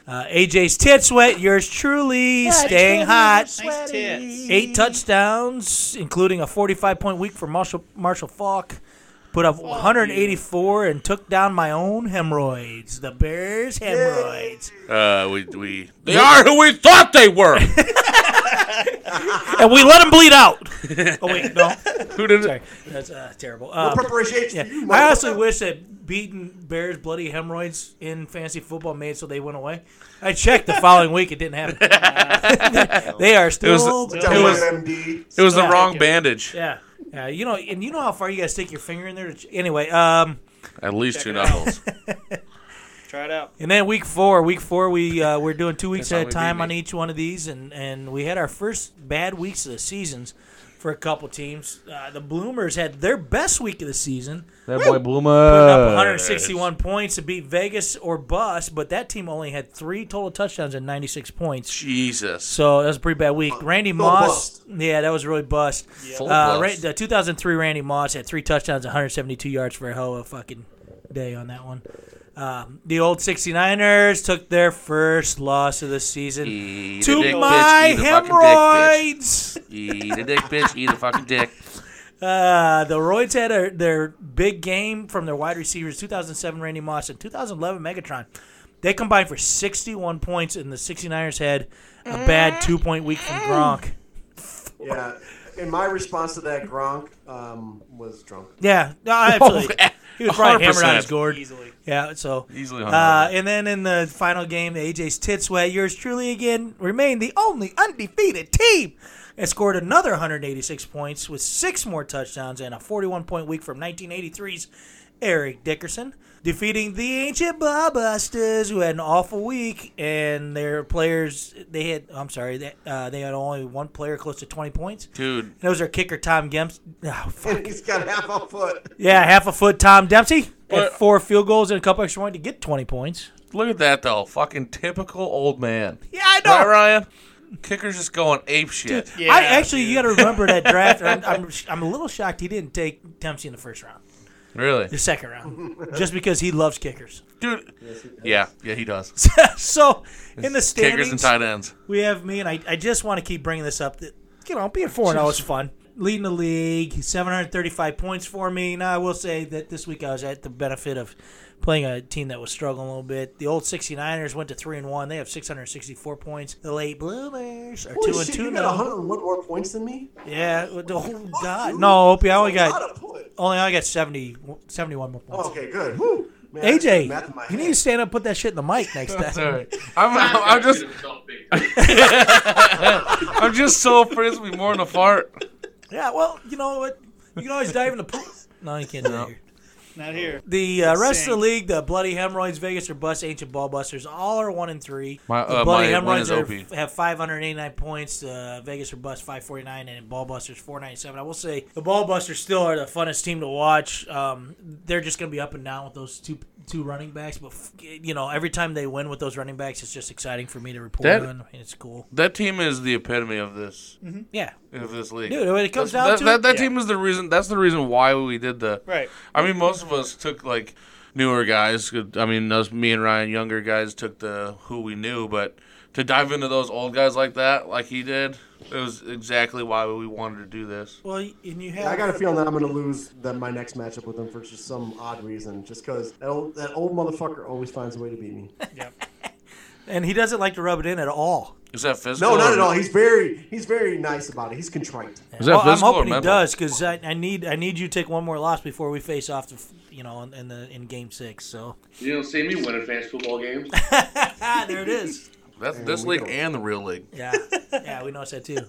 Speaker 4: Uh, AJ's tits wet. Yours truly staying hot. Eight touchdowns, including a 45 point week for Marshall, Marshall Falk. Put up 184 and took down my own hemorrhoids. The Bears' hemorrhoids.
Speaker 6: Uh, we we they are who we thought they were.
Speaker 4: and we let them bleed out. Oh, wait, no.
Speaker 6: Who did it?
Speaker 4: Sorry. That's uh, terrible.
Speaker 6: No
Speaker 4: Uh,
Speaker 6: preparation
Speaker 4: yeah.
Speaker 6: for you,
Speaker 4: I
Speaker 6: Michael.
Speaker 4: honestly wish that beating Bears' bloody hemorrhoids in fantasy football made it so they went away. I checked the following week. It didn't happen. they are
Speaker 6: It was
Speaker 4: still.
Speaker 6: the- it was- it was the wrong bandage.
Speaker 4: Yeah. Yeah, you know, and you know how far you gotta stick your finger in there. To ch- anyway, um,
Speaker 6: At least two knuckles.
Speaker 5: Try it out.
Speaker 4: And then week four, week four, we uh, we're doing two weeks
Speaker 5: That's how
Speaker 4: at a
Speaker 5: we
Speaker 4: time
Speaker 5: beat
Speaker 4: on each one of these, and and we had our first bad weeks of the seasons for a couple teams. Uh, the Bloomers had their best week of the season.
Speaker 10: That boy
Speaker 4: Putting up
Speaker 5: Uh,
Speaker 10: Bloomer.
Speaker 4: 161 points to beat Vegas or bust, but that team only had three total touchdowns and 96 points.
Speaker 6: Jesus.
Speaker 4: So that was a pretty bad week. Randy
Speaker 6: Full
Speaker 4: Moss, yeah, that was really bust.
Speaker 6: Full
Speaker 4: Uh,
Speaker 6: bust.
Speaker 4: Ra- the 2003 Randy Moss had three touchdowns, 172 yards for a hell of a fucking day on that one. Um, the old 69ers took their first loss of the season
Speaker 6: Eat a
Speaker 4: to
Speaker 6: dick, bitch.
Speaker 4: my
Speaker 6: Eat a fucking dick, bitch.
Speaker 4: hemorrhoids.
Speaker 6: Eat a dick, bitch. Eat a fucking dick.
Speaker 4: Uh, the Roids had a, their big game from their wide receivers, 2007 Randy Moss and 2011 Megatron. They combined for 61 points, and the 69ers had a bad two point week from Gronk.
Speaker 7: Yeah. And my response to that, Gronk um, was drunk.
Speaker 4: Yeah, no, absolutely. he was probably hammered on his gourd.
Speaker 7: Easily.
Speaker 4: Yeah, so.
Speaker 6: Easily
Speaker 4: Uh, and then in the final game, AJ's tits wet. Yours truly again remained the only undefeated team and scored another 186 points with six more touchdowns and a 41 point week from 1983's Eric Dickerson, defeating the ancient Busters who had an awful week and their players. They had, I'm sorry, they, uh, they had only one player close to 20 points.
Speaker 6: Dude.
Speaker 4: And it was their kicker Tom Gemps. Oh,
Speaker 7: And he's got half a foot.
Speaker 4: yeah, half a foot Tom Dempsey had
Speaker 6: But-
Speaker 4: four field goals and a couple extra points to get 20 points.
Speaker 6: Look at that though. Fucking typical old man.
Speaker 4: Yeah, I
Speaker 6: know. Right, Ryan? Kicker's just going ape shit.
Speaker 4: I actually, you got to remember that draft. I'm, I'm, I'm a little shocked he didn't take Dempsey in the first round,
Speaker 6: Really?
Speaker 4: the second round, just because he loves kickers.
Speaker 6: Dude. Yeah, yeah, he does.
Speaker 4: so in the
Speaker 6: Kickers
Speaker 4: standings,
Speaker 6: and tight ends.
Speaker 4: we have me, and I, I just want to keep bringing this up. That you know, being four and zero is fun. Leading the league, 735 points for me. Now I will say that this week I was at the benefit of playing a team that was struggling a little bit. The old 69ers went to three and one. They have 664 points. The late bloomers are
Speaker 7: Holy
Speaker 4: two and
Speaker 7: shit,
Speaker 4: two
Speaker 7: you
Speaker 4: now.
Speaker 7: got 101 more points than me?
Speaker 4: Yeah. well, Oh God. No, Opie. I only got only I got 70, 71 more points.
Speaker 7: Okay, good. Woo. Man, I just did math in my
Speaker 4: AJ, you
Speaker 7: head.
Speaker 4: need to stand up, put that shit in the mic next time.
Speaker 6: That's all right. I'm, I'm, I'm just. I'm just so afraid it's gonna be more than a fart.
Speaker 4: Yeah. Well, you know what? You can always dive in the pool. No, you can't. do that here.
Speaker 5: Not here.
Speaker 4: The uh, rest of the league, the Bloody Hemorrhoids, Vegas, or Bust, Ancient Ballbusters, all are one and three.
Speaker 6: My-
Speaker 4: the
Speaker 6: uh,
Speaker 4: Bloody
Speaker 6: my
Speaker 4: Hemorrhoids
Speaker 6: one
Speaker 4: are,
Speaker 6: is OP.
Speaker 4: have 589 points. Uh, Vegas or Bust 549, and Ballbusters 497. I will say the Ballbusters still are the funnest team to watch. Um, they're just going to be up and down with those two two running backs, but f- you know every time they win with those running backs, it's just exciting for me to report
Speaker 6: That-
Speaker 4: on. I mean, it's cool.
Speaker 6: That team is the epitome of this.
Speaker 4: Mhm. Yeah.
Speaker 6: Of this league.
Speaker 4: Dude, when it comes down
Speaker 6: That's- that,
Speaker 4: to
Speaker 6: that,
Speaker 4: it-
Speaker 6: that
Speaker 4: Yeah.
Speaker 6: team is the reason. That's the reason why we did the.
Speaker 5: Right.
Speaker 6: I mean, most of us took like newer guys. I mean, us, me and Ryan, younger guys took the who we knew, but to dive into those old guys like that, like he did, it was exactly why we wanted to do this.
Speaker 4: Well, and you have
Speaker 7: Yeah, I got a feeling that I'm going to lose them my next matchup with them for just some odd reason, just because that old, that old motherfucker always finds a way to beat me.
Speaker 4: and he doesn't like to rub it in at all.
Speaker 6: Is that
Speaker 7: No,
Speaker 6: physical?
Speaker 7: not
Speaker 4: Oh.
Speaker 6: or-
Speaker 7: at all. He's very he's very nice about it. He's contrite.
Speaker 6: Is that
Speaker 4: Well, Oh, I'm
Speaker 6: physical or
Speaker 4: hoping he
Speaker 6: mental?
Speaker 4: does because I, I need I need you to take one more loss before we face off, to, f- you know, in, in the in game six. So
Speaker 8: You don't see me win advanced football games.
Speaker 4: ah, there it is.
Speaker 6: That's this league and the real league.
Speaker 4: Yeah, yeah, we know it's that too.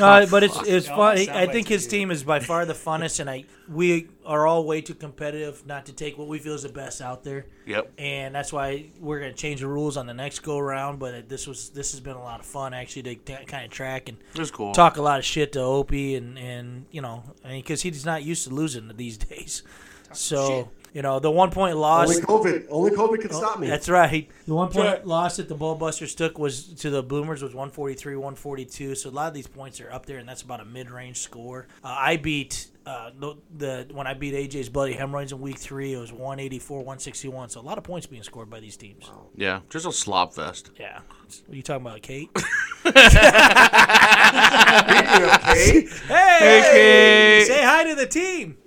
Speaker 4: Uh, but it's it's
Speaker 10: No,
Speaker 4: fun.
Speaker 10: it's not
Speaker 4: I
Speaker 10: like
Speaker 4: think his team is by far the funnest, and I we are all way too competitive not to take what we feel is the best out there.
Speaker 6: Yep.
Speaker 4: And that's why we're gonna change the rules on the next go round. But this was this has been a lot of fun actually to kind of track and
Speaker 6: It was cool.
Speaker 4: talk a lot of shit to Opie and and you know because he's not used to losing these days. So you know the one point loss.
Speaker 7: Only COVID. Only COVID can stop me.
Speaker 4: Oh, That's right. The one point loss that the Bullbusters took was to the Bloomers was 143, 142. So a lot of these points are up there, and that's about a mid-range score. Uh, I beat uh, the, the when I beat AJ's buddy Hemorrhoids in week three, it was 184, 161. So a lot of points being scored by these teams.
Speaker 6: Yeah, just a slop fest.
Speaker 4: Yeah. What are you talking about, Kate?
Speaker 6: Kate.
Speaker 4: hey,
Speaker 6: Hey, Kate.
Speaker 4: say hi to the team.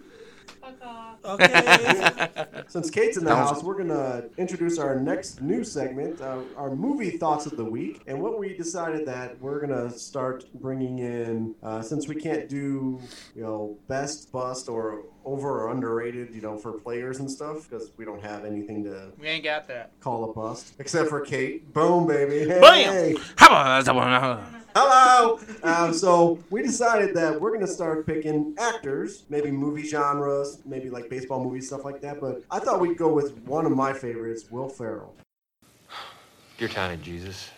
Speaker 4: Okay.
Speaker 7: Since Kate's in the
Speaker 6: That was-
Speaker 7: house, we're going to introduce our next new segment, uh, our movie thoughts of the week. And what we decided that we're going to start bringing in, uh, since we can't do, you know, best, bust, or over or underrated, you know, for players and stuff, because we don't have anything to
Speaker 5: We ain't got that.
Speaker 7: call a bust, except for Kate. Boom, baby. Hey.
Speaker 6: Bam! How about that?
Speaker 7: Hello. Um, so we decided that we're gonna start picking actors, maybe movie genres, maybe like baseball movies, stuff like that. But I thought we'd go with one of my favorites, Will Ferrell.
Speaker 15: Your tiny Jesus,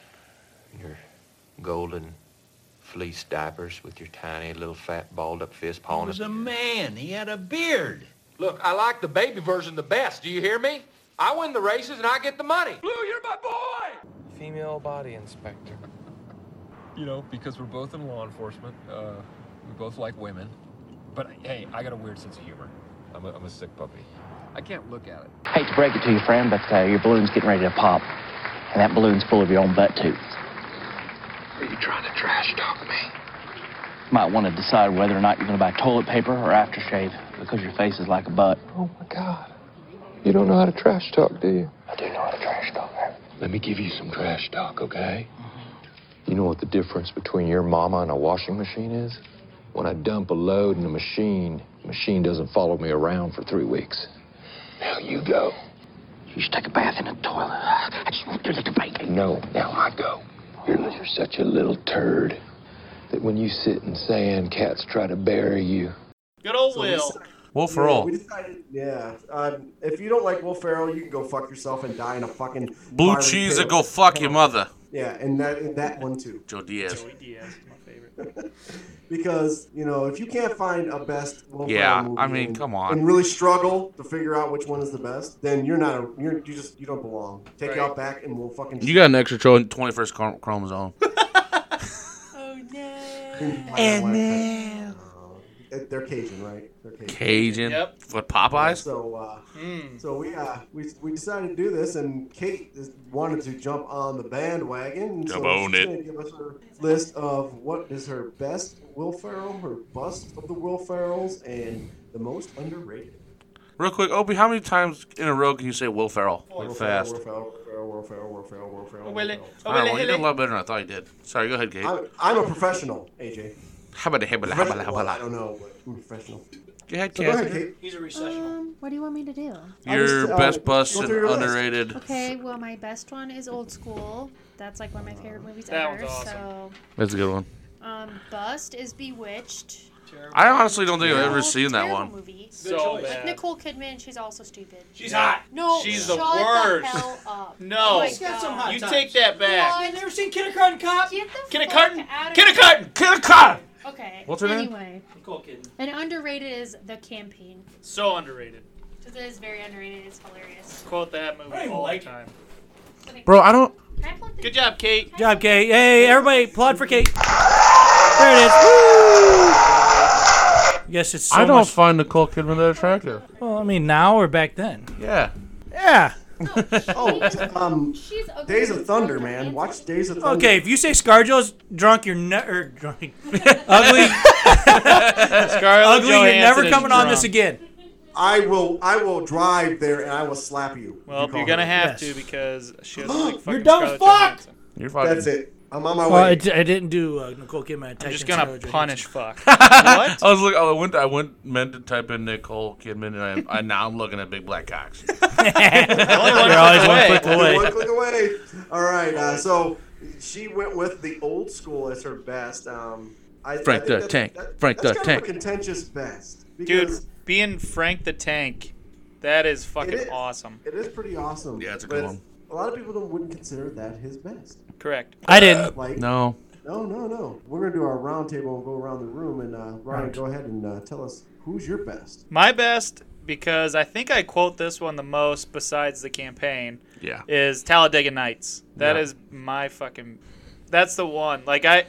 Speaker 15: your golden fleece diapers with your tiny little fat balled up fist
Speaker 16: He
Speaker 15: pawing
Speaker 16: was
Speaker 15: at-
Speaker 16: a man. He had a beard.
Speaker 15: Look, I like the baby version the best. Do you hear me? I win the races and I get the money. Blue, you're my boy!
Speaker 17: Female body inspector. You know, because we're both in law enforcement, uh, we both like women. But hey, I got a weird sense of humor. I'm a, I'm a sick puppy. I can't look at it.
Speaker 18: Hate to break it to you, friend, but uh, your balloon's getting ready to pop, and that balloon's full of your own butt tooth.
Speaker 15: Are you trying to trash talk me?
Speaker 18: Might want to decide whether or not you're going to buy toilet paper or aftershave because your face is like a butt.
Speaker 15: Oh my god.
Speaker 18: You don't know how to trash talk, do you?
Speaker 15: I do know how to trash talk.
Speaker 18: Let me give you some trash talk, okay?
Speaker 15: You know what the difference between your mama and a washing machine is? When I dump a load in the machine, the machine doesn't follow me around for three weeks. Now you go. You should take a bath in a toilet. I just want your little baby. No, now I go. You're, you're such a little turd that when you sit in sand, cats try to bury you.
Speaker 5: Good old
Speaker 7: So we
Speaker 5: Will.
Speaker 7: decided-
Speaker 6: Will
Speaker 7: yeah,
Speaker 6: Ferrell.
Speaker 7: we decided- Yeah. Um, if you don't like Will Ferrell, you can go fuck yourself and die in a fucking
Speaker 6: Blue
Speaker 7: fiery
Speaker 6: cheese
Speaker 7: pit.
Speaker 6: and go fuck your mother.
Speaker 7: Yeah, and that and that one too.
Speaker 6: Joe Diaz.
Speaker 5: Diaz is my favorite.
Speaker 7: Because you know, if you can't find a best, Will
Speaker 6: Yeah,
Speaker 7: Ferrell
Speaker 6: I
Speaker 7: movie
Speaker 6: mean,
Speaker 7: and-
Speaker 6: come on.
Speaker 7: and really struggle to figure out which one is the best, then you're not a you're you just you don't belong. Take it out back, and we'll fucking.
Speaker 6: You got an extra tro- 21st chrom- chromosome.
Speaker 7: and now Mm. Uh, they're Cajun, right? They're Cajun.
Speaker 6: Cajun. Yep. With Popeyes?
Speaker 7: So, uh, so we uh, we we decided to do this, and Kate is- wanted to jump on the bandwagon.
Speaker 6: Jump
Speaker 7: so
Speaker 6: on
Speaker 7: she's
Speaker 6: it.
Speaker 7: Gonna give us her list of what is her best Will Ferrell, her bust of the Will Ferrells, and the most underrated.
Speaker 6: Real quick, Opie, how many times in a row can you say Will Ferrell? Like
Speaker 7: Will Ferrell,
Speaker 6: fast.
Speaker 7: Will Ferrell, Will Ferrell, Will Ferrell, Will Ferrell, Will
Speaker 5: Will it-
Speaker 7: Ferrell.
Speaker 6: I don't know, you did a lot better than I thought you did. Sorry, go ahead, Kate.
Speaker 7: I'm, I'm a professional, AJ.
Speaker 6: How about the hibbala, hibbala,
Speaker 7: Well, I
Speaker 6: hibbala?
Speaker 7: don't know, but I'm a professional.
Speaker 6: Go ahead,
Speaker 7: So
Speaker 6: Kate.
Speaker 4: He's a recessional.
Speaker 19: Um, what do you want me to do?
Speaker 6: Your
Speaker 7: just, uh,
Speaker 6: best bust
Speaker 7: go
Speaker 6: and
Speaker 7: through your list.
Speaker 6: underrated.
Speaker 19: Okay, well, my best one is Old School. That's like one of my favorite movies
Speaker 5: That
Speaker 19: ever.
Speaker 5: one's
Speaker 19: So,
Speaker 6: That's a good one.
Speaker 19: um, Bust is Bewitched.
Speaker 6: I honestly don't think I've
Speaker 19: Terrible,
Speaker 6: ever seen that
Speaker 19: terrible
Speaker 6: one.
Speaker 19: Movie.
Speaker 5: So choice.
Speaker 19: With
Speaker 5: bad.
Speaker 19: Nicole Kidman, she's also stupid.
Speaker 5: She's hot.
Speaker 19: No,
Speaker 5: She's
Speaker 19: shut
Speaker 5: the worst.
Speaker 19: The hell up.
Speaker 5: No.
Speaker 19: Oh my
Speaker 5: She's got
Speaker 19: God.
Speaker 5: some hot You times. take that back.
Speaker 19: What?
Speaker 5: You
Speaker 19: never seen Kindergarten Cop? Get the
Speaker 5: Kindergarten?
Speaker 19: fuck out of
Speaker 5: Kindergarten! Kindergarten!
Speaker 19: here. Okay.
Speaker 5: What's her name?
Speaker 19: Anyway,
Speaker 5: Nicole Kidman.
Speaker 19: and underrated is The Campaign.
Speaker 5: So underrated.
Speaker 19: Because it is very underrated. It's hilarious.
Speaker 5: Quote that movie
Speaker 19: I don't
Speaker 5: all
Speaker 19: like
Speaker 5: the time.
Speaker 6: Bro, I don't.
Speaker 5: Good job, Kate.
Speaker 4: Good job, Kate. Hey, everybody, applaud for Kate. There it is. Woo! Yes, it's so
Speaker 6: I don't
Speaker 4: much-
Speaker 6: find Nicole Kidman that attractive.
Speaker 4: Well, I mean, now or back then?
Speaker 6: Yeah.
Speaker 4: Yeah.
Speaker 7: oh, um, Days of Thunder, man. Watch Days of Thunder.
Speaker 4: Okay, if you say ScarJo's drunk, you're never drunk. ugly. ugly, you're never coming on this again.
Speaker 7: I will. I will drive there and I will slap you.
Speaker 5: Well,
Speaker 7: you
Speaker 5: you're gonna have to because she has like fucking
Speaker 4: You're dumb as
Speaker 5: Scarlett Johansson.
Speaker 4: fuck.
Speaker 6: You're
Speaker 7: fucking- That's it. I'm on my
Speaker 4: Well,
Speaker 7: way.
Speaker 4: I, d- I didn't do uh, Nicole Kidman.
Speaker 5: I'm just
Speaker 4: attacking
Speaker 5: gonna
Speaker 4: Scarlett
Speaker 5: punish
Speaker 4: Johansson. Oh,
Speaker 5: fuck.
Speaker 6: I was looking. I went. I went. Meant to type in Nicole Kidman, and I, I now I'm looking at big black cocks.
Speaker 4: You're always one click away.
Speaker 7: One click away. All right. Uh, so she went with the old school as her best. Um, I, I
Speaker 6: Frank
Speaker 7: think
Speaker 6: the
Speaker 7: that-
Speaker 6: Tank.
Speaker 7: that-
Speaker 6: Frank
Speaker 7: that's
Speaker 6: the
Speaker 7: kind of
Speaker 6: Tank.
Speaker 7: a contentious best.
Speaker 5: Dude,
Speaker 7: Because
Speaker 5: being Frank the Tank, that is fucking
Speaker 7: is.
Speaker 5: awesome.
Speaker 7: it is pretty awesome. Yeah, it's
Speaker 6: a good one.
Speaker 7: A lot of people don't, wouldn't consider that his best.
Speaker 5: Correct.
Speaker 20: I didn't.
Speaker 7: Like
Speaker 6: No.
Speaker 7: No, no, no. We're gonna do our round table and go around the room, and uh, Ryan,
Speaker 5: Right.
Speaker 7: go ahead and uh, tell us who's your best.
Speaker 5: My best, because I think I quote this one the most besides the campaign,
Speaker 6: Yeah.
Speaker 5: is Talladega Nights. That
Speaker 6: Yeah.
Speaker 5: is my fucking. That's the one. Like, I.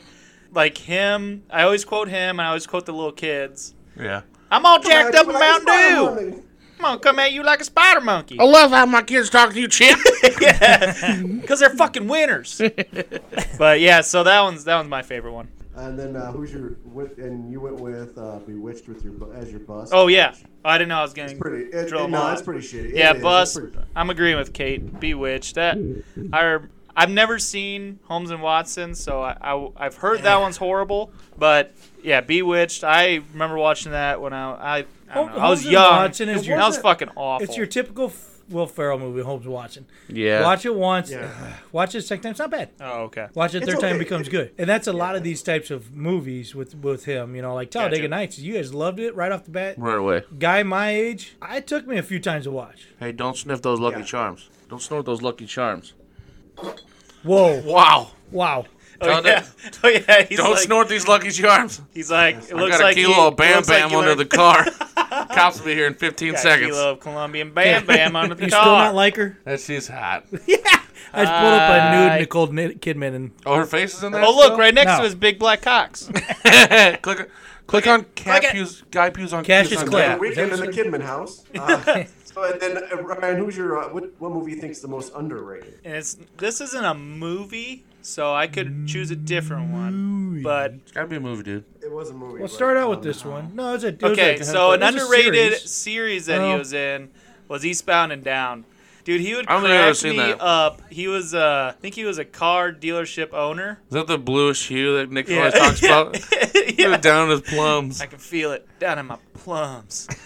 Speaker 5: Like him, I always quote him, and I always quote the little kids.
Speaker 6: Yeah.
Speaker 5: I'm all
Speaker 21: Come
Speaker 5: jacked
Speaker 21: at
Speaker 5: up
Speaker 21: you
Speaker 5: in
Speaker 21: like a
Speaker 5: Mountain Dew. Come on, come at you like a spider monkey.
Speaker 6: I love how my kids talk to you, Chip.
Speaker 5: Because they're fucking winners. but yeah, so that one's that one's my favorite one.
Speaker 7: And then uh, who's your? What, and you went with uh, Bewitched with your bu- as your bust.
Speaker 5: Oh yeah, I didn't know I was getting
Speaker 7: pretty- it-
Speaker 5: drill
Speaker 7: it-
Speaker 5: them
Speaker 7: no,
Speaker 5: on.
Speaker 7: it's pretty shitty. It
Speaker 5: Yeah,
Speaker 7: is, it's
Speaker 5: bust.
Speaker 7: pretty-
Speaker 5: I'm agreeing with Kate. Bewitched. That I I've never seen Holmes and Watson, so I, I have heard that one's horrible. But yeah, Bewitched. I remember watching that when I I, I, don't know, I was
Speaker 4: Holmes and
Speaker 5: young.
Speaker 4: Watson is your-
Speaker 5: that was fucking awful.
Speaker 4: It's your typical F- Will Ferrell movie, Holmes and Watson.
Speaker 5: Yeah.
Speaker 4: Watch it once.
Speaker 5: Yeah.
Speaker 4: Watch it a second time. It's not bad.
Speaker 5: Oh, okay.
Speaker 4: Watch it
Speaker 5: It's
Speaker 4: third time,
Speaker 5: okay.
Speaker 4: it becomes good. And that's a lot of these types of movies with with him. You know, like Talladega Nights. You guys loved it right off the bat.
Speaker 6: Right away.
Speaker 4: Guy my age, I took me a few times to watch.
Speaker 6: Hey, don't sniff those Lucky Charms. Don't snort those Lucky Charms.
Speaker 4: Whoa.
Speaker 6: Wow.
Speaker 4: Wow.
Speaker 5: Oh, yeah. oh yeah. He's
Speaker 6: Don't
Speaker 5: like,
Speaker 6: snort these Lucky Charms.
Speaker 5: He's like, it
Speaker 6: I
Speaker 5: looks
Speaker 6: got a
Speaker 5: like
Speaker 6: kilo
Speaker 5: he-
Speaker 6: of
Speaker 5: it
Speaker 6: Bam
Speaker 5: looks like
Speaker 6: Bam
Speaker 5: you
Speaker 6: under
Speaker 5: learned-
Speaker 6: the car. Cops will be here in 15
Speaker 5: Got
Speaker 6: seconds.
Speaker 5: A kilo of Colombian Bam Bam under the
Speaker 4: You
Speaker 5: car.
Speaker 4: still not like her?
Speaker 6: That she's hot.
Speaker 4: I just pulled up a nude
Speaker 5: I-
Speaker 4: Nicole Ni- Kidman and
Speaker 6: Oh, her face is in there.
Speaker 5: Oh look,
Speaker 6: still?
Speaker 5: right next to his big black cocks.
Speaker 6: click, click, on Cat Pews, Guy Pews on Pews on
Speaker 7: Yeah,
Speaker 6: Cat.
Speaker 7: Weekend in the Kidman House. Uh, so and then uh, Ryan, who's your? Uh, what, what movie you think's the most underrated?
Speaker 5: and it's this isn't a movie, so I could choose a different one. But
Speaker 6: It's gotta be a movie, dude.
Speaker 7: It was a movie.
Speaker 4: We'll start out with this one. No, it's a it was
Speaker 5: okay,
Speaker 4: a-
Speaker 5: so
Speaker 4: it
Speaker 5: an
Speaker 4: was a
Speaker 5: underrated
Speaker 4: series. Oh.
Speaker 5: series. that he
Speaker 4: Well-
Speaker 5: was in was Eastbound and Down. Dude, he would
Speaker 6: I don't think I've ever
Speaker 5: crack
Speaker 6: seen
Speaker 5: me
Speaker 6: that.
Speaker 5: up. He was, uh, I think he was a car dealership owner.
Speaker 6: Is that the bluish hue that Nick
Speaker 5: Yeah.
Speaker 6: always talks about?
Speaker 5: Yeah.
Speaker 6: Down his plums.
Speaker 5: I can feel it down in my plums.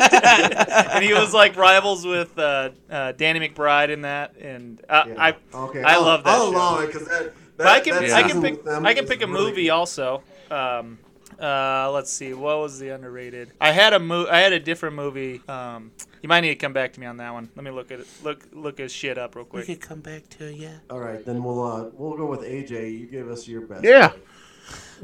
Speaker 5: and he was like rivals with uh, uh, Danny McBride in that, and uh, I
Speaker 7: Okay,
Speaker 5: I
Speaker 7: I'll-
Speaker 5: love that.
Speaker 7: I'll
Speaker 5: show.
Speaker 7: allow it 'cause that-
Speaker 5: but I
Speaker 7: that-
Speaker 5: can
Speaker 7: that
Speaker 5: I
Speaker 7: season
Speaker 5: can
Speaker 7: with
Speaker 5: pick
Speaker 7: them
Speaker 5: I can
Speaker 7: is
Speaker 5: pick a
Speaker 7: really
Speaker 5: movie also. Um, uh, let's see, what was the underrated? I had a mo- I had a different movie. Um, you might need to come back to me on that one. Let me look at it. Look look his shit up real quick.
Speaker 6: come back to you.
Speaker 7: All right, then we'll uh, we'll go with AJ. You give us your best.
Speaker 6: Yeah.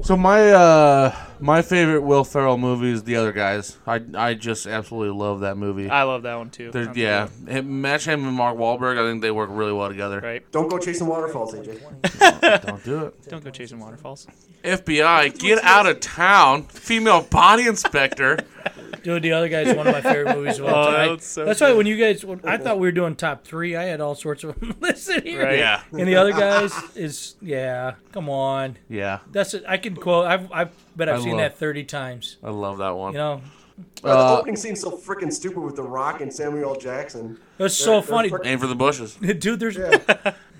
Speaker 6: So my uh my favorite Will Ferrell movie is The Other Guys. I I just absolutely love that movie.
Speaker 5: I love that one too.
Speaker 6: They're-
Speaker 5: I'm
Speaker 6: yeah, Him- match him and Mark Wahlberg. I think they work really well together.
Speaker 5: Right.
Speaker 7: Don't go chasing waterfalls, AJ.
Speaker 6: Don't do it.
Speaker 5: Don't go chasing waterfalls.
Speaker 6: FBI, get out of town. Female body inspector.
Speaker 4: Dude, the other guy's one of my favorite movies of all
Speaker 6: Oh,
Speaker 4: time.
Speaker 6: that's so
Speaker 4: That's why when you guys, when
Speaker 6: Oh,
Speaker 4: I thought we were doing top three. I had all sorts of them listed here.
Speaker 6: Right. Yeah.
Speaker 4: And the other guys is yeah. Come on.
Speaker 6: Yeah.
Speaker 4: That's it. I can quote. I've I bet I've
Speaker 6: I
Speaker 4: seen
Speaker 6: love-
Speaker 4: that thirty times.
Speaker 6: I love that one.
Speaker 4: You know.
Speaker 7: the
Speaker 6: Uh,
Speaker 7: opening seems so freaking stupid with The Rock and Samuel L. Jackson.
Speaker 4: That's so funny.
Speaker 6: aim for the bushes.
Speaker 4: dude, there's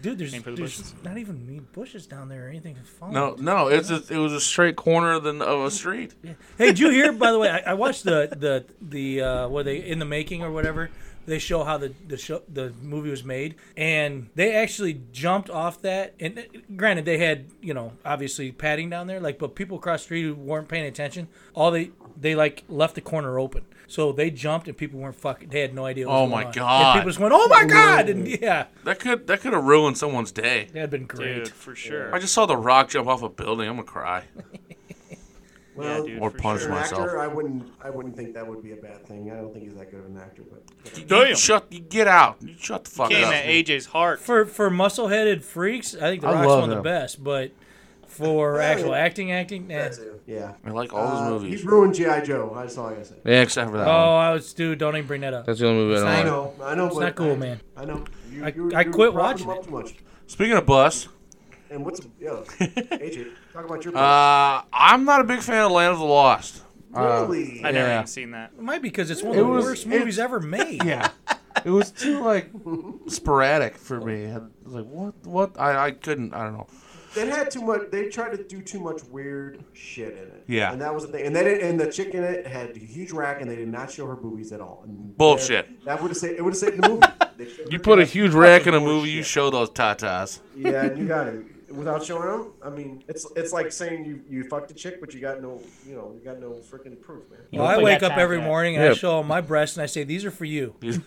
Speaker 4: dude, there's,
Speaker 5: Aim for the bushes.
Speaker 4: there's not even any bushes down there or anything to fall.
Speaker 6: No, no, it's a, it was a straight corner of, the, of a street.
Speaker 4: Hey, did you hear? By the way, I, I watched the the the uh, what they in the making or whatever. They show how the the show the movie was made, and they actually jumped off that. And uh, granted, they had you know obviously padding down there, like but people across the street who weren't paying attention, all they they like left the corner open. So they jumped and people weren't fucking. They had no idea. What
Speaker 6: Oh
Speaker 4: was
Speaker 6: my
Speaker 4: going on.
Speaker 6: God.
Speaker 4: And people just went, "Oh my god!" And yeah,
Speaker 6: That could that could have ruined someone's day.
Speaker 4: that had been great.
Speaker 5: Dude, for sure.
Speaker 6: I just saw The Rock jump off a building. I'm gonna cry.
Speaker 7: Well,
Speaker 6: dude, Or for punish sure.
Speaker 7: an
Speaker 6: myself.
Speaker 7: Actor, I wouldn't. I wouldn't think that would be a bad thing. I don't think he's that good of an actor, but
Speaker 6: You shut. You get out. You shut the fuck
Speaker 5: Came
Speaker 6: up.
Speaker 5: at AJ's heart.
Speaker 4: for for muscle headed freaks, I think the
Speaker 6: I
Speaker 4: Rock's
Speaker 6: love
Speaker 4: one of the
Speaker 6: him.
Speaker 4: best. But for actual acting, acting, nah.
Speaker 7: yeah.
Speaker 6: I like all his
Speaker 7: Uh,
Speaker 6: movies.
Speaker 7: He ruined GI Joe. That's all I gotta say.
Speaker 6: Yeah, except for that
Speaker 4: Oh,
Speaker 6: one.
Speaker 4: I was dude. Don't even bring that up.
Speaker 6: That's the only movie I
Speaker 4: It's
Speaker 6: don't
Speaker 4: not-
Speaker 6: like.
Speaker 7: I know.
Speaker 4: It's
Speaker 7: but
Speaker 4: not cool,
Speaker 7: I-
Speaker 4: man.
Speaker 7: I know. You,
Speaker 4: I-
Speaker 7: you-
Speaker 4: I
Speaker 7: you
Speaker 4: quit
Speaker 7: prop him
Speaker 4: watching
Speaker 7: up
Speaker 4: it.
Speaker 7: Too much.
Speaker 6: Speaking of bus,
Speaker 7: And what's yo, AJ? Talk about your.
Speaker 6: uh, I'm not a big fan of Land of the Lost. Uh,
Speaker 7: Really?
Speaker 5: I never
Speaker 6: yeah.
Speaker 5: even seen that.
Speaker 4: It might be because it's one of the
Speaker 6: It was-
Speaker 4: worst movies ever made.
Speaker 6: Yeah. It was too like sporadic for me. I was like, what? What? I, I couldn't. I don't know.
Speaker 7: They had too much. They tried to do too much weird shit in it.
Speaker 6: Yeah.
Speaker 7: and that was the thing. And they didn't, and the chick in it had a huge rack, and they did not show her boobies at all. And
Speaker 6: Bullshit.
Speaker 7: That would have saved. It would have saved the movie. They should've-
Speaker 6: You put a huge rack in a movie. You show those tatas.
Speaker 7: yeah, you got it. without showing them. I mean, it's it's like saying you you fucked a chick, but you got no you know you got no freaking proof, man.
Speaker 4: Well, I wake up every morning and I show them my breasts and I say, "These are for you."
Speaker 6: Is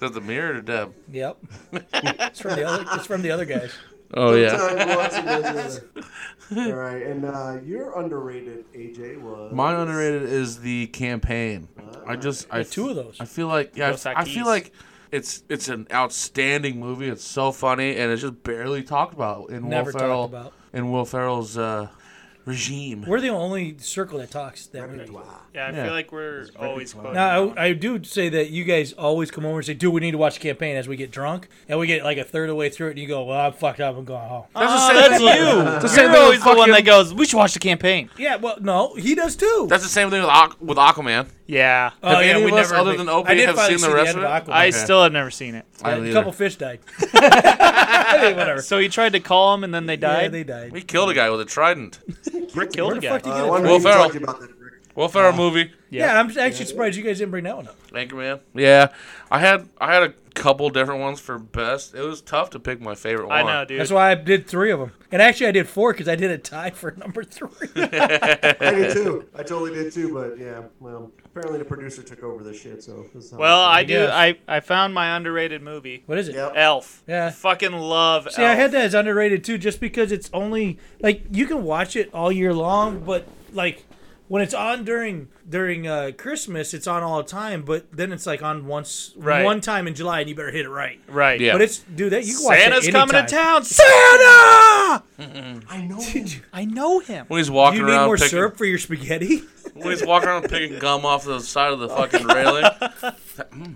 Speaker 6: that the mirror or Deb?
Speaker 4: Yep. it's from the other. It's from the other guys.
Speaker 6: Oh, yeah.
Speaker 7: All right, and uh, your underrated AJ was
Speaker 6: Mine underrated is the campaign. I just I
Speaker 4: two of those.
Speaker 6: I feel like yeah,
Speaker 4: Dos
Speaker 6: I, I feel
Speaker 4: Equis.
Speaker 6: like it's it's an outstanding movie. It's so funny and it's just barely talked about in
Speaker 4: Never
Speaker 6: Will
Speaker 4: talked
Speaker 6: Ferrell
Speaker 4: about.
Speaker 6: in Will Ferrell's uh, regime.
Speaker 4: We're the only circle that talks that movie.
Speaker 5: Yeah, I feel like we're always quoting.
Speaker 4: Now, I, I do say that you guys always come over and say, dude, we need to watch the campaign as we get drunk. And we get like a third of the way through it, and you go, well, I'm fucked up. I'm going home. Uh,
Speaker 5: That's, the same that's you. You're always the one that goes. We should watch the campaign.
Speaker 4: Yeah, well, no, he does too.
Speaker 6: That's the same thing with Aqu- with Aquaman.
Speaker 5: Yeah.
Speaker 6: Have any of us other than Opie have seen the rest of it?
Speaker 5: I still have never seen it.
Speaker 6: I
Speaker 4: a
Speaker 6: neither.
Speaker 4: couple fish died. Whatever.
Speaker 5: So he tried to call him, and then they died.
Speaker 4: they died.
Speaker 6: He killed a guy with a trident.
Speaker 5: Rick killed a guy.
Speaker 7: Uh, why don't
Speaker 6: Will
Speaker 7: you
Speaker 6: Ferrell.
Speaker 7: talk about that, Rick?
Speaker 6: Will Ferrell movie.
Speaker 4: Yeah, I'm actually surprised you guys didn't bring that one up.
Speaker 6: Anchorman. Yeah, I had I had a couple different ones for best. It was tough to pick my favorite one.
Speaker 4: That's why I did three of them. And actually, I did four because I did a tie for number three.
Speaker 7: I did too. I totally did too. But yeah, well, apparently the producer took over this shit. So this is how
Speaker 5: Well,
Speaker 7: it's
Speaker 5: I
Speaker 7: going.
Speaker 5: do. I, I found my underrated movie.
Speaker 4: What is it? Yep.
Speaker 5: Elf.
Speaker 4: Yeah.
Speaker 5: Fucking love.
Speaker 4: See,
Speaker 5: Elf.
Speaker 4: I had that as underrated too, just because it's only like you can watch it all year long, but like when it's on during during uh, Christmas, it's on all the time. But then it's like on once
Speaker 5: Right.
Speaker 4: one time in July, and you better hit it right.
Speaker 5: Right.
Speaker 4: But it's dude that you can watch
Speaker 5: Santa's
Speaker 4: that
Speaker 5: coming to
Speaker 4: anytime.
Speaker 5: town. Santa.
Speaker 7: I know.
Speaker 5: I know him.
Speaker 6: When he's walking
Speaker 4: you need
Speaker 6: around
Speaker 4: more
Speaker 6: picking-
Speaker 4: syrup for your spaghetti.
Speaker 6: when he's walking around picking gum off the side of the fucking railing.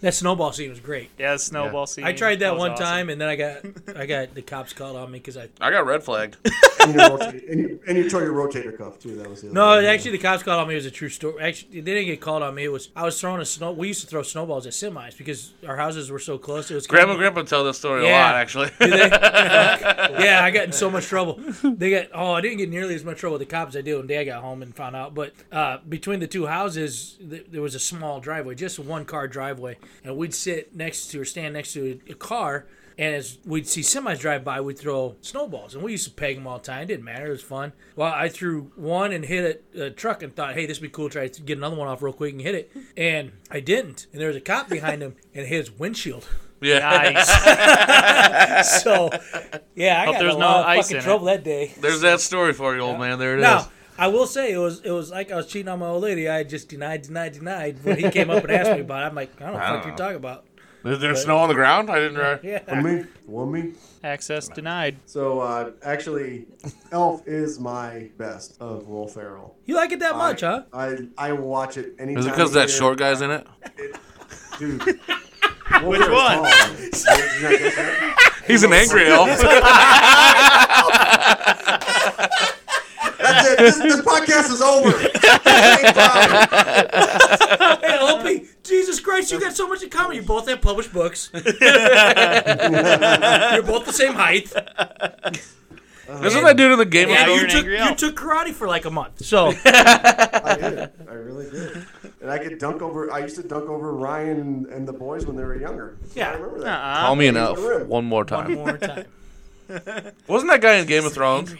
Speaker 4: That snowball scene was great.
Speaker 5: Yeah, the snowball scene
Speaker 4: I tried that
Speaker 5: was
Speaker 4: one
Speaker 5: awesome.
Speaker 4: time, and then I got I got the cops called on me because I
Speaker 6: I got red flagged.
Speaker 7: and, your rotator, and, you, and you tore your rotator cuff too. That was the other
Speaker 4: No,
Speaker 7: one.
Speaker 4: actually, the cops called on me. It was a true story. Actually, they didn't get called on me. It was I was throwing a snow. We used to throw snowballs at semis because our houses were so close. It was
Speaker 6: Grandma and Grandpa tell that story a
Speaker 4: Yeah.
Speaker 6: lot, actually.
Speaker 4: Do they? yeah, I got in so much trouble. They got oh, I didn't get nearly as much trouble with the cops as I did when Dad got home and found out. But uh, between the two houses, th- there was a small driveway, just a one car driveway, and we'd sit next to or stand next to a, a car. And as we'd see semis drive by, we'd throw snowballs, and we used to peg them all the time. It didn't matter; it was fun. Well, I threw one and hit a, a truck, and thought, "Hey, this would be cool. Try to get another one off real quick and hit it." And I didn't. And there was a cop behind him, and hit his windshield.
Speaker 6: Yeah.
Speaker 4: Nice. so, yeah, I
Speaker 5: Hope
Speaker 4: got
Speaker 5: there's
Speaker 4: in a
Speaker 5: no
Speaker 4: lot of
Speaker 5: ice
Speaker 4: fucking
Speaker 5: in it.
Speaker 4: trouble that day.
Speaker 6: There's that story for you, old man. There it is.
Speaker 4: Now, I will say it was it was like I was cheating on my old lady. I just denied, denied, denied. When he came up and asked me about it, I'm like, I don't know
Speaker 6: I
Speaker 4: what
Speaker 6: don't
Speaker 4: you're
Speaker 6: know.
Speaker 4: talking about.
Speaker 6: There- There's snow on the ground. I didn't. re-
Speaker 4: Yeah.
Speaker 7: One me, one me.
Speaker 5: Access denied.
Speaker 7: So uh, actually, Elf is my best of Will Ferrell.
Speaker 4: You like it that much, huh?
Speaker 7: I I watch it anytime.
Speaker 6: Is it because
Speaker 7: of
Speaker 6: that
Speaker 7: year.
Speaker 6: short guy's in it?
Speaker 7: dude?
Speaker 5: Which one?
Speaker 6: He's an angry elf.
Speaker 7: That's it. This, this podcast is over. Thank God.
Speaker 4: Hey, Opie, Jesus Christ, you got so much in common. You both have published books. You're both the same height.
Speaker 6: Isn't that dude in the Game of
Speaker 4: Yeah,
Speaker 6: Thrones?
Speaker 4: you took, you took karate for like a month. So
Speaker 7: I did. I really did. And I could dunk over. I used to dunk over Ryan and, and the boys when they were younger.
Speaker 4: Yeah.
Speaker 7: I remember
Speaker 5: Uh-uh.
Speaker 7: that.
Speaker 6: Call me an
Speaker 7: He's in
Speaker 6: elf
Speaker 7: the room.
Speaker 6: one more time.
Speaker 4: more time.
Speaker 6: Wasn't that guy in Game of Thrones?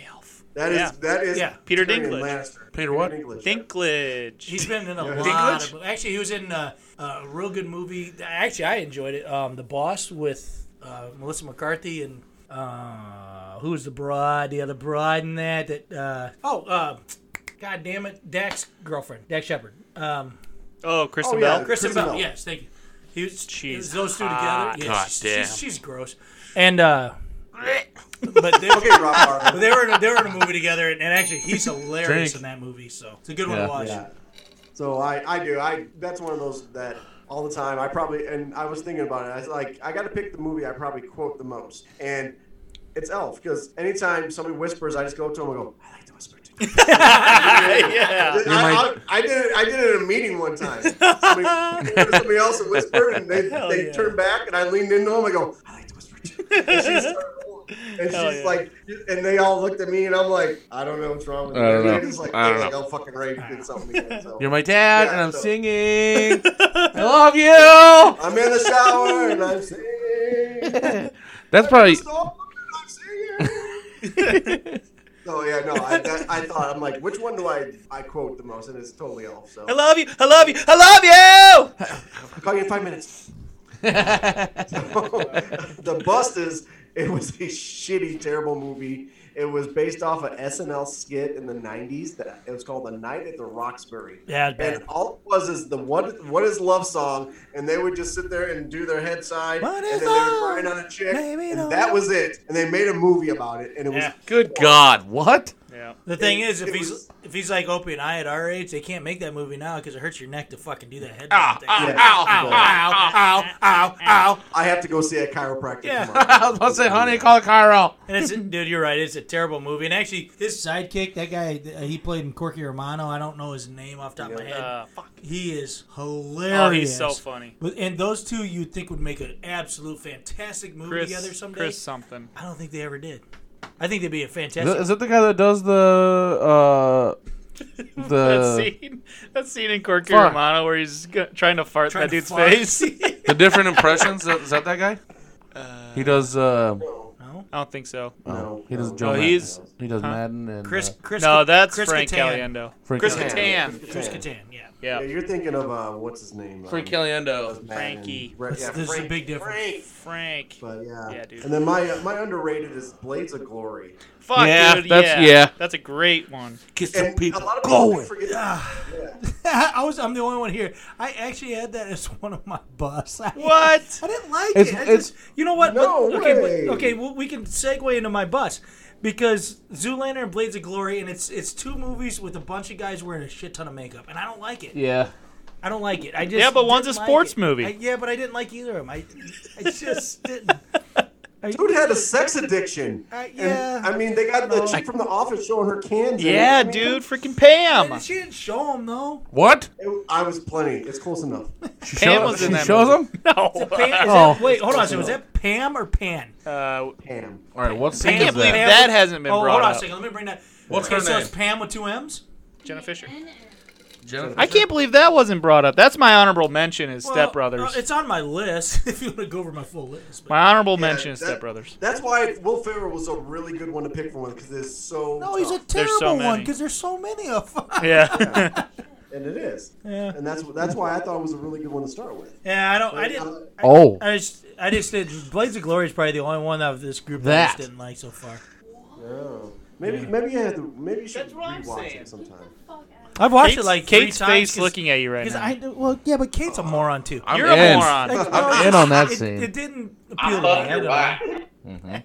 Speaker 7: That is
Speaker 5: Yeah.
Speaker 7: that is
Speaker 4: Yeah.
Speaker 5: Peter
Speaker 7: Tyrion
Speaker 5: Dinklage.
Speaker 7: Lannister.
Speaker 6: Peter what?
Speaker 7: Dinklage.
Speaker 5: Dinklage.
Speaker 4: He's been in a
Speaker 7: Yeah.
Speaker 4: lot. Of, actually, he was in uh, a real good movie. Actually, I enjoyed it. Um, the Boss with uh, Melissa McCarthy and uh, who was the bride? The other bride in that? That uh, oh, uh, god damn it, Dax's girlfriend, Dax Shepard. Um,
Speaker 5: Oh, Kristen
Speaker 7: Oh, yeah.
Speaker 5: Bell.
Speaker 4: Kristen
Speaker 7: Kristen
Speaker 4: Bell.
Speaker 7: Bell.
Speaker 4: Yes, thank you. He was,
Speaker 5: She's
Speaker 4: it was those two
Speaker 5: hot.
Speaker 4: together.
Speaker 6: God
Speaker 4: Yeah, she's, she's-
Speaker 6: damn.
Speaker 4: she's gross. And uh, but they,
Speaker 7: Okay, Rob Barber.
Speaker 4: but they were in a, they were in a movie together, and, and actually he's hilarious
Speaker 6: Drink.
Speaker 4: in that movie. So it's a good one
Speaker 6: Yeah.
Speaker 4: to watch.
Speaker 7: Yeah. So I, I do. I that's one of those that all the time. I probably and I was thinking about it. I was like, I got to pick the movie I probably quote the most, and it's Elf because anytime somebody whispers, I just go up to him and go, I like to whisper too.
Speaker 5: yeah.
Speaker 7: I, I, I did it. I did it in a meeting one time. Somebody, somebody else whispered, and they,
Speaker 5: Hell
Speaker 7: they
Speaker 5: yeah.
Speaker 7: turned back, and I leaned into them. I go, I like to whisper too. And she started rolling. And
Speaker 5: Hell
Speaker 7: she's
Speaker 5: yeah.
Speaker 7: like, and they all looked at me, and I'm like, I don't know what's wrong with
Speaker 6: I
Speaker 7: me.
Speaker 6: don't know.
Speaker 7: They're just like,
Speaker 6: I don't
Speaker 7: they're
Speaker 6: know.
Speaker 7: like, oh, fucking right, you did something again. So.
Speaker 6: You're my dad,
Speaker 7: Yeah,
Speaker 6: and I'm
Speaker 7: so-
Speaker 6: singing. I love you.
Speaker 7: I'm in the shower and I'm singing.
Speaker 6: That's probably
Speaker 7: Stop So yeah, no, I, that, I thought I'm like, which one do I I quote the most? And it's totally Elf. So
Speaker 5: I love you. I love you. I love you.
Speaker 7: I'll call you in five minutes. So, the bust is it was a shitty, terrible movie. It was based off a SNL skit in the '90s that it was called "The Night at the Roxbury."
Speaker 4: Yeah, it's bad.
Speaker 7: and all it was is the what what is love song, and they would just sit there and do their head side,
Speaker 4: What
Speaker 7: and
Speaker 4: is
Speaker 7: then they were
Speaker 4: love?
Speaker 7: crying on a chick,
Speaker 4: Maybe
Speaker 7: and
Speaker 4: don't
Speaker 7: that
Speaker 4: know.
Speaker 7: was it. And they made a movie about it, and it was
Speaker 22: Good God, what?
Speaker 5: Yeah.
Speaker 4: The thing
Speaker 7: It-
Speaker 4: is, if
Speaker 7: it
Speaker 4: he's
Speaker 7: was-
Speaker 4: if he's like Opie and I at our age, they can't make that movie now because it hurts your neck to fucking do that head.
Speaker 5: Ah,
Speaker 22: Ow,
Speaker 4: thing.
Speaker 22: ow, ow, ow,
Speaker 4: ow, ow, ow.
Speaker 7: I have to go see a chiropractor.
Speaker 4: Yeah.
Speaker 7: tomorrow.
Speaker 22: I was about to say, honey, call a Cairo.
Speaker 4: And it's dude, you're right. It's a terrible movie. And actually, his sidekick, that guy, th- he played in Corky Romano. I don't know his name off the top of my head.
Speaker 5: Uh, fuck.
Speaker 4: He is hilarious.
Speaker 5: Oh, he's so funny.
Speaker 4: But- And those two, you'd think would make an absolute fantastic movie
Speaker 5: Chris-
Speaker 4: together someday.
Speaker 5: Chris something.
Speaker 4: I don't think they ever did. I think they'd be a
Speaker 6: Is
Speaker 4: fantastic.
Speaker 6: that- is that the guy that does the uh
Speaker 5: that
Speaker 6: the
Speaker 5: scene, that scene in Corky
Speaker 6: Fuck.
Speaker 5: Romano where he's g- trying to fart
Speaker 4: Trying
Speaker 5: that
Speaker 4: to
Speaker 5: dude's
Speaker 4: fart.
Speaker 5: face.
Speaker 6: the different impressions? Is that that guy? he does. Uh,
Speaker 5: I don't think so.
Speaker 6: no, he does. Joe
Speaker 5: No,
Speaker 6: Madden.
Speaker 5: he's-
Speaker 6: he does
Speaker 5: huh?
Speaker 6: Madden and
Speaker 4: Chris,
Speaker 6: uh,
Speaker 4: Chris.
Speaker 5: no,
Speaker 4: Ca-
Speaker 5: that's
Speaker 4: Chris
Speaker 5: Frank
Speaker 4: Catan.
Speaker 5: Caliendo.
Speaker 6: Frank
Speaker 5: Chris
Speaker 7: Catan.
Speaker 5: Catan.
Speaker 4: Chris Catan. Yeah.
Speaker 5: Yeah.
Speaker 7: Yeah, you're thinking of uh, what's his name?
Speaker 6: Frank
Speaker 7: Um,
Speaker 6: Caliendo.
Speaker 7: Man,
Speaker 5: Frankie.
Speaker 7: Re-
Speaker 4: That's-
Speaker 7: yeah,
Speaker 4: there's
Speaker 7: Frank.
Speaker 4: a big difference.
Speaker 5: Frank. Frank.
Speaker 7: But yeah.
Speaker 5: Yeah, dude.
Speaker 7: And then my my underrated is Blades of Glory.
Speaker 5: Fuck,
Speaker 6: Yeah,
Speaker 5: dude.
Speaker 6: that's-
Speaker 5: yeah.
Speaker 6: yeah.
Speaker 5: That's a great one.
Speaker 6: Get
Speaker 7: And a lot of people
Speaker 6: going.
Speaker 7: forget.
Speaker 4: I was. I'm the only one here. I actually had that as one of my busts. I,
Speaker 5: What?
Speaker 4: I didn't like
Speaker 6: It's-
Speaker 4: it. I
Speaker 6: it's-
Speaker 4: just, you know what?
Speaker 7: No
Speaker 4: But- okay, but-
Speaker 7: way.
Speaker 4: okay, well, we can segue into my bus because Zoolander and Blades of Glory, and it's it's two movies with a bunch of guys wearing a shit ton of makeup, and I don't like it.
Speaker 6: Yeah.
Speaker 4: I don't like it. I just
Speaker 5: Yeah, but one's a
Speaker 4: didn't like
Speaker 5: sports
Speaker 4: it.
Speaker 5: movie.
Speaker 4: I- yeah, but I didn't like either of them. I, I just didn't.
Speaker 7: Dude had a sex addiction.
Speaker 4: Uh,
Speaker 7: And,
Speaker 4: yeah.
Speaker 7: I mean, they got the chick from the office showing her cans. in it.
Speaker 5: Yeah,
Speaker 7: I mean,
Speaker 5: dude. Freaking Pam.
Speaker 4: she didn't show him though.
Speaker 6: What?
Speaker 7: it- I was plenty. It's close enough.
Speaker 6: She
Speaker 5: Pam
Speaker 6: show-
Speaker 5: was in
Speaker 6: she
Speaker 5: that
Speaker 6: shows
Speaker 5: movie.
Speaker 6: him.
Speaker 5: No.
Speaker 4: Pam, is
Speaker 6: Oh.
Speaker 4: that, wait, hold on. So was that Pam or Pan?
Speaker 5: Uh,
Speaker 7: Pam.
Speaker 6: All right, what scene
Speaker 5: I
Speaker 6: is
Speaker 5: can't believe
Speaker 6: that?
Speaker 5: that hasn't been
Speaker 4: Oh,
Speaker 5: brought
Speaker 4: hold on a
Speaker 5: up.
Speaker 4: second. Let me bring that.
Speaker 6: What's
Speaker 4: okay,
Speaker 6: her
Speaker 4: so
Speaker 6: name?
Speaker 4: it's Pam with two M's.
Speaker 5: Jenna Fisher.
Speaker 6: Jennifer-
Speaker 5: I can't believe that wasn't brought up. That's my honorable mention is Step Brothers.
Speaker 4: Well, uh, it's on my list. If you want to go over my full list, but
Speaker 5: my honorable
Speaker 7: Yeah,
Speaker 5: mention is
Speaker 7: that-
Speaker 5: Step Brothers.
Speaker 7: That's why Will Ferrell was a really good one to pick from because it's so.
Speaker 4: no, he's a
Speaker 7: tough.
Speaker 5: There's
Speaker 4: terrible
Speaker 5: so
Speaker 4: one
Speaker 5: many.
Speaker 4: because there's so many of them.
Speaker 5: Yeah.
Speaker 7: and it is.
Speaker 4: Yeah.
Speaker 7: And that's that's why I thought it was a really good one to start with.
Speaker 4: Yeah, I don't. I
Speaker 7: But,
Speaker 4: didn't.
Speaker 7: uh,
Speaker 6: Oh.
Speaker 4: I just. I just did. Blades of Glory is probably the only one of this group that I
Speaker 6: That.
Speaker 4: just didn't like so far.
Speaker 7: no. Maybe maybe you have to maybe you should
Speaker 5: That's what I'm
Speaker 7: rewatch
Speaker 5: saying.
Speaker 7: it sometime.
Speaker 4: I've watched
Speaker 5: Kate's,
Speaker 4: it like
Speaker 5: Kate's
Speaker 4: three
Speaker 5: face
Speaker 4: times
Speaker 5: looking at you right
Speaker 4: Because
Speaker 5: now.
Speaker 4: I do- well, yeah, but Kate's a moron too.
Speaker 6: I'm
Speaker 5: You're a
Speaker 6: in.
Speaker 5: moron.
Speaker 4: Like,
Speaker 6: I'm
Speaker 4: no,
Speaker 6: in on that
Speaker 4: it,
Speaker 6: scene.
Speaker 4: It didn't
Speaker 8: I
Speaker 4: appeal
Speaker 8: love
Speaker 4: to me.
Speaker 8: your
Speaker 4: I
Speaker 8: wife.
Speaker 5: Mm-hmm.
Speaker 4: don't-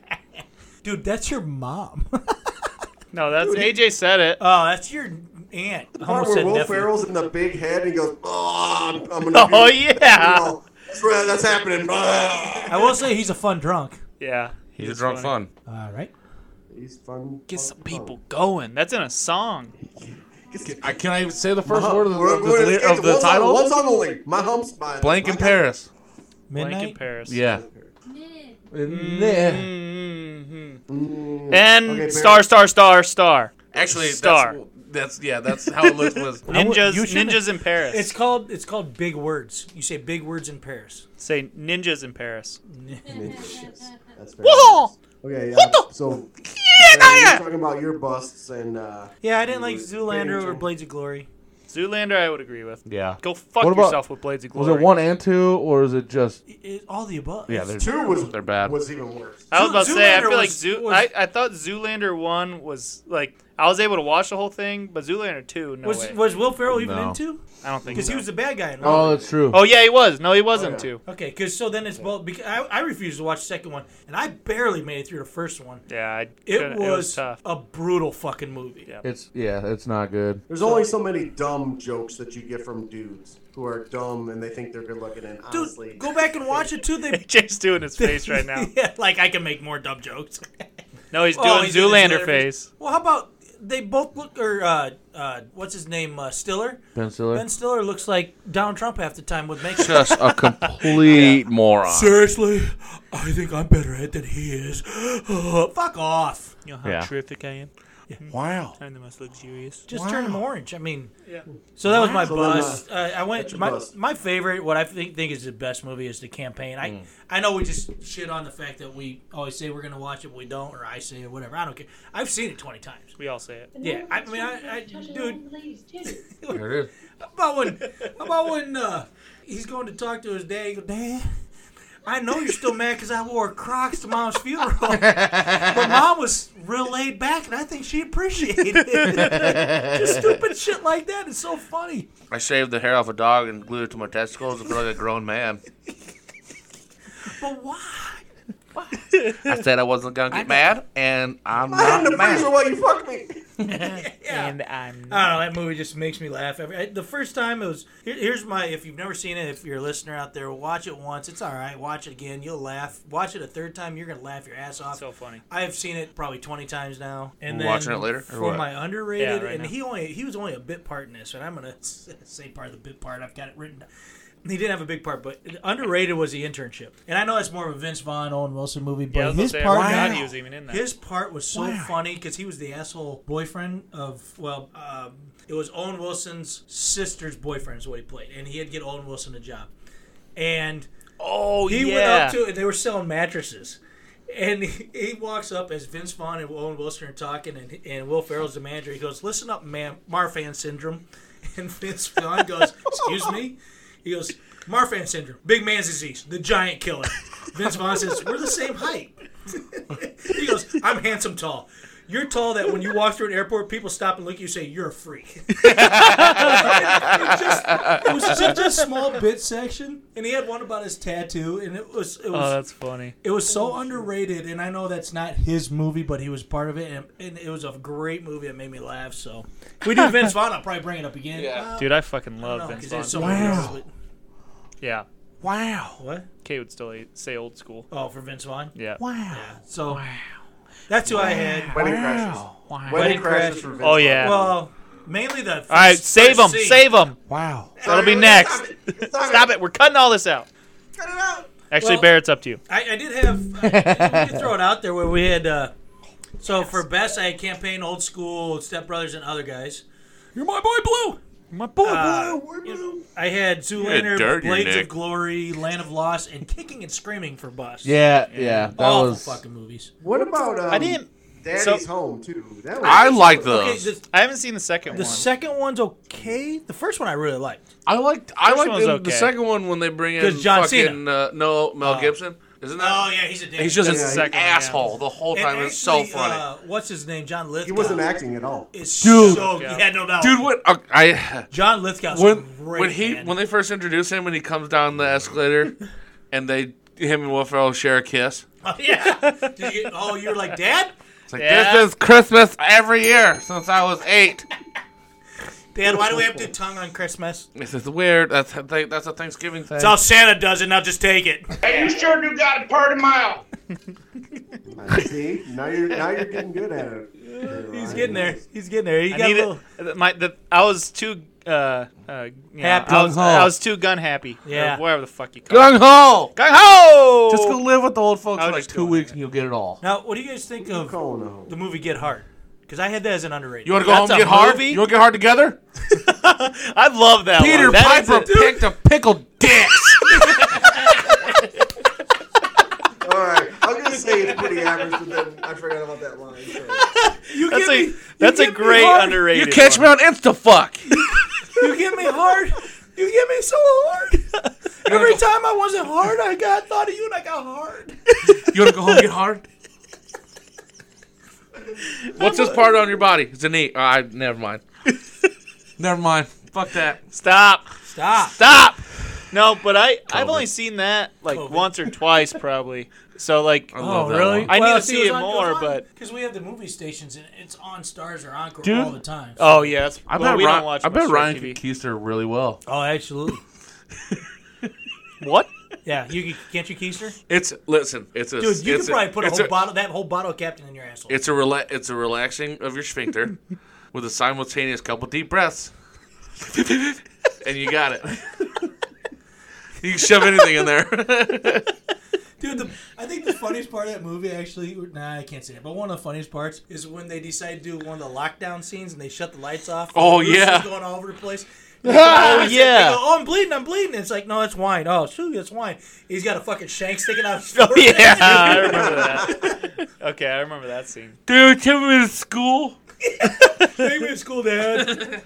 Speaker 4: Dude, that's your mom.
Speaker 5: no, that's AJ said it.
Speaker 4: Oh, that's your aunt. I
Speaker 7: Part
Speaker 4: almost
Speaker 7: where
Speaker 4: said
Speaker 7: Will
Speaker 4: nephew.
Speaker 7: Ferrell's in the big head and he goes, "Oh, I'm, I'm gonna."
Speaker 5: Oh
Speaker 7: do-
Speaker 5: yeah.
Speaker 7: you know, that's, right, that's happening. Ah.
Speaker 4: I will say he's a fun drunk.
Speaker 5: Yeah.
Speaker 6: He's a drunk fun.
Speaker 4: All right.
Speaker 7: He's fun.
Speaker 5: Get
Speaker 7: fun,
Speaker 5: some
Speaker 7: fun.
Speaker 5: people going. That's in a song.
Speaker 6: I can I even say the
Speaker 7: My
Speaker 6: first
Speaker 7: hum-
Speaker 6: word of the,
Speaker 7: we're-
Speaker 6: of
Speaker 7: we're-
Speaker 6: the,
Speaker 7: it's
Speaker 6: of the
Speaker 7: what's on- What's
Speaker 6: title?
Speaker 7: on the link? My humps by
Speaker 6: Blank
Speaker 7: my
Speaker 6: in Paris.
Speaker 5: Blank in
Speaker 4: Midnight.
Speaker 5: Paris.
Speaker 6: Yeah.
Speaker 5: mm
Speaker 7: Mm.
Speaker 5: And
Speaker 7: Okay,
Speaker 5: star, star, star, star.
Speaker 6: Actually,
Speaker 5: Star.
Speaker 6: That's, that's yeah, that's how it looked was.
Speaker 4: I would-
Speaker 5: Ninjas,
Speaker 4: you shouldn't-
Speaker 5: ninjas in Paris.
Speaker 4: It's called it's called big words. You say big words in Paris.
Speaker 5: Say ninjas in Paris.
Speaker 7: Yes, That's very
Speaker 5: Whoa!
Speaker 7: nice. Okay, yeah.
Speaker 5: What the-
Speaker 7: So,
Speaker 5: Yeah,
Speaker 7: we're talking about your busts and. Uh,
Speaker 4: Yeah, I didn't like
Speaker 7: you-
Speaker 4: Zoolander
Speaker 7: Rachel.
Speaker 4: over Blades of Glory.
Speaker 5: Zoolander, I would agree with.
Speaker 6: Yeah.
Speaker 5: Go fuck
Speaker 6: What about-
Speaker 5: yourself with Blades of
Speaker 6: Was
Speaker 5: Glory.
Speaker 6: it one and two, or is it just?
Speaker 4: I- I- all the above.
Speaker 6: Yeah, there's
Speaker 7: Two was
Speaker 6: They're bad.
Speaker 7: Was even worse.
Speaker 5: I was
Speaker 4: Zoo-
Speaker 5: about to say, I
Speaker 4: Zoolander
Speaker 5: feel like
Speaker 4: was-
Speaker 5: Zoo.
Speaker 4: was-
Speaker 5: I, I thought Zoolander one was like I was able to watch the whole thing, but Zoolander two, no
Speaker 4: was
Speaker 5: way.
Speaker 4: was Will Ferrell even
Speaker 6: No.
Speaker 4: in two?
Speaker 5: I don't think.
Speaker 4: Because
Speaker 5: So.
Speaker 4: he was Oh, the bad guy. In one.
Speaker 6: Oh, that's true.
Speaker 5: oh yeah, he was. No, he wasn't
Speaker 7: yeah.
Speaker 5: two.
Speaker 4: Okay, because so then it's both. Because I, I refused to watch the second one, and I barely made it through the first one.
Speaker 5: Yeah, I
Speaker 4: It,
Speaker 5: couldn't-
Speaker 4: was,
Speaker 5: it was tough.
Speaker 4: a brutal fucking movie.
Speaker 5: Yeah.
Speaker 6: It's yeah, it's not good.
Speaker 7: There's only so many dumb jokes that you get from dudes who are dumb and they think they're good looking. And
Speaker 4: Dude,
Speaker 7: honestly,
Speaker 4: go back and watch it too. They
Speaker 5: AJ's doing his face right now.
Speaker 4: yeah, like I can make more dumb jokes.
Speaker 5: No, he's doing
Speaker 4: Oh, he's doing
Speaker 5: Zoolander
Speaker 4: Zoolander
Speaker 5: face.
Speaker 4: Well, how about they both look or uh, uh, what's his name uh, Stiller?
Speaker 6: Ben Stiller.
Speaker 4: Ben Stiller looks like Donald Trump half the time with makeup.
Speaker 6: Just a complete moron.
Speaker 4: Seriously, I think I'm better at it than he is. Fuck off.
Speaker 5: You know
Speaker 6: Yeah.
Speaker 5: terrific I am.
Speaker 10: Wow.
Speaker 5: I'm the most luxurious.
Speaker 4: Just turn them orange. I mean,
Speaker 5: Yeah.
Speaker 4: So that was
Speaker 5: Wow.
Speaker 4: my
Speaker 5: So then,
Speaker 4: bust.
Speaker 5: uh,
Speaker 4: Uh, I
Speaker 5: that's
Speaker 4: went
Speaker 5: your
Speaker 4: my,
Speaker 5: bust.
Speaker 4: my favorite. What I think think is the best movie is the campaign. I
Speaker 10: Mm.
Speaker 4: I know we just shit on the fact that we always say we're gonna watch it, we don't, or I say it, whatever. I don't care. I've seen it twenty times.
Speaker 5: We all say it.
Speaker 4: Yeah, I mean, I, I dude.
Speaker 6: There it is.
Speaker 4: How about when? How about when uh, he's going to talk to his dad? He goes, Dad, I know you're still mad because I wore Crocs to mom's funeral, but mom was real laid back, and I think she appreciated it. Just stupid shit like that. It's so funny.
Speaker 6: I shaved the hair off a dog and glued it to my testicles and feel like a grown man.
Speaker 4: But why?
Speaker 6: I said I wasn't gonna get mad, and I'm
Speaker 7: I'm
Speaker 6: not
Speaker 7: the freezer
Speaker 6: mad.
Speaker 7: while you fuck me.
Speaker 4: And I'm. I don't know. That movie just makes me laugh. Every, I, the first time it was. Here, here's my. If you've never seen it, if you're a listener out there, watch it once. It's all right. Watch it again. You'll laugh. Watch it a third time. You're gonna laugh your ass off.
Speaker 5: So funny.
Speaker 4: I have seen it probably 20 times now. And
Speaker 6: We're
Speaker 4: then
Speaker 6: watching it later, or
Speaker 4: for
Speaker 6: what?
Speaker 4: my underrated.
Speaker 5: Yeah, right
Speaker 4: and
Speaker 5: now.
Speaker 4: he only he was only a bit part in this, and I'm gonna say part of the bit part. I've got it written. down. He didn't have a big part, but underrated was the internship. And I know that's more of a Vince Vaughn, Owen Wilson movie, but
Speaker 5: Yeah, I was gonna
Speaker 4: his
Speaker 5: say, I
Speaker 4: part,
Speaker 5: forgot he was even in that.
Speaker 4: his part was so
Speaker 5: Wow.
Speaker 4: funny because he was the asshole boyfriend of well, um, it was Owen Wilson's sister's boyfriend is what he played, and he had to get Owen Wilson a job, and
Speaker 5: oh
Speaker 4: he went
Speaker 5: yeah.
Speaker 4: up to and they were selling mattresses. And he, he walks up as Vince Vaughn and Owen Wilson are talking, and, and Will Ferrell's the manager. He goes, "Listen up, man, Marfan syndrome." And Vince Vaughn goes, "Excuse me." He goes, "Marfan syndrome, big man's disease, the giant killer." Vince Vaughn says, "We're the same height." he goes, "I'm handsome, tall. You're tall that when you walk through an airport, people stop and look at you and say you're a freak." it was such a small bit section, and he had one about his tattoo, and it was it was
Speaker 5: Oh, that's funny.
Speaker 4: It was so underrated, and I know that's not his movie, but he was part of it, and, and it was a great movie that made me laugh. So if we do Vince Vaughn. I'll probably bring it up again. Well,
Speaker 5: Dude, I fucking love
Speaker 4: don't know,
Speaker 5: Vince
Speaker 4: 'cause there's
Speaker 5: Vaughn.
Speaker 4: so many
Speaker 5: Wow.
Speaker 4: movies,
Speaker 5: Yeah.
Speaker 4: Wow. What?
Speaker 5: Kate would still say old school.
Speaker 4: Oh, for Vince Vaughn.
Speaker 5: Yeah.
Speaker 4: Wow. Yeah, So that's who I had.
Speaker 5: Wedding Crashers. Wow. Wedding Crashers for Vince
Speaker 4: Oh
Speaker 5: Vaughn.
Speaker 4: yeah. Well, mainly the. All right,
Speaker 5: save them. Save them.
Speaker 4: Wow.
Speaker 5: That'll be next. Stop it. We're cutting all this out. Actually,
Speaker 4: Well-
Speaker 5: Bear, it's up to you.
Speaker 4: I, I did have. I, I did throw it out there where we had. Uh, so for best, I had campaign, old school, Step Brothers, and other guys. You're my boy Blue.
Speaker 5: My
Speaker 4: boy
Speaker 5: Uh,
Speaker 4: Blue. I had Zoolander,
Speaker 22: dirty,
Speaker 4: Blades
Speaker 22: Nick.
Speaker 4: of Glory, Land of Loss, and Kicking and Screaming for Bust.
Speaker 22: Yeah, Yeah. yeah, that
Speaker 4: Awful
Speaker 22: was-
Speaker 4: fucking movies.
Speaker 7: What about um,
Speaker 4: I didn't-
Speaker 7: Daddy's
Speaker 4: so-
Speaker 7: Home too? That was
Speaker 6: I like
Speaker 4: Okay,
Speaker 6: those.
Speaker 4: the-
Speaker 5: I haven't seen the second
Speaker 4: The second one's okay. The first one I really liked.
Speaker 6: I liked. I
Speaker 4: First
Speaker 6: like
Speaker 4: one's
Speaker 6: the,
Speaker 4: okay.
Speaker 6: the second one when they bring in
Speaker 4: 'Cause John
Speaker 6: fucking
Speaker 4: Cena.
Speaker 6: uh, no Mel
Speaker 4: Oh.
Speaker 6: Gibson. Isn't that?
Speaker 4: Oh, yeah, he's a dick.
Speaker 6: He's just
Speaker 4: That's the
Speaker 6: an
Speaker 4: second one, yeah.
Speaker 6: asshole the whole
Speaker 4: And
Speaker 6: time. it's so
Speaker 4: actually,
Speaker 6: funny.
Speaker 4: Uh, what's his name? John Lithgow. He
Speaker 7: wasn't acting at all.
Speaker 4: It's
Speaker 6: Dude.
Speaker 4: so yeah, no doubt.
Speaker 6: Dude, what? Uh, I
Speaker 4: John Lithgow's
Speaker 6: when
Speaker 4: great,
Speaker 6: when he when they first introduce him when he comes down the escalator, and they him and Will Ferrell share a kiss.
Speaker 4: Oh, yeah. Did you, oh, you were like dad.
Speaker 6: It's like this is Christmas every year since I was eight.
Speaker 4: Dad, why do we have to do tongue on Christmas?
Speaker 6: This is weird. That's that's a Thanksgiving thing.
Speaker 4: It's how Santa does it. Now just take it.
Speaker 8: Hey, you sure do got a part of mile.
Speaker 7: See, now you're now you're getting good at it.
Speaker 4: He's getting there. He's getting there. He
Speaker 5: I
Speaker 4: got a
Speaker 5: need
Speaker 4: little.
Speaker 5: it. My, the, I was too uh, uh, you know,
Speaker 4: Happy.
Speaker 5: I was,
Speaker 4: Gung-ho.
Speaker 5: I was too gun happy.
Speaker 4: Yeah.
Speaker 5: Or whatever the fuck you call
Speaker 6: Gung ho!
Speaker 5: Gung ho!
Speaker 6: Just go live with the old folks
Speaker 5: I
Speaker 6: for
Speaker 5: was
Speaker 6: like
Speaker 5: just
Speaker 6: two weeks and you'll get it all.
Speaker 4: Now, what do you guys think of the movie Get Hard? Because I had that as an underrated.
Speaker 6: You want to go home and get hard? You want to get hard together?
Speaker 5: I love that
Speaker 6: Peter
Speaker 5: one. That is
Speaker 6: Piper
Speaker 5: a-
Speaker 6: picked a pickled dicks.
Speaker 7: All right, I'm gonna say it's pretty average, but then I forgot about that line. So.
Speaker 5: that's a that's a great underrated.
Speaker 6: You catch me on InstaFuck.
Speaker 4: You get me hard. You get me so hard. Every time I wasn't hard, I got thought of you and I got hard.
Speaker 6: You want to go home and get hard? What's this part on your body? It's a knee. I never mind. never mind. Fuck that.
Speaker 5: Stop.
Speaker 4: Stop.
Speaker 5: Stop. No, but I I've only seen that like once or twice probably. So like
Speaker 6: I love Oh, that really? one.
Speaker 5: I need to see it more, but
Speaker 4: because we have the movie stations and it's on Stars or Encore
Speaker 6: Dude.
Speaker 4: all the time.
Speaker 5: oh yeah, that's,
Speaker 6: I
Speaker 5: well,
Speaker 6: bet,
Speaker 5: we
Speaker 6: Ri-
Speaker 5: don't watch.
Speaker 6: I bet
Speaker 5: much
Speaker 6: Ryan
Speaker 5: TV.
Speaker 6: could kiss her really well.
Speaker 4: Oh, absolutely.
Speaker 5: what?
Speaker 4: Yeah, you can- can't you keister?
Speaker 6: It's listen. It's a.
Speaker 4: Dude, you
Speaker 6: it's
Speaker 4: could probably put a
Speaker 6: it's
Speaker 4: whole bottle that whole bottle of Captain in your asshole.
Speaker 6: It's a rela- It's a relaxing of your sphincter, with a simultaneous couple deep breaths, and you got it. you can shove anything in there.
Speaker 23: Dude, the, I think the funniest part of that movie actually, nah, I can't say it, but one of the funniest parts is when they decide to do one of the lockdown scenes and they shut the lights off. and
Speaker 4: Oh,
Speaker 23: the rooster's
Speaker 4: yeah.
Speaker 23: going all over the place.
Speaker 4: Oh,
Speaker 23: They go,
Speaker 4: yeah.
Speaker 23: oh, I'm bleeding, I'm bleeding. It's like, no, that's wine. Oh, shoot, that's wine. He's got a fucking shank sticking out his throat.
Speaker 5: yeah, I remember that. Okay, I remember that scene.
Speaker 6: Dude, take me to school.
Speaker 23: Take me to school, Dad.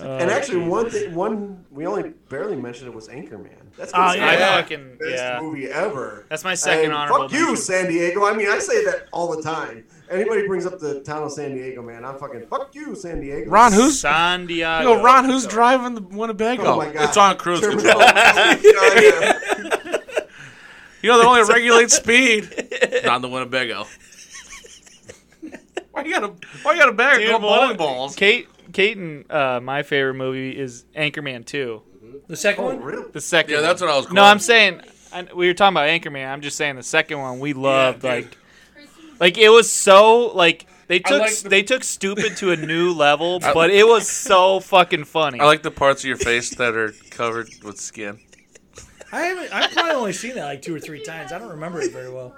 Speaker 5: Oh,
Speaker 7: and actually, one thing, one we only barely mentioned it was Anchorman. That's
Speaker 5: Oh,
Speaker 7: considered
Speaker 5: yeah.
Speaker 7: the
Speaker 5: I fucking-
Speaker 7: best
Speaker 5: yeah.
Speaker 7: movie ever.
Speaker 5: That's my second
Speaker 7: And
Speaker 5: honorable
Speaker 7: Fuck you,
Speaker 5: mention.
Speaker 7: San Diego. I mean, I say that all the time. Anybody brings up the town of San Diego, man, I'm fucking fuck you, San Diego.
Speaker 6: Ron, who's
Speaker 5: San Diego?
Speaker 6: Yo, Ron, who's driving the Winnebago?
Speaker 7: Oh my God.
Speaker 6: It's on cruise
Speaker 7: Terminal.
Speaker 6: control. you know, they only regulate speed. Not the Winnebago. Why you got a Why you got a bag
Speaker 5: Dude,
Speaker 6: of
Speaker 5: one
Speaker 6: bowling
Speaker 5: of-
Speaker 6: balls?
Speaker 5: Kate, Kate, and uh, my favorite movie is Anchorman Two.
Speaker 4: The second
Speaker 5: one.
Speaker 7: Oh,
Speaker 4: one?
Speaker 5: The second.
Speaker 6: Yeah, that's
Speaker 5: one.
Speaker 6: what I was
Speaker 5: No,
Speaker 6: going-
Speaker 5: I'm saying I, we were talking about Anchorman. I'm just saying the second one we loved. like, like it was so like they
Speaker 6: I
Speaker 5: took
Speaker 6: like the-
Speaker 5: they took stupid to a new level,
Speaker 6: I-
Speaker 5: but it was so fucking funny.
Speaker 6: I like the parts of your face that are covered with skin.
Speaker 4: I haven't. I've probably only seen that like two or three times. I don't remember it very well.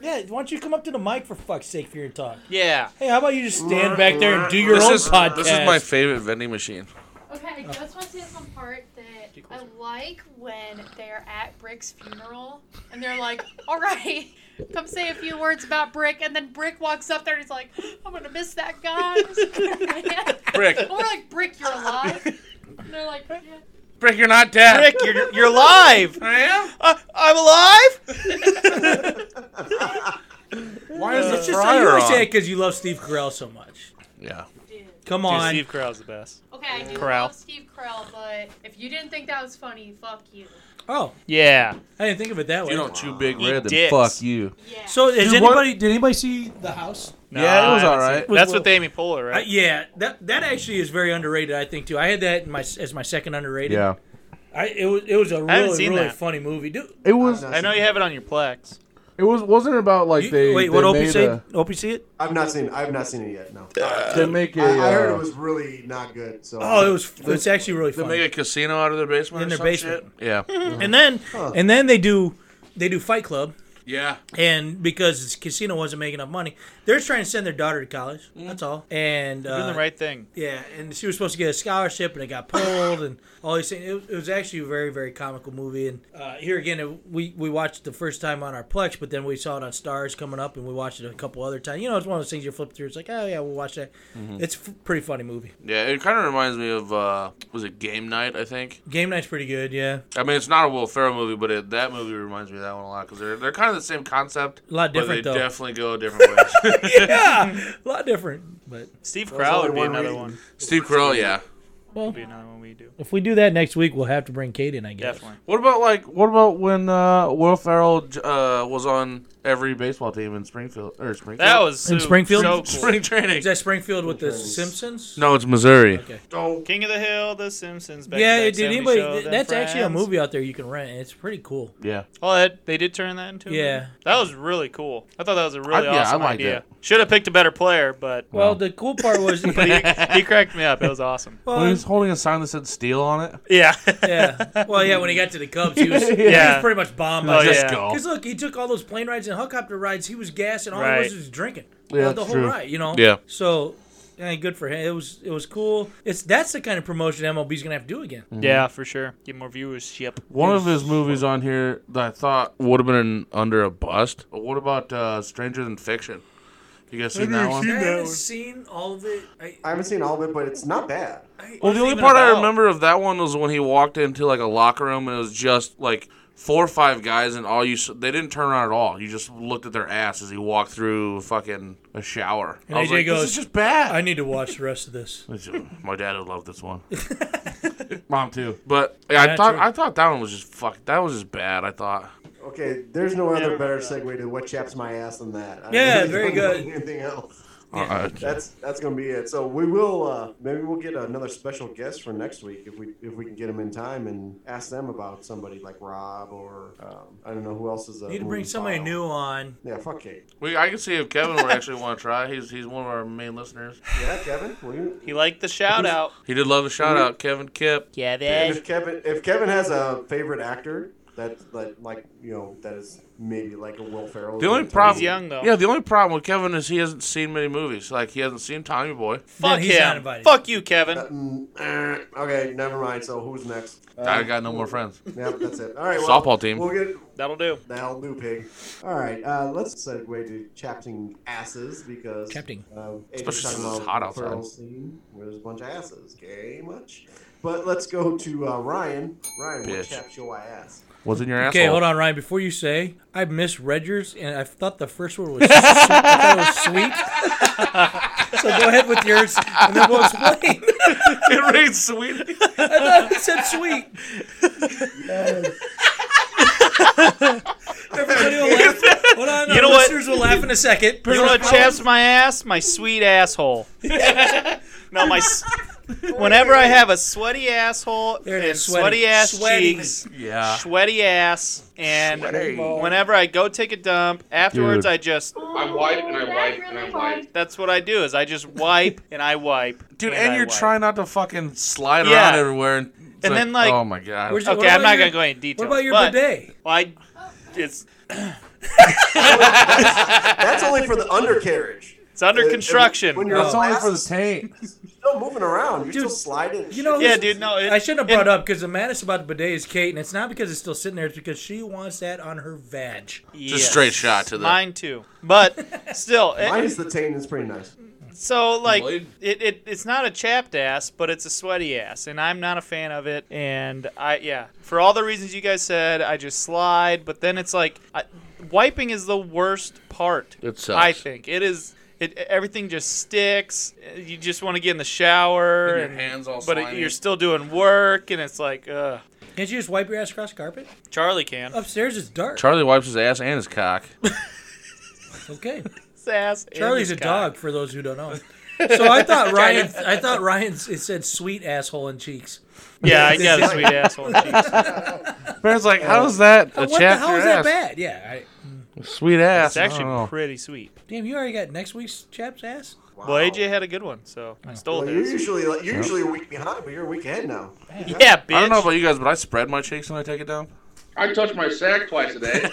Speaker 4: Yeah, why don't you come up to the mic for fuck's sake for your talk?
Speaker 5: Yeah.
Speaker 4: Hey, how about you just stand back there and do your
Speaker 6: This
Speaker 4: own
Speaker 6: is-
Speaker 4: podcast?
Speaker 6: This is my favorite vending machine.
Speaker 19: Okay, I just want to say one part that I like when they're at Brick's funeral and they're like, all right, come say a few words about Brick. And then Brick walks up there and he's like, I'm going to miss that guy.
Speaker 6: Brick.
Speaker 19: Or like, Brick, you're alive. And they're like, yeah.
Speaker 6: Brick, you're not dead.
Speaker 5: Brick, you're you're alive.
Speaker 6: I am.
Speaker 5: I'm alive.
Speaker 6: Why is
Speaker 4: Uh,
Speaker 6: the
Speaker 4: it's just-
Speaker 6: fryer
Speaker 4: You only say
Speaker 6: on?
Speaker 4: it because you love Steve Carell so much.
Speaker 6: Yeah.
Speaker 4: Come
Speaker 5: Dude,
Speaker 4: on.
Speaker 5: Steve Carell's the best.
Speaker 19: Okay, I do
Speaker 5: Corral.
Speaker 19: love Steve Carell, but if you didn't think that was funny, fuck you.
Speaker 4: Oh.
Speaker 5: Yeah.
Speaker 4: I didn't think of it that
Speaker 6: If
Speaker 4: way.
Speaker 6: you don't chew big
Speaker 4: Eat
Speaker 6: red, then
Speaker 4: dicks.
Speaker 6: fuck you.
Speaker 4: So, is
Speaker 6: Dude, what-
Speaker 4: anybody? Did anybody see the house?
Speaker 6: Yeah, it was all right.
Speaker 4: With
Speaker 5: That's
Speaker 4: Will-
Speaker 5: with Amy Poehler,
Speaker 4: Uh,
Speaker 5: right?
Speaker 4: yeah, that that actually is very underrated. I think too. I had that in my as my second underrated.
Speaker 6: Yeah.
Speaker 4: I it was it was a
Speaker 5: I haven't
Speaker 4: really
Speaker 5: seen
Speaker 4: really
Speaker 5: that.
Speaker 4: funny movie. Dude,
Speaker 24: It was.
Speaker 5: I know you have it on your Plex.
Speaker 24: It was wasn't about like they.
Speaker 4: wait,
Speaker 24: they
Speaker 4: what Opie
Speaker 24: made
Speaker 4: said?
Speaker 24: a-
Speaker 4: Opie see it?
Speaker 7: I've not seen. I've not seen it yet. No.
Speaker 24: They make a,
Speaker 7: I, I heard
Speaker 24: uh,
Speaker 7: it was really not good. So.
Speaker 4: Oh, it was it's actually really
Speaker 6: They
Speaker 4: funny.
Speaker 6: make a casino out of their basement.
Speaker 4: in
Speaker 6: or
Speaker 4: their
Speaker 6: some
Speaker 4: basement.
Speaker 6: shit? Yeah.
Speaker 4: and then and then they do they do Fight Club.
Speaker 6: Yeah.
Speaker 4: And because the casino wasn't making enough money, they're trying to send their daughter to college. That's all. And
Speaker 5: You're doing
Speaker 4: uh,
Speaker 5: the right thing.
Speaker 4: Yeah, and she was supposed to get a scholarship, and it got pulled, and all these things. It was, it was actually a very, very comical movie. And uh, here again, it, we we watched it the first time on our Plex, but then we saw it on Stars coming up, and we watched it a couple other times. You know, it's one of those things you flip through. It's like, oh yeah, we'll watch that.
Speaker 6: Mhm.
Speaker 4: It's a pretty funny movie.
Speaker 6: Yeah, it kind of reminds me of uh, was it Game Night? I think.
Speaker 4: Game Night's pretty good. Yeah,
Speaker 6: I mean, it's not a Will Ferrell movie, but it, that movie reminds me of that one a lot because they're they're kind of the same concept.
Speaker 4: A lot
Speaker 6: but
Speaker 4: different,
Speaker 6: they
Speaker 4: though.
Speaker 6: definitely go different ways.
Speaker 4: yeah, a lot different. But
Speaker 5: Steve
Speaker 6: There's only
Speaker 5: Carell would be
Speaker 6: one
Speaker 5: another
Speaker 6: reason.
Speaker 5: one.
Speaker 6: Steve Carell, yeah.
Speaker 4: Well,
Speaker 5: be another one we do.
Speaker 4: if we do that next week, we'll have to bring Kate in, I guess.
Speaker 5: Definitely.
Speaker 6: What about like what about when uh, Will Ferrell uh, was on every baseball team in Springfield or Springfield?
Speaker 5: That was
Speaker 4: In
Speaker 5: so-
Speaker 4: Springfield?
Speaker 5: so cool.
Speaker 6: Spring training.
Speaker 4: Is that Springfield with the Simpsons?
Speaker 6: No, it's Missouri.
Speaker 4: Okay.
Speaker 5: King of the Hill, The Simpsons. Back
Speaker 4: yeah,
Speaker 5: to back
Speaker 4: did
Speaker 5: 70
Speaker 4: anybody?
Speaker 5: Show,
Speaker 4: th-
Speaker 5: Them
Speaker 4: that's actually a
Speaker 5: Friends.
Speaker 4: movie out there you can rent. and It's pretty cool.
Speaker 6: Yeah.
Speaker 5: Oh, that, they did turn that into. a
Speaker 4: Yeah.
Speaker 5: movie? that was really cool. I thought that was a really
Speaker 6: yeah, I
Speaker 5: awesome
Speaker 6: liked
Speaker 5: idea.
Speaker 6: it.
Speaker 5: Should have picked a better player, but
Speaker 4: Well, the cool part was
Speaker 5: but he, he cracked me up. It was awesome.
Speaker 6: when he was holding a sign that said "Steel" on it.
Speaker 5: yeah,
Speaker 4: yeah. Well, yeah. When he got to the Cubs, he was, he
Speaker 6: Yeah.
Speaker 4: was pretty much bombed.
Speaker 6: Oh,
Speaker 4: by
Speaker 6: yeah. Let's go.
Speaker 4: Because look, he took all those plane rides and helicopter rides. He was gas and all
Speaker 5: Right.
Speaker 4: he was was drinking.
Speaker 6: Yeah,
Speaker 4: Uh, the
Speaker 6: that's
Speaker 4: whole
Speaker 6: true.
Speaker 4: ride, you know.
Speaker 6: Yeah.
Speaker 4: So, yeah, good for him. It was it was cool. It's that's the kind of promotion MLB's gonna have to do again.
Speaker 6: Mhm.
Speaker 5: yeah, for sure. Get more viewership.
Speaker 6: One of his movies on here that I thought would have been an- under a bust. But what about uh, Stranger Than Fiction? You guys seen that one?
Speaker 4: I haven't seen all of it. I,
Speaker 7: I haven't seen all of it, but it's not bad.
Speaker 6: Well, the only part I remember of that one was when he walked into like a locker room and it was just like four or five guys, and all you s- they didn't turn around at all. You just looked at their ass as he walked through fucking a shower.
Speaker 4: And
Speaker 6: I was
Speaker 4: AJ
Speaker 6: like,
Speaker 4: goes,
Speaker 6: "This is just bad."
Speaker 4: I need to watch the rest of this.
Speaker 6: My dad would love this one. Mom too. But yeah, I
Speaker 7: Yeah,
Speaker 6: thought
Speaker 7: true.
Speaker 6: I thought that one was just fuck. That was just bad. I thought.
Speaker 7: Okay, there's no other better segue to what chaps my ass than that. I
Speaker 4: Yeah,
Speaker 7: really
Speaker 4: very
Speaker 7: don't know
Speaker 4: good.
Speaker 7: Anything else?
Speaker 6: Yeah.
Speaker 7: That's that's gonna be it. So we will uh, maybe we'll get another special guest for next week if we if we can get them in time and ask them about somebody like Rob or um, I don't know who else is. A
Speaker 4: Need to bring
Speaker 7: movie
Speaker 4: somebody
Speaker 7: file.
Speaker 4: new on.
Speaker 7: Yeah, fuck Kate.
Speaker 6: We, I can see if Kevin would actually want to try. He's he's one of our main listeners.
Speaker 7: Yeah, Kevin. Will you?
Speaker 5: He liked the shout out.
Speaker 6: He did love the shout out, Kevin Kip.
Speaker 5: Kevin.
Speaker 7: And if Kevin if Kevin has a favorite actor, That like like you know that is maybe like a Will Ferrell.
Speaker 6: The only problem, Yeah, the only problem with Kevin is he hasn't seen many movies. Like he hasn't seen Tommy Boy.
Speaker 5: Fuck him. Fuck you, Kevin.
Speaker 7: Mm, eh, okay, never mind. So who's next?
Speaker 6: I got no more friends.
Speaker 7: Yep, that's it. All right, well,
Speaker 6: Softball team.
Speaker 7: We'll get
Speaker 5: That'll do.
Speaker 7: That'll do, pig. All right, uh, let's segue to chapting asses because
Speaker 4: Chapting.
Speaker 7: uh, Adrian's
Speaker 6: Especially
Speaker 7: talking
Speaker 6: since it's
Speaker 7: about
Speaker 6: hot
Speaker 7: the
Speaker 6: outside.
Speaker 7: Pearl Scene, where there's a bunch of asses. Okay, much. But let's go to uh, Ryan. Ryan, what
Speaker 6: Bitch.
Speaker 7: chaps your ass?
Speaker 6: What's in your asshole?
Speaker 4: Okay, hold on, Ryan. Before you say, I misread yours, and I thought the first one was, su- I thought it was sweet. so go ahead with yours, and then we'll explain.
Speaker 6: it reads sweet.
Speaker 4: I thought it said sweet. Everybody will laugh. Hold on,
Speaker 5: You know
Speaker 4: our
Speaker 5: what?
Speaker 4: listeners will laugh in a second.
Speaker 5: You know what chaps my ass? My sweet asshole. no, my. s- Whenever I have a sweaty asshole
Speaker 4: There it
Speaker 5: and
Speaker 4: is, sweaty.
Speaker 5: sweaty ass
Speaker 4: Sweaty.
Speaker 5: cheeks,
Speaker 6: Yeah.
Speaker 5: sweaty ass, and
Speaker 6: Sweaty.
Speaker 5: whenever I go take a dump, afterwards
Speaker 6: Dude.
Speaker 5: I just
Speaker 19: I wipe and I wipe and I wipe.
Speaker 5: That's what I do. Is I just wipe and I wipe.
Speaker 6: Dude, and,
Speaker 5: I
Speaker 6: you're
Speaker 5: wipe.
Speaker 6: trying not to fucking slide
Speaker 5: Yeah.
Speaker 6: around everywhere. And, it's
Speaker 5: And then, like-
Speaker 6: oh my god.
Speaker 4: Where's your-
Speaker 5: Okay,
Speaker 4: what
Speaker 5: I'm
Speaker 4: about
Speaker 5: not
Speaker 4: your-
Speaker 5: gonna go into detail.
Speaker 4: about your
Speaker 5: but,
Speaker 4: bidet?
Speaker 5: Well, I, it's
Speaker 7: That's only for the undercarriage.
Speaker 5: it's under
Speaker 7: Uh,
Speaker 5: construction.
Speaker 7: When you're
Speaker 4: That's only
Speaker 7: for
Speaker 25: the taint.
Speaker 7: still moving around. You're still sliding.
Speaker 4: You know,
Speaker 5: yeah,
Speaker 4: who's-
Speaker 5: dude. No,
Speaker 4: I
Speaker 5: it,
Speaker 4: shouldn't have brought up because the maddest about the bidet is Kate, and it's not because it's still sitting there. It's because she wants that on her vag.
Speaker 6: Just straight shot to the.
Speaker 5: mine too. But still, it-
Speaker 7: Mine is the taint is pretty nice.
Speaker 5: so like it, it, it's not a chapped ass, but it's a sweaty ass, and I'm not a fan of it. And I yeah, for all the reasons you guys said, I just slide. But then it's like I, wiping is the worst part.
Speaker 6: It sucks.
Speaker 5: I think it is. It, everything just sticks. You just want to get in the shower,
Speaker 6: And your
Speaker 5: and-
Speaker 6: hands all
Speaker 5: but it,
Speaker 6: slimy.
Speaker 5: you're still doing work, and it's like, ugh.
Speaker 4: Can't you just wipe your ass across the carpet?
Speaker 5: Charlie can.
Speaker 4: Upstairs it's dark.
Speaker 6: Charlie wipes his ass and his cock.
Speaker 4: Okay.
Speaker 5: His ass and
Speaker 4: Charlie's a
Speaker 5: his
Speaker 4: dog for those who don't know. So I thought Ryan, I thought Ryan's it said sweet asshole and cheeks.
Speaker 5: Yeah, I got a sweet asshole and
Speaker 6: Man's like, how's that? A
Speaker 4: what the
Speaker 6: chap
Speaker 4: hell
Speaker 6: your
Speaker 4: is that
Speaker 6: ass?
Speaker 4: bad? Yeah. I,
Speaker 6: Sweet ass.
Speaker 5: It's actually
Speaker 6: I don't know.
Speaker 5: pretty sweet.
Speaker 4: damn, you already got next week's chap's ass.
Speaker 5: Well, AJ had a good one, so I stole
Speaker 7: Well, you're
Speaker 5: his.
Speaker 7: usually like, you're usually a week behind, but you're a week ahead now.
Speaker 5: yeah, bitch.
Speaker 6: I don't know about you guys, but I spread my cheeks when I take it down.
Speaker 19: I touch my sack twice a day.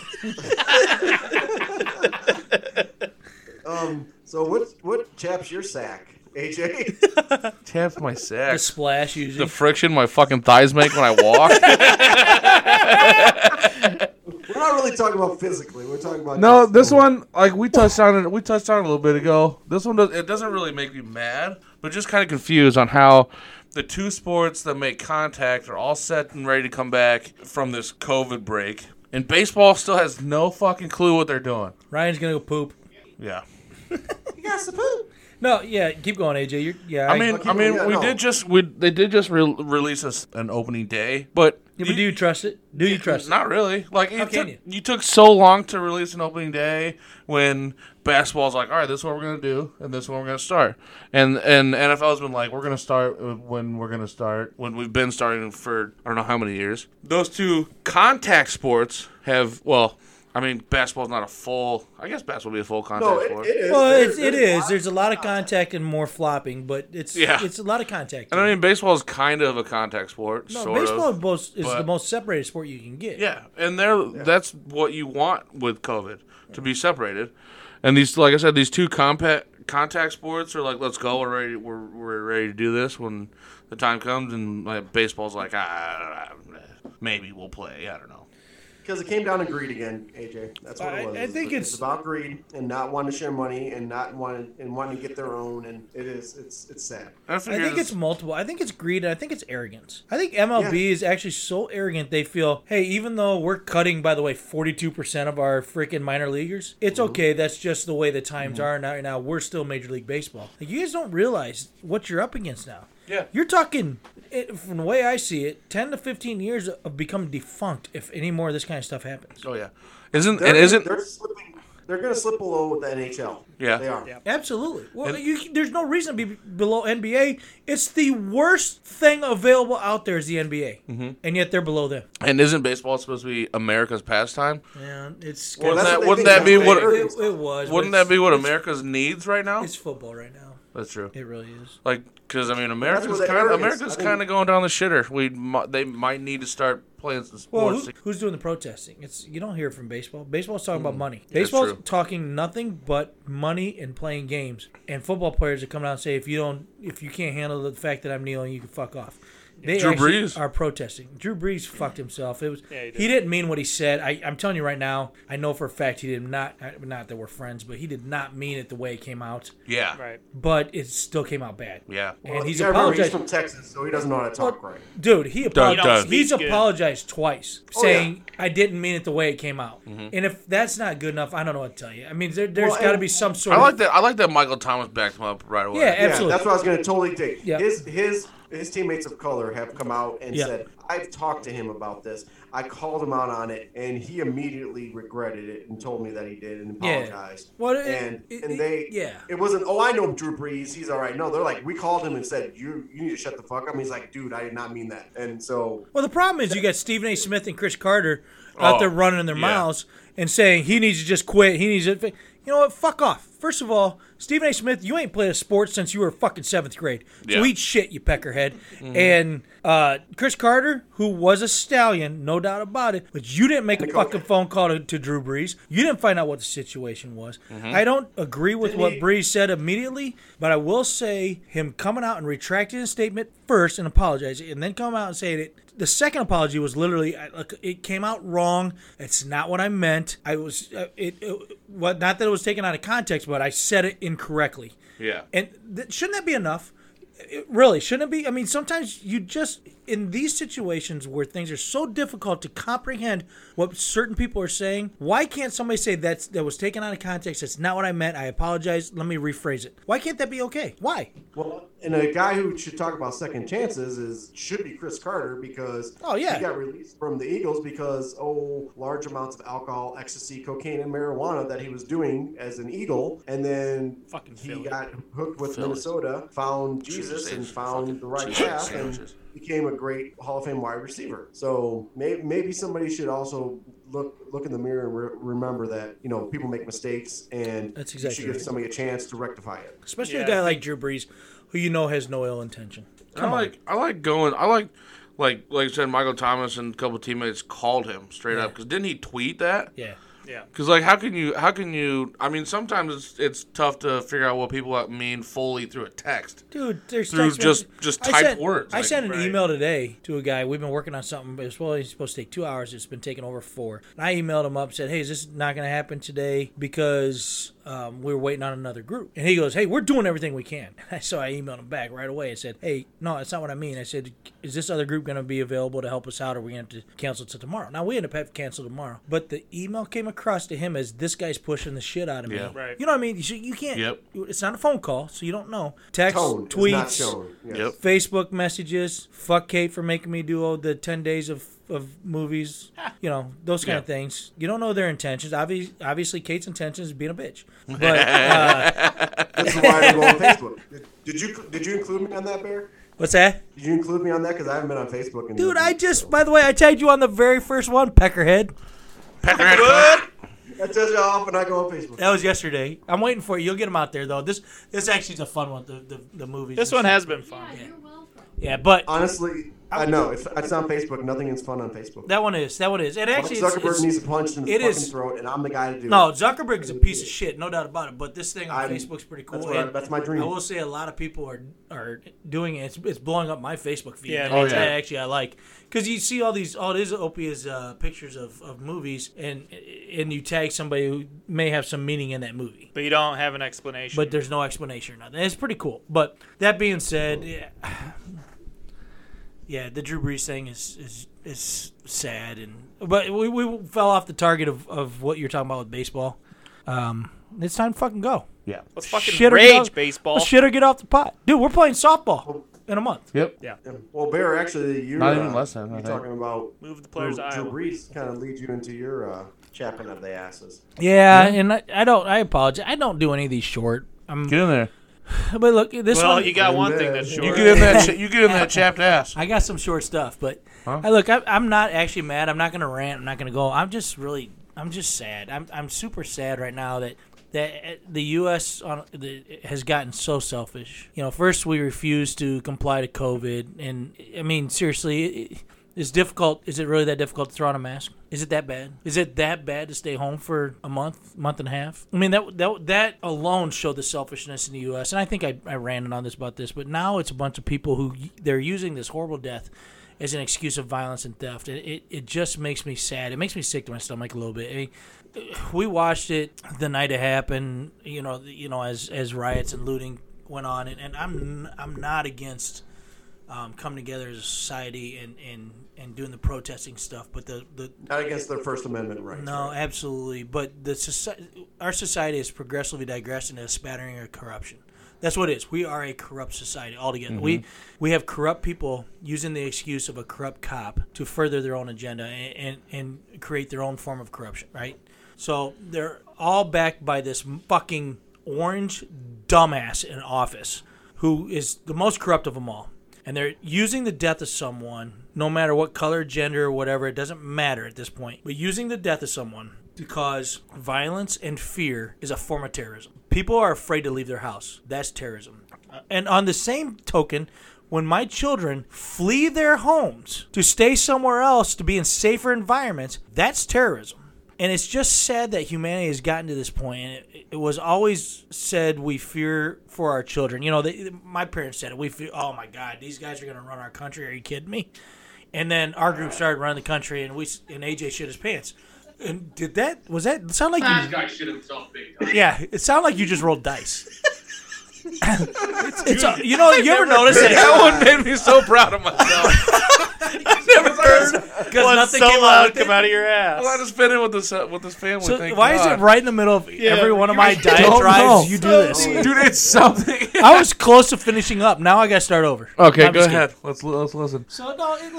Speaker 7: Um. So what what chaps your sack, AJ?
Speaker 6: Tap my
Speaker 4: The
Speaker 6: sack.
Speaker 4: splash usually.
Speaker 6: The friction my fucking thighs make when I walk.
Speaker 7: We're not really talking about physically. We're talking about
Speaker 6: No,
Speaker 7: just-
Speaker 6: this one like we touched on it. We touched on it a little bit ago. This one does it doesn't really make me mad, but just kind of confused on how the two sports that make contact are all set and ready to come back from this COVID break, and baseball still has no fucking clue what they're doing.
Speaker 4: Ryan's gonna go poop.
Speaker 6: Yeah,
Speaker 7: You got some poop.
Speaker 4: No, yeah, keep going, AJ. You're, yeah,
Speaker 6: I mean,
Speaker 7: keep-
Speaker 6: I mean,
Speaker 7: yeah,
Speaker 6: we
Speaker 7: no.
Speaker 6: did just we they did just re- release us an opening day, but
Speaker 4: Yeah, but do you trust it? Do you trust it?
Speaker 6: Not really. Like
Speaker 4: How
Speaker 6: it
Speaker 4: can
Speaker 6: took, you?
Speaker 4: you?
Speaker 6: took so long to release an opening day when basketball's like, all right, this is what we're gonna do, and this is when we're gonna start. And and NFL's been like, we're gonna start uh, when we're gonna start when we've been starting for I don't know how many years. Those two contact sports have well, I mean, basketball's not a full. I guess basketball would be a full contact
Speaker 7: No, it,
Speaker 6: sport.
Speaker 7: it is.
Speaker 4: Well,
Speaker 7: There's-
Speaker 4: it's, it
Speaker 7: there's-
Speaker 4: is. There's a lot of contact and more flopping, but it's
Speaker 6: Yeah.
Speaker 4: it's a lot of contact.
Speaker 6: and I mean, baseball's kind of a contact sport.
Speaker 4: no,
Speaker 6: sort of.
Speaker 4: baseball most, is
Speaker 6: but-
Speaker 4: the most separated sport you can get.
Speaker 6: Yeah, and they're that's what you want with COVID to be separated. And these, like I said, these two compact contact sports are like, let's go, we're ready, we're, we're ready to do this when the time comes. And like baseball's like, ah, maybe we'll play. I don't know.
Speaker 7: Because it came down to greed again, AJ. That's what
Speaker 4: I-
Speaker 7: it was.
Speaker 4: I think it's-
Speaker 7: about greed and not wanting to share money and not wanting and wanting to get their own. And it is. It's it's sad.
Speaker 6: I,
Speaker 4: I
Speaker 6: figured
Speaker 4: think it's multiple. I think it's greed. And I think it's arrogance. I think MLB is actually so arrogant they feel, hey, even though we're cutting, by the way, forty two percent of our freaking minor leaguers, it's okay. That's just the way the times are now. Now we're still Major League Baseball. Like, you guys don't realize what you're up against now.
Speaker 6: Yeah.
Speaker 4: you're talking. It, from the way I see it, ten to fifteen years of become defunct if any more of this kind of stuff happens.
Speaker 6: Oh yeah, isn't
Speaker 7: They're,
Speaker 6: and isn't
Speaker 7: They're slipping. They're gonna slip below the NHL.
Speaker 6: Yeah.
Speaker 7: They are.
Speaker 4: Absolutely. Well, you, there's no reason to be below NBA. It's the worst thing available out there is the NBA, mm-hmm. and yet they're below them.
Speaker 6: and isn't baseball supposed to be America's pastime?
Speaker 4: Yeah, it's
Speaker 6: Well,
Speaker 4: kinda-
Speaker 6: that-
Speaker 7: what they
Speaker 6: wouldn't
Speaker 7: think
Speaker 6: that be
Speaker 7: about
Speaker 6: what-
Speaker 7: their
Speaker 4: it,
Speaker 7: earnings.
Speaker 4: it was. but
Speaker 6: Wouldn't
Speaker 4: it's-
Speaker 6: that be what America's needs right now?
Speaker 4: It's football right now.
Speaker 6: That's true.
Speaker 4: It really is.
Speaker 6: Like, because I mean,
Speaker 4: where
Speaker 6: America's
Speaker 4: the
Speaker 6: kind of
Speaker 4: arrogance-
Speaker 6: America's
Speaker 4: I think-
Speaker 6: kind of going down the shitter. We mi- they might need to start playing some
Speaker 4: Well,
Speaker 6: sports.
Speaker 4: who, who's doing the protesting? It's you don't hear it from baseball. Baseball's talking about
Speaker 6: Mm.
Speaker 4: money.
Speaker 6: Yeah,
Speaker 4: Baseball's
Speaker 6: true.
Speaker 4: talking nothing but money and playing games. And football players are coming out and say, if you don't, if you can't handle the fact that I'm kneeling, you can fuck off. They
Speaker 6: Drew
Speaker 4: actually
Speaker 6: Brees.
Speaker 4: are protesting. Drew Brees fucked himself. It was
Speaker 5: Yeah, he
Speaker 4: he,
Speaker 5: did.
Speaker 4: didn't mean what he said. I, I'm telling you right now. I know for a fact he did not. I- Not that we're friends, but he did not mean it the way it came out.
Speaker 6: Yeah.
Speaker 5: Right.
Speaker 4: But it still came out bad.
Speaker 6: Yeah.
Speaker 7: Well,
Speaker 4: and he's
Speaker 7: you gotta remember,
Speaker 4: apologized.
Speaker 7: He's from Texas, so he doesn't know how to talk right.
Speaker 4: Dude, he
Speaker 7: Dun,
Speaker 4: apologized.
Speaker 7: dun.
Speaker 4: He's
Speaker 7: Speak good.
Speaker 4: apologized twice,
Speaker 7: Oh, Mm-hmm.
Speaker 4: saying I didn't mean it the way it came out.
Speaker 6: Mhm.
Speaker 4: And if that's not good enough, I don't know what to tell you. I mean, there, there's
Speaker 7: Well,
Speaker 4: got to
Speaker 7: and-
Speaker 4: be some sort
Speaker 6: I
Speaker 4: of
Speaker 6: like that. I like that Michael Thomas backed him up right away.
Speaker 4: Yeah, absolutely.
Speaker 7: that's what I was going to totally dig.
Speaker 4: Yeah.
Speaker 7: His his his teammates of color have come out and
Speaker 4: Yeah.
Speaker 7: said, "I've talked to him about this. I called him out on it, and he immediately regretted it and told me that he did and
Speaker 4: Yeah.
Speaker 7: apologized."
Speaker 4: Well, it-
Speaker 7: and
Speaker 4: it-
Speaker 7: and
Speaker 4: it-
Speaker 7: they
Speaker 4: yeah.
Speaker 7: it wasn't. Oh, I know Drew Brees. He's all right. No, they're like, we called him and said, "You you need to shut the fuck up." And he's like, "Dude, I did not mean that." And so
Speaker 4: Well, the problem is you got Stephen A. Smith and Chris Carter out
Speaker 7: Oh,
Speaker 4: there running their
Speaker 7: yeah.
Speaker 4: mouths and saying he needs to just quit. He needs to. fi-" You know what? Fuck off. First of all, Stephen A. Smith, you ain't played a sport since you were fucking seventh grade. So
Speaker 10: Yeah.
Speaker 4: eat shit, you peckerhead.
Speaker 7: Mm-hmm.
Speaker 10: Mhm.
Speaker 4: And uh, Chris Carter, who was a stallion, no doubt about it, but you didn't make a fucking phone call to, to Drew Brees. You didn't find out what the situation was.
Speaker 7: Mm-hmm.
Speaker 10: Mhm.
Speaker 4: I don't agree with
Speaker 10: Didn't
Speaker 4: what
Speaker 10: he-
Speaker 4: Brees said immediately, but I will say him coming out and retracting his statement first and apologizing, and then come out and saying it. The second apology was literally, I- look, it came out wrong. It's not what I meant. I was, uh, it, it, what, not that it was taken out of context, but I said it incorrectly.
Speaker 6: Yeah.
Speaker 4: And th- shouldn't that be enough? It- really, shouldn't it be? I mean, sometimes you just, in these situations where things are so difficult to comprehend what certain people are saying, why can't somebody say that's, that was taken out of context? That's not what I meant. I apologize. Let me rephrase it. Why can't that be okay? Why?
Speaker 7: Well, and a guy who should talk about second chances is should be Chris Carter because
Speaker 4: Oh, yeah.
Speaker 7: he got released from the Eagles because oh large amounts of alcohol, ecstasy, cocaine, and marijuana that he was doing as an Eagle, and then Fucking he got hooked with
Speaker 6: Philly.
Speaker 7: Minnesota, found Jesus,
Speaker 6: Jesus,
Speaker 7: and
Speaker 6: it's
Speaker 7: found
Speaker 6: fucking
Speaker 7: the right
Speaker 6: Jesus
Speaker 7: path, and
Speaker 6: sandwiches.
Speaker 7: became a great Hall of Fame wide receiver. So may, maybe somebody should also look look in the mirror and re- remember that you know people make mistakes, and
Speaker 4: That's
Speaker 7: you
Speaker 4: exactly
Speaker 7: should
Speaker 4: right.
Speaker 7: give somebody a chance to rectify it.
Speaker 4: Especially a guy like Drew Brees, who you know has no ill intention. Come
Speaker 6: I
Speaker 4: on.
Speaker 6: like I like going. I like like like I said, Michael Thomas and a couple teammates called him straight up because didn't he tweet that?
Speaker 4: Yeah.
Speaker 5: Yeah.
Speaker 6: Because like, how can you? How can you? I mean, sometimes it's it's tough to figure out what people mean fully through a text.
Speaker 4: Dude, there's
Speaker 6: through
Speaker 4: text
Speaker 6: just
Speaker 4: messages.
Speaker 6: just
Speaker 4: I
Speaker 6: typed
Speaker 4: sent-
Speaker 6: words.
Speaker 4: I
Speaker 6: like-
Speaker 4: sent an email today to a guy. We've been working on something, but it's well, it's supposed to take two hours. It's been taking over four. And I emailed him up, said, "Hey, is this not going to happen today because um, we are waiting on another group?" And he goes, "Hey, we're doing everything we can." so I emailed him back right away. I said, "Hey, no, that's not what I mean." I said, "Is this other group going to be available to help us out, or are we going to have to cancel to tomorrow?" Now we end up having to cancel tomorrow, but the email came across to him as this guy's pushing the shit out of
Speaker 6: Yeah.
Speaker 4: me.
Speaker 6: Right.
Speaker 4: You know what I mean? You, should- you can't.
Speaker 6: Yep.
Speaker 4: It's not a phone call, so you don't know. Text,
Speaker 7: Tone is not
Speaker 4: tweets,
Speaker 7: shown, yes.
Speaker 6: Yep.
Speaker 4: Facebook messages. Fuck Kate for making me do all the ten days of, of movies. You know those kind
Speaker 10: Yeah.
Speaker 4: of things. You don't know their intentions. Obviously, obviously Kate's intention is being a bitch. But uh,
Speaker 7: That's why I go on Facebook. Did you did you include me on that, Bear?
Speaker 4: What's that?
Speaker 7: Did you include me on that? Because I haven't been on Facebook. In
Speaker 4: Dude, I just by the way I tagged you on the very first one, Peckerhead.
Speaker 7: that tells you how often I go on Facebook.
Speaker 4: That was yesterday. I'm waiting for you. You'll get them out there though. This this actually is a fun one. The the, the movies.
Speaker 5: This
Speaker 4: and
Speaker 5: one
Speaker 4: stuff.
Speaker 5: has been fun.
Speaker 4: Yeah, yeah but
Speaker 7: Honestly, I know it's, it's on Facebook. Nothing is fun on Facebook.
Speaker 4: that one is that one is. It
Speaker 7: Mark
Speaker 4: actually it's-
Speaker 7: Zuckerberg
Speaker 4: it's-
Speaker 7: needs a punch in his
Speaker 4: it
Speaker 7: fucking
Speaker 4: is-
Speaker 7: throat, and I'm the guy to do
Speaker 4: No,
Speaker 7: it.
Speaker 4: Zuckerberg is a piece of shit, no doubt about it. But this thing on
Speaker 7: I'm-
Speaker 4: Facebook's pretty cool.
Speaker 7: that's what I-
Speaker 4: and
Speaker 7: that's my dream.
Speaker 4: I will say a lot of people are are doing it. It's, it's blowing up my Facebook feed.
Speaker 5: Yeah,
Speaker 4: Yeah,
Speaker 5: me
Speaker 4: which I
Speaker 5: too.
Speaker 4: actually I like because you see all these all these opiates uh, pictures of, of movies, and and you tag somebody who may have some meaning in that movie.
Speaker 5: But you don't have an explanation.
Speaker 4: But there's no explanation or nothing. It's pretty cool. But that being said, yeah, yeah the Drew Brees thing is is is sad and but we, we fell off the target of, of what you're talking about with baseball. Um, it's time to fucking go.
Speaker 6: Yeah.
Speaker 5: Let's fucking
Speaker 4: Shit or get
Speaker 5: rage,
Speaker 4: off-
Speaker 5: baseball.
Speaker 4: let's Shit or get off the pot, dude. We're playing softball in a month.
Speaker 6: Yep.
Speaker 5: Yeah.
Speaker 7: Well, Bear, actually, you're
Speaker 6: Not even
Speaker 7: uh,
Speaker 6: less than, I
Speaker 7: You're
Speaker 6: think.
Speaker 7: talking about
Speaker 5: move the players
Speaker 7: Drew,
Speaker 5: to Iowa.
Speaker 7: Drew Brees kind of leads you into your uh, chapping of the asses.
Speaker 4: Yeah, and I, I don't. I apologize. I don't do any of these short. I'm
Speaker 6: Get in there.
Speaker 4: But look, this
Speaker 5: Well,
Speaker 4: one.
Speaker 5: you got one thing that's You short.
Speaker 6: get in that cha- you get in that chapped ass.
Speaker 4: I got some short stuff, but I look. I, I'm not actually mad. I'm not going to rant. I'm not going to go. I'm just really. I'm just sad. I'm I'm super sad right now that that the U.S. On, the, has gotten so selfish. You know, first we refused to comply to COVID, and I mean, seriously, it, it's difficult. Is it really that difficult to throw on a mask? Is it that bad? Is it that bad to stay home for a month, month and a half? I mean, that that that alone showed the selfishness in the U.S. And I think I I ran on this about this, but now it's a bunch of people who they're using this horrible death as an excuse of violence and theft. It, it, it just makes me sad. It makes me sick to my stomach a little bit. I mean, we watched it the night it happened. You know, the- you know, as as riots and looting went on, and, and I'm I'm not against um, coming together as a society and, and, and doing the protesting stuff, but the, the
Speaker 7: Not against their First Amendment rights,
Speaker 4: No, absolutely. But the society, our society is progressively digressing to spattering of corruption. That's what it is. We are a corrupt society altogether. We
Speaker 10: Mhm.
Speaker 4: we have corrupt people using the excuse of a corrupt cop to further their own agenda and, and, and create their own form of corruption, right? So they're all backed by this fucking orange dumbass in office who is the most corrupt of them all. And they're using the death of someone, no matter what color, gender, or whatever, it doesn't matter at this point, but using the death of someone to cause violence and fear is a form of terrorism. People are afraid to leave their house. That's terrorism. Uh, And on the same token, when my children flee their homes to stay somewhere else to be in safer environments, that's terrorism. And it's just sad that humanity has gotten to this point. And it, it was always said we fear for our children. You know, they, my parents said it. We fear, oh my God, these guys are going to run our country. Are you kidding me? And then our group started running the country, and we s- and AJ shit his pants. And did that? Was that sound like?
Speaker 8: This
Speaker 4: You,
Speaker 8: guy shit himself big time.
Speaker 4: yeah, it sounded like you just rolled dice. it's, it's a, you know you ever notice that
Speaker 6: That one made me so proud of myself. I never heard
Speaker 4: because nothing came out,
Speaker 6: come out of your
Speaker 4: ass.
Speaker 6: Well, I just fit in with this uh, with this family.
Speaker 4: So
Speaker 6: thank
Speaker 4: why is
Speaker 6: God.
Speaker 4: it right in the middle of
Speaker 6: Yeah,
Speaker 4: every one of
Speaker 6: you
Speaker 4: my
Speaker 6: just don't know.
Speaker 4: diatribes? You do this,
Speaker 6: Something. Dude, it's something.
Speaker 4: I was close to finishing up. Now I got to start over.
Speaker 6: Okay,
Speaker 4: I'm
Speaker 6: go
Speaker 4: just kidding.
Speaker 6: ahead. Let's let's listen.
Speaker 4: So no, it-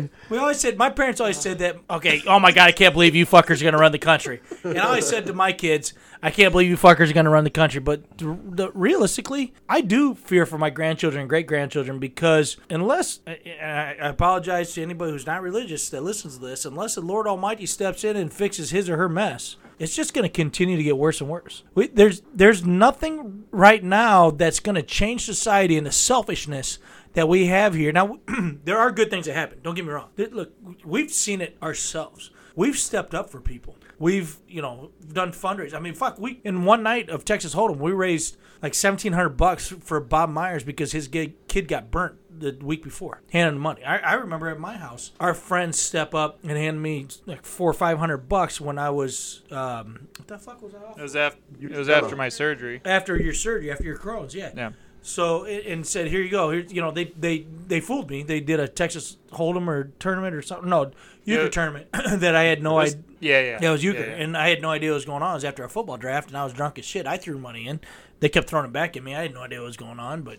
Speaker 4: look. we always said my parents always said that. Okay, oh my god, I can't believe you fuckers are gonna run the country. And I always said to my kids, I can't believe you fuckers are gonna run the country. But the, the, realistically, I do fear for my grandchildren and great grandchildren because unless I, I I apologize to anybody who's not religious that listens to this, unless the Lord Almighty steps in and fixes his or her mess, it's just going to continue to get worse and worse. We, there's there's nothing right now that's going to change society and the selfishness that we have here. Now, there are good things that happen. Don't get me wrong. Th- Look, we've seen it ourselves. We've stepped up for people. We've you know done fundraisers. I mean, fuck, we in one night of Texas Hold'em, we raised like seventeen hundred bucks for Bob Myers because his gig, kid got burnt the week before. Handing the money. I, I remember at my house, our friends step up and hand me like four or five hundred bucks when I was um, what the fuck was I? off?
Speaker 5: It was after it was
Speaker 4: Hello.
Speaker 5: after my surgery.
Speaker 4: after your surgery, after your Crohn's, yeah.
Speaker 5: Yeah.
Speaker 4: So a- and said, here you go. Here, you know, they they they fooled me. They did a Texas Hold'em or tournament or something. No, euchre
Speaker 5: Yeah.
Speaker 4: tournament that I had no
Speaker 5: It was-
Speaker 4: idea.
Speaker 5: yeah, yeah.
Speaker 4: it was euchre,
Speaker 5: Yeah, yeah.
Speaker 4: and I had no idea what was going on. It was after a football draft, and I was drunk as shit. I threw money in. They kept throwing it back at me. I had no idea what was going on, but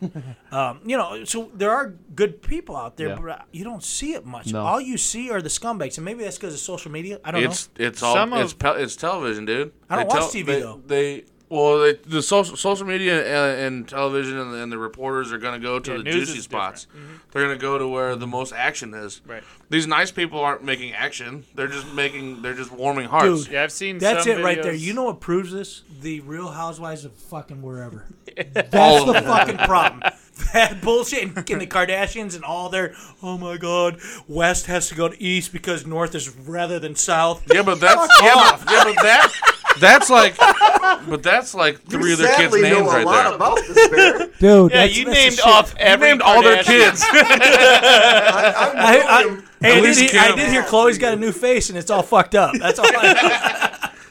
Speaker 4: um, you know, so there are good people out there,
Speaker 6: Yeah.
Speaker 4: but uh, you don't see it much.
Speaker 6: No.
Speaker 4: All you see are the scumbags, and maybe that's because of social media. I don't
Speaker 6: it's,
Speaker 4: know.
Speaker 6: It's all it's, pe- it's television, dude.
Speaker 4: I don't
Speaker 6: They
Speaker 4: watch TV,
Speaker 6: they,
Speaker 4: though.
Speaker 6: They well, they, the social social media and, and television and, and the reporters are going to go to
Speaker 5: Yeah,
Speaker 6: the
Speaker 5: news
Speaker 6: juicy
Speaker 5: is
Speaker 6: spots. They're going to go to where the most action is.
Speaker 5: Right.
Speaker 6: These nice people aren't making action. They're just making. They're just warming hearts.
Speaker 5: yeah, I've seen
Speaker 4: That's
Speaker 5: some
Speaker 4: it right there.
Speaker 5: videos-
Speaker 4: You know what proves this? The Real Housewives of fucking wherever.
Speaker 6: All
Speaker 4: That's
Speaker 6: of
Speaker 4: the
Speaker 6: them.
Speaker 4: fucking problem. That bullshit and, and the Kardashians and all their oh my god, West has to go to East because North is rather than South.
Speaker 6: Yeah, but that's
Speaker 4: Fuck
Speaker 6: yeah,
Speaker 4: off.
Speaker 6: but, yeah, but that that's like, but that's like three of their kids'
Speaker 7: sadly know
Speaker 6: names
Speaker 7: a
Speaker 6: right
Speaker 7: lot
Speaker 6: there.
Speaker 7: about this, Bear.
Speaker 4: Dude,
Speaker 5: Yeah, you named off every
Speaker 6: named all their
Speaker 5: Kardashian.
Speaker 6: kids.
Speaker 4: I, I, hey, I
Speaker 6: At least
Speaker 4: did, hear- I
Speaker 6: Kim.
Speaker 4: did hear Chloe's got a new face and it's all fucked up. That's all. I,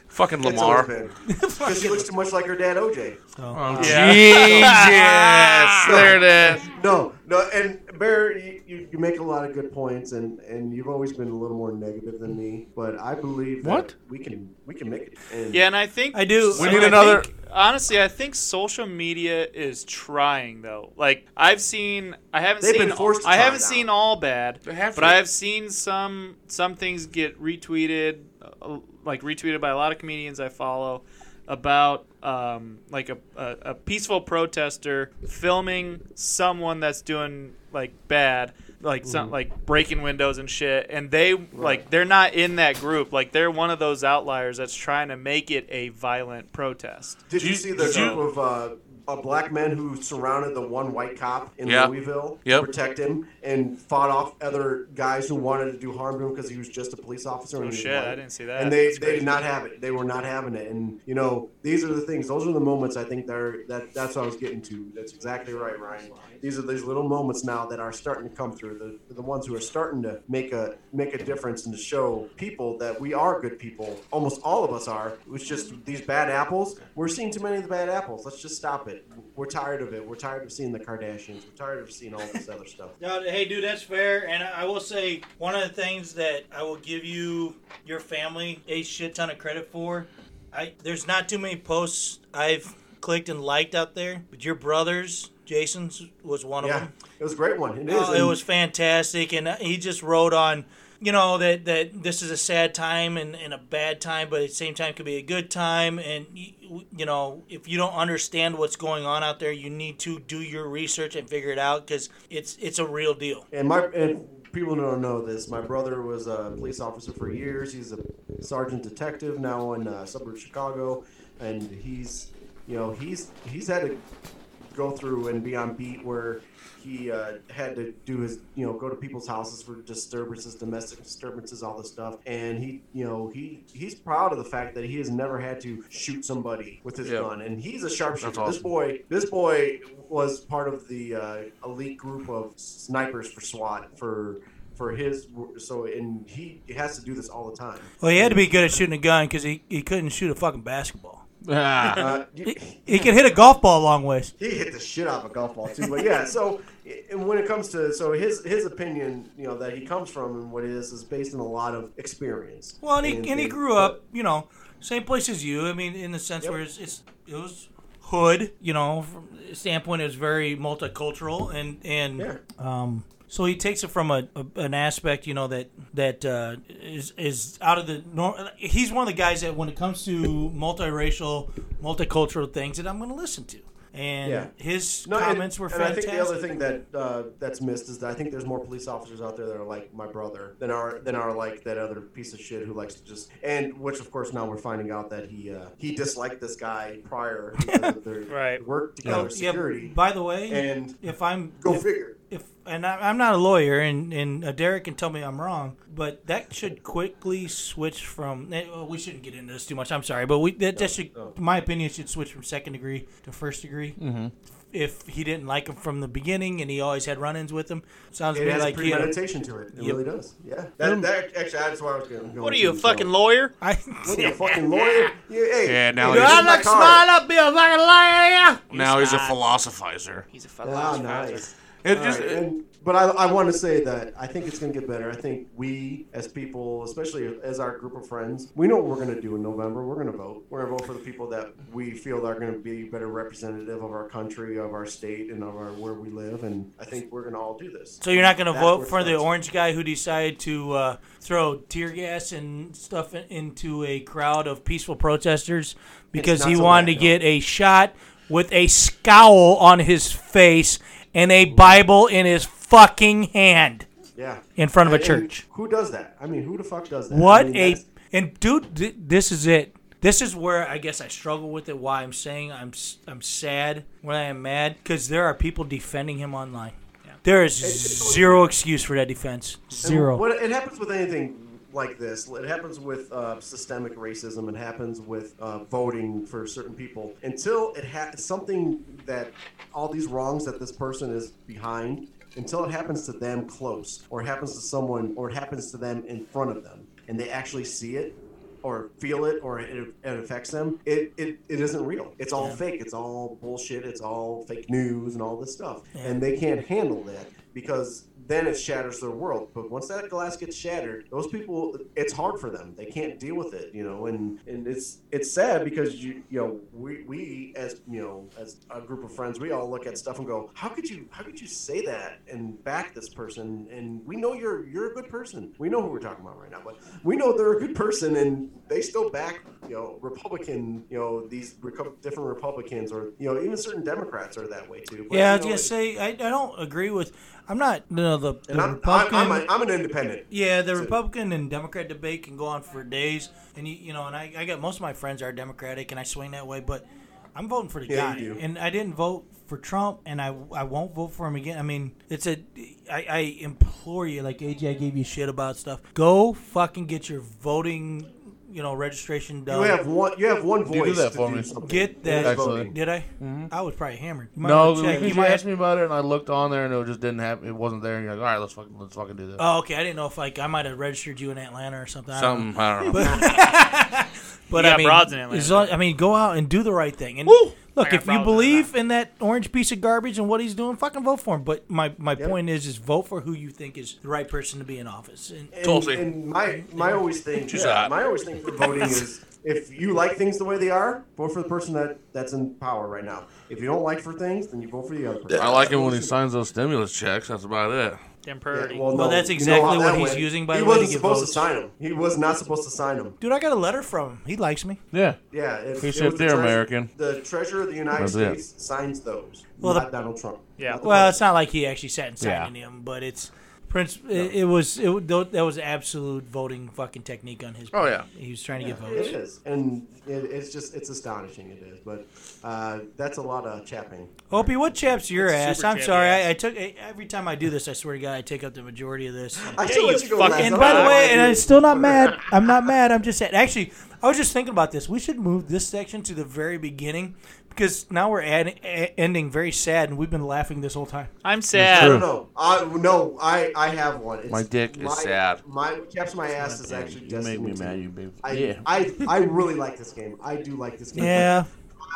Speaker 6: Fucking
Speaker 7: That's
Speaker 6: Lamar.
Speaker 7: always been. Because she looks too much like her dad, OJ.
Speaker 6: Oh, Yeah. Jesus. There it is.
Speaker 7: No, no, and Bear, you, you you make a lot of good points, and, and you've always been a little more negative than me, but I believe that
Speaker 5: What?
Speaker 7: we can we can make it. And
Speaker 5: Yeah, and I think
Speaker 7: so
Speaker 5: I think- honestly, I think social media is trying though. Like I've seen, I haven't
Speaker 7: They've
Speaker 5: seen,
Speaker 7: been forced to
Speaker 5: I
Speaker 7: try
Speaker 5: haven't
Speaker 7: now.
Speaker 5: seen all bad,
Speaker 7: They have
Speaker 5: but
Speaker 7: to.
Speaker 5: I have seen some some things get retweeted, uh, like retweeted by a lot of comedians I follow about um, like a, a, a peaceful protester filming someone that's doing like bad like some like breaking windows and shit, and they like they're not in that group. Like they're one of those outliers that's trying to make it a violent protest.
Speaker 7: Did you, see the group of uh, uh, black men who surrounded the one white cop in
Speaker 5: Yeah.
Speaker 7: Louisville,
Speaker 5: Yep.
Speaker 7: protect him, and fought off other guys who wanted to do harm to him because he was just a police officer?
Speaker 5: Oh,
Speaker 7: and he was
Speaker 5: shit, I
Speaker 7: white?
Speaker 5: didn't see that.
Speaker 7: And they,
Speaker 5: That's
Speaker 7: they
Speaker 5: crazy.
Speaker 7: did not have it. They were not having it. And you know, these are the things. Those are the moments. I think they're that. That's what I was getting to. That's exactly right, Ryan. These are these little moments now that are starting to come through. The the ones who are starting to make a make a difference and to show people that we are good people. Almost all of us are. It's just these bad apples. We're seeing too many of the bad apples. Let's just stop it. We're tired of it. We're tired of seeing the Kardashians. We're tired of seeing all this other stuff.
Speaker 4: No, hey, dude, that's fair. And I will say, one of the things that I will give you, your family, a shit ton of credit for. I there's not too many posts I've clicked and liked out there, but your brothers, Jason's, was one
Speaker 7: Yeah,
Speaker 4: of them.
Speaker 7: It was a great one. It is.
Speaker 4: Oh, it
Speaker 7: And-
Speaker 4: was fantastic, and uh, he just wrote on, you know, that that this is a sad time and, and a bad time, but at the same time could be a good time, and you, you know, if you don't understand what's going on out there, you need to do your research and figure it out because it's it's a real deal.
Speaker 7: And my and people don't know this. My brother was a police officer for years. He's a sergeant detective now in uh, suburb Chicago, and he's you know he's he's had to go through and be on beat where he uh, had to do his you know go to people's houses for disturbances, domestic disturbances, all this stuff. And he you know he he's proud of the fact that he has never had to shoot somebody with his
Speaker 6: Yeah.
Speaker 7: gun, and he's a sharpshooter.
Speaker 6: That's awesome.
Speaker 7: This boy, this boy was part of the uh, elite group of snipers for SWAT for for his so and he has to do this all the time.
Speaker 4: Well, he had to be good at shooting a gun because he, he couldn't shoot a fucking basketball.
Speaker 7: Ah.
Speaker 4: he, he could hit a golf ball a long ways.
Speaker 7: He hit the shit out of a golf ball too. But yeah, so and when it comes to so his his opinion, you know, that he comes from and what it is is based on a lot of experience.
Speaker 4: Well, and he, and he grew up, you know, same place as you. I mean, in the sense where it's, it's it was hood, you know, from the standpoint, it was very multicultural, and and um, so he takes it from a, a an aspect, you know, that that uh, is is out of the norm. He's one of the guys that when it comes to multiracial, multicultural things, that I'm going to listen to, and
Speaker 7: Yeah.
Speaker 4: his
Speaker 7: No, and-
Speaker 4: comments were
Speaker 7: and
Speaker 4: fantastic.
Speaker 7: I think the other thing that uh, that's missed is that I think there's more police officers out there that are like my brother than are than are like that other piece of shit who likes to just and which of course now we're finding out that he uh, he disliked this guy prior because of their right. work together security.
Speaker 4: by the way,
Speaker 7: And
Speaker 4: if I'm
Speaker 7: go
Speaker 4: if,
Speaker 7: figure.
Speaker 4: If and I, I'm not a lawyer, and and uh, Derek can tell me I'm wrong, but that should quickly switch from. eh, well, we shouldn't get into this too much. I'm sorry, but we that, that should, in my opinion, it should switch from second degree to first degree.
Speaker 22: Mhm.
Speaker 4: If he didn't like him from the beginning, and he always had run-ins with him, sounds to
Speaker 7: It
Speaker 4: me
Speaker 7: has
Speaker 4: like he-
Speaker 7: premeditation to it. It
Speaker 4: Yep.
Speaker 7: really does. Yeah. That, that actually that's why I was going.
Speaker 5: What are you, a
Speaker 7: to,
Speaker 5: fucking lawyer?
Speaker 4: I,
Speaker 7: What are you, a fucking lawyer? You, hey,
Speaker 6: Yeah, now
Speaker 7: hey, this
Speaker 6: he's-
Speaker 7: is
Speaker 6: I'm
Speaker 7: my
Speaker 6: not
Speaker 7: car.
Speaker 6: smart
Speaker 22: up, be a fucking liar.
Speaker 6: now he's a philosophizer.
Speaker 5: He's a
Speaker 7: Ah, nice.
Speaker 6: It
Speaker 7: All
Speaker 6: just-
Speaker 7: right, and- but I, I want to say that I think it's going to get better. I think we, as people, especially as our group of friends, we know what we're going to do in November. We're going to vote. We're going to vote for the people that we feel are going to be better representative of our country, of our state, and of our where we live. And I think we're going to all do this.
Speaker 4: So you're not going to
Speaker 7: That's
Speaker 4: vote
Speaker 7: where
Speaker 4: for the
Speaker 7: it's-
Speaker 4: orange guy who decided to uh, throw tear gas and stuff in- into a crowd of peaceful protesters because
Speaker 22: not
Speaker 4: he
Speaker 22: so
Speaker 4: wanted
Speaker 22: bad,
Speaker 4: to get a shot with a scowl on his face and a Bible in his fucking hand.
Speaker 7: Yeah.
Speaker 4: In front of a
Speaker 7: And- and
Speaker 4: church.
Speaker 7: Who does that? I mean, who the fuck does that?
Speaker 4: What
Speaker 7: I mean,
Speaker 4: a
Speaker 7: that's-
Speaker 4: and dude, th- this is it. This is where I guess I struggle with it. Why I'm saying I'm s- I'm sad when I am mad because there are people defending him online. There is zero excuse for that defense.
Speaker 7: And
Speaker 4: Zero.
Speaker 7: What it happens with anything like this. It happens with uh, systemic racism. It happens with uh, voting for certain people. Until it ha- something that all these wrongs that this person is behind. Until it happens to them close, or it happens to someone, or it happens to them in front of them, and they actually see it, or feel it, or it, it affects them. It, it it isn't real. It's all
Speaker 22: Yeah.
Speaker 7: fake. It's all bullshit. It's all fake news and all this stuff,
Speaker 22: Yeah.
Speaker 7: and they can't handle that because then it shatters their world. But once that glass gets shattered, those people, it's hard for them. They can't deal with it, you know. And and it's it's sad because you you know we, we as you know as a group of friends, we all look at stuff and go, how could you how could you say that and back this person? And we know you're you're a good person. We know who we're talking about right now, but we know they're a good person, and they still back you know Republican you know these reco- different Republicans or you know even certain Democrats are that way too. But,
Speaker 4: yeah, I
Speaker 7: you
Speaker 4: was
Speaker 7: know,
Speaker 4: gonna
Speaker 7: it-
Speaker 4: say I, I don't agree with. I'm not. No, the, the
Speaker 7: And I'm- I'm-
Speaker 4: Republican.
Speaker 7: I'm a- I'm an independent.
Speaker 4: Yeah, the Republican and Democrat debate can go on for days, and you, you know, and I, I got most of my friends are Democratic, and I swing that way, but I'm voting for the
Speaker 7: Yeah,
Speaker 4: guy,
Speaker 7: you do.
Speaker 4: and I didn't vote for Trump, and I I won't vote for him again. I mean, it's a I, I implore you, like AJ, I gave you shit about stuff. Go fucking get your voting, you know, registration done.
Speaker 7: have one- you have one Do voice that to for do me. something.
Speaker 4: Get that?
Speaker 26: Excellent.
Speaker 4: Did I?
Speaker 7: Mm-hmm.
Speaker 26: Mhm.
Speaker 4: I was probably hammered. You might
Speaker 26: No,
Speaker 4: wanna check.
Speaker 26: because
Speaker 4: You
Speaker 26: you
Speaker 4: might-
Speaker 26: asked me about it, and I looked on there, and it just didn't happen. It wasn't there. And you're like, all right, let's fucking let's fucking do
Speaker 6: Uh,
Speaker 26: that.
Speaker 4: Oh, okay. I didn't know if like I might have registered you in Atlanta or something.
Speaker 26: Something, I don't know.
Speaker 4: But, but
Speaker 5: You
Speaker 4: I
Speaker 5: got
Speaker 4: mean,
Speaker 5: broads in Atlanta.
Speaker 4: as long- I mean, go out and do the right thing. And
Speaker 5: I
Speaker 4: look,
Speaker 5: got
Speaker 4: if
Speaker 5: broads
Speaker 4: you
Speaker 5: in
Speaker 4: believe in that orange piece of garbage and what he's doing, fucking vote for him. But my, my point is, is vote for who you think is the right person to be in office. And,
Speaker 7: And, and my my always thing,
Speaker 4: She's
Speaker 7: yeah,
Speaker 4: hot.
Speaker 7: my always thing for voting is if you like things the way they are, vote for the person that, that's in power right now. If you don't like for things, then you vote for the other person.
Speaker 6: I like it when he signs those stimulus checks. That's about it.
Speaker 5: Temporary.
Speaker 7: Well, no, you know how that went. he wasn't supposed to sign him. He was not supposed to sign him.
Speaker 4: dude, I got a letter from him. He likes me.
Speaker 26: Yeah.
Speaker 7: Yeah, it's-
Speaker 26: He
Speaker 7: it
Speaker 26: said,
Speaker 7: was the
Speaker 26: "Dear
Speaker 7: treasurer-
Speaker 26: American."
Speaker 7: the treasurer of the United
Speaker 26: That's it.
Speaker 7: States signs those.
Speaker 4: Well,
Speaker 7: not
Speaker 4: the-
Speaker 7: Donald Trump. Not the
Speaker 4: Well,
Speaker 7: president.
Speaker 4: it's not like he actually sat and signed
Speaker 7: Yeah.
Speaker 4: any of them, but it's Prince. It, it was it, wa- that was absolute voting fucking technique on his.
Speaker 7: Oh, yeah.
Speaker 4: he was trying to get
Speaker 7: Yeah,
Speaker 4: votes.
Speaker 7: It is, and it, it's just it's astonishing. It is, but uh, that's a lot of chapping.
Speaker 4: Opie, what chaps your
Speaker 7: It's
Speaker 4: ass?
Speaker 7: super
Speaker 4: I'm
Speaker 7: chappy
Speaker 4: sorry. I, I took I, every time I do this. I swear to God, I take up the majority of this.
Speaker 7: I still Yeah, let you you go fucking last.
Speaker 4: And by the
Speaker 7: I'm
Speaker 4: way,
Speaker 7: not
Speaker 4: and
Speaker 7: mad.
Speaker 4: I'm still not mad. I'm not mad. I'm just sad. Actually, I was just thinking about this. We should move this section to the very beginning because now we're adding, a- ending very sad, and we've been laughing this whole time.
Speaker 5: I'm
Speaker 7: I don't know. I, no, I, I have one. It's
Speaker 4: My dick is
Speaker 7: my-
Speaker 4: sad.
Speaker 7: My what chaps my ass is actually
Speaker 26: You make me
Speaker 7: Destiny
Speaker 26: mad,
Speaker 7: 2.
Speaker 26: you baby.
Speaker 7: I,
Speaker 26: Yeah.
Speaker 7: I, I really like this game. I do like this game.
Speaker 4: Yeah.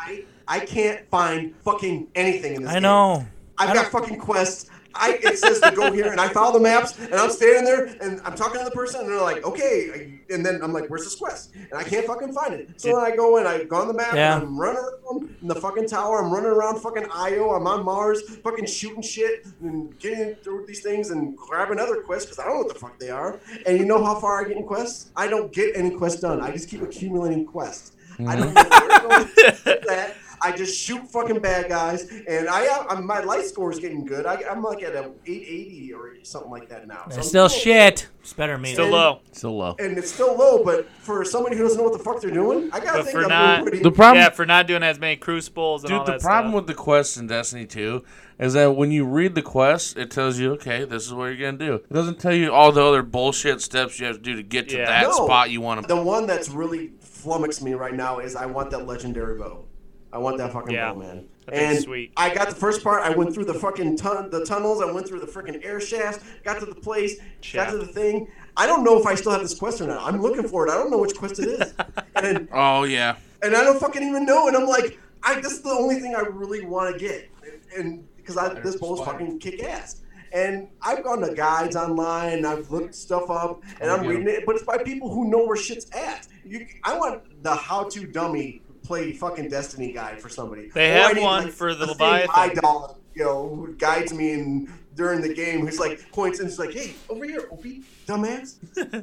Speaker 7: I, I can't find fucking anything in this
Speaker 4: I
Speaker 7: game.
Speaker 4: know.
Speaker 7: I've got fucking quests. I, it says to go here, and I follow the maps, and I'm standing there, and I'm talking to the person, and they're like, "Okay," and then I'm like, "Where's this quest?" And I can't fucking find it. So then I go and I go on the map,
Speaker 4: Yeah.
Speaker 7: and I'm running around in the fucking tower. I'm running around fucking Io. I'm on Mars, fucking shooting shit and getting through these things and grabbing other quests because I don't know what the fuck they are. And you know how far I get in quests? I don't get any quests done. I just keep accumulating quests. I
Speaker 5: Mm-hmm.
Speaker 7: don't know where to go with that. I just shoot fucking bad guys, and I, I my life score is getting good. I, I'm like at a 880 or something like that now. So
Speaker 4: It's
Speaker 7: I'm
Speaker 4: still
Speaker 7: cool.
Speaker 4: shit. It's better than me.
Speaker 7: Still low.
Speaker 26: Still low.
Speaker 7: and it's still low. But for somebody who doesn't know what the fuck they're doing, I gotta
Speaker 5: But
Speaker 7: think
Speaker 5: for
Speaker 7: I'm
Speaker 5: not,
Speaker 7: doing pretty.
Speaker 26: The problem-
Speaker 5: yeah, for not doing as many crucibles and all
Speaker 6: Dude, the
Speaker 5: that
Speaker 6: problem
Speaker 5: stuff.
Speaker 6: with the quest in Destiny 2 is that when you read the quest, it tells you, okay, this is what you're going to do. It doesn't tell you all the other bullshit steps you have to do to get to that
Speaker 7: No.
Speaker 6: spot you want to
Speaker 7: The one that's really flummoxed me right now is I want that legendary bow. I want that fucking
Speaker 5: Yeah.
Speaker 7: bow, man.
Speaker 5: That thing's
Speaker 7: And
Speaker 5: sweet.
Speaker 7: I got the first part. I went through the fucking tun- the tunnels. I went through the freaking air shafts. Got to the place.
Speaker 5: Shaft.
Speaker 7: Got to the thing. I don't know if I still have this quest or not. I'm looking for it. I don't know which quest it is.
Speaker 6: Oh, yeah.
Speaker 7: and I don't fucking even know. And I'm like, I this is the only thing I really want to get, and because I this bowl's fucking kick ass. And I've gone to guides online, and I've looked stuff up, and I'm
Speaker 6: Yeah.
Speaker 7: reading it, but it's by people who know where shit's at. You, I want the how-to dummy play fucking Destiny guide for somebody.
Speaker 5: They
Speaker 7: Or
Speaker 5: have
Speaker 7: I need,
Speaker 5: one for the
Speaker 7: a thing
Speaker 5: Leviathan.
Speaker 7: I doll, you know, who guides me and during the game, who's like points and is like, "Hey, over here, Opie, dumbass."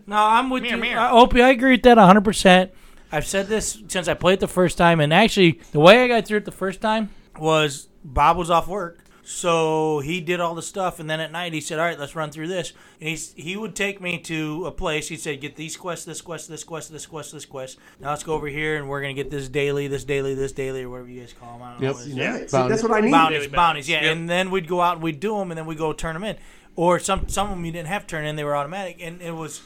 Speaker 4: No, I'm with
Speaker 7: Mirror,
Speaker 4: you.
Speaker 7: mirror.
Speaker 4: Uh, Opie, I agree with that 100%. I've said this since I played it the first time, and actually, the way I got through it the first time was Bob was off work. So he did all the stuff, and then at night he said, "All right, let's run through this." And he he would take me to a place. He said, "Get these quests, this quest, this quest, this quest, this quest. Now let's go over here, and we're gonna get this daily, this daily, this daily, or whatever you guys call them. I don't
Speaker 26: Yep.
Speaker 4: know what it is.
Speaker 26: Yeah. See, that's Bounties. what I need.
Speaker 4: Bounties,
Speaker 26: Daily
Speaker 4: bounties, yeah. And then we'd go out and we'd do them, and then we would go turn them in. Or some some of them you didn't have to turn in; they were automatic, and it was,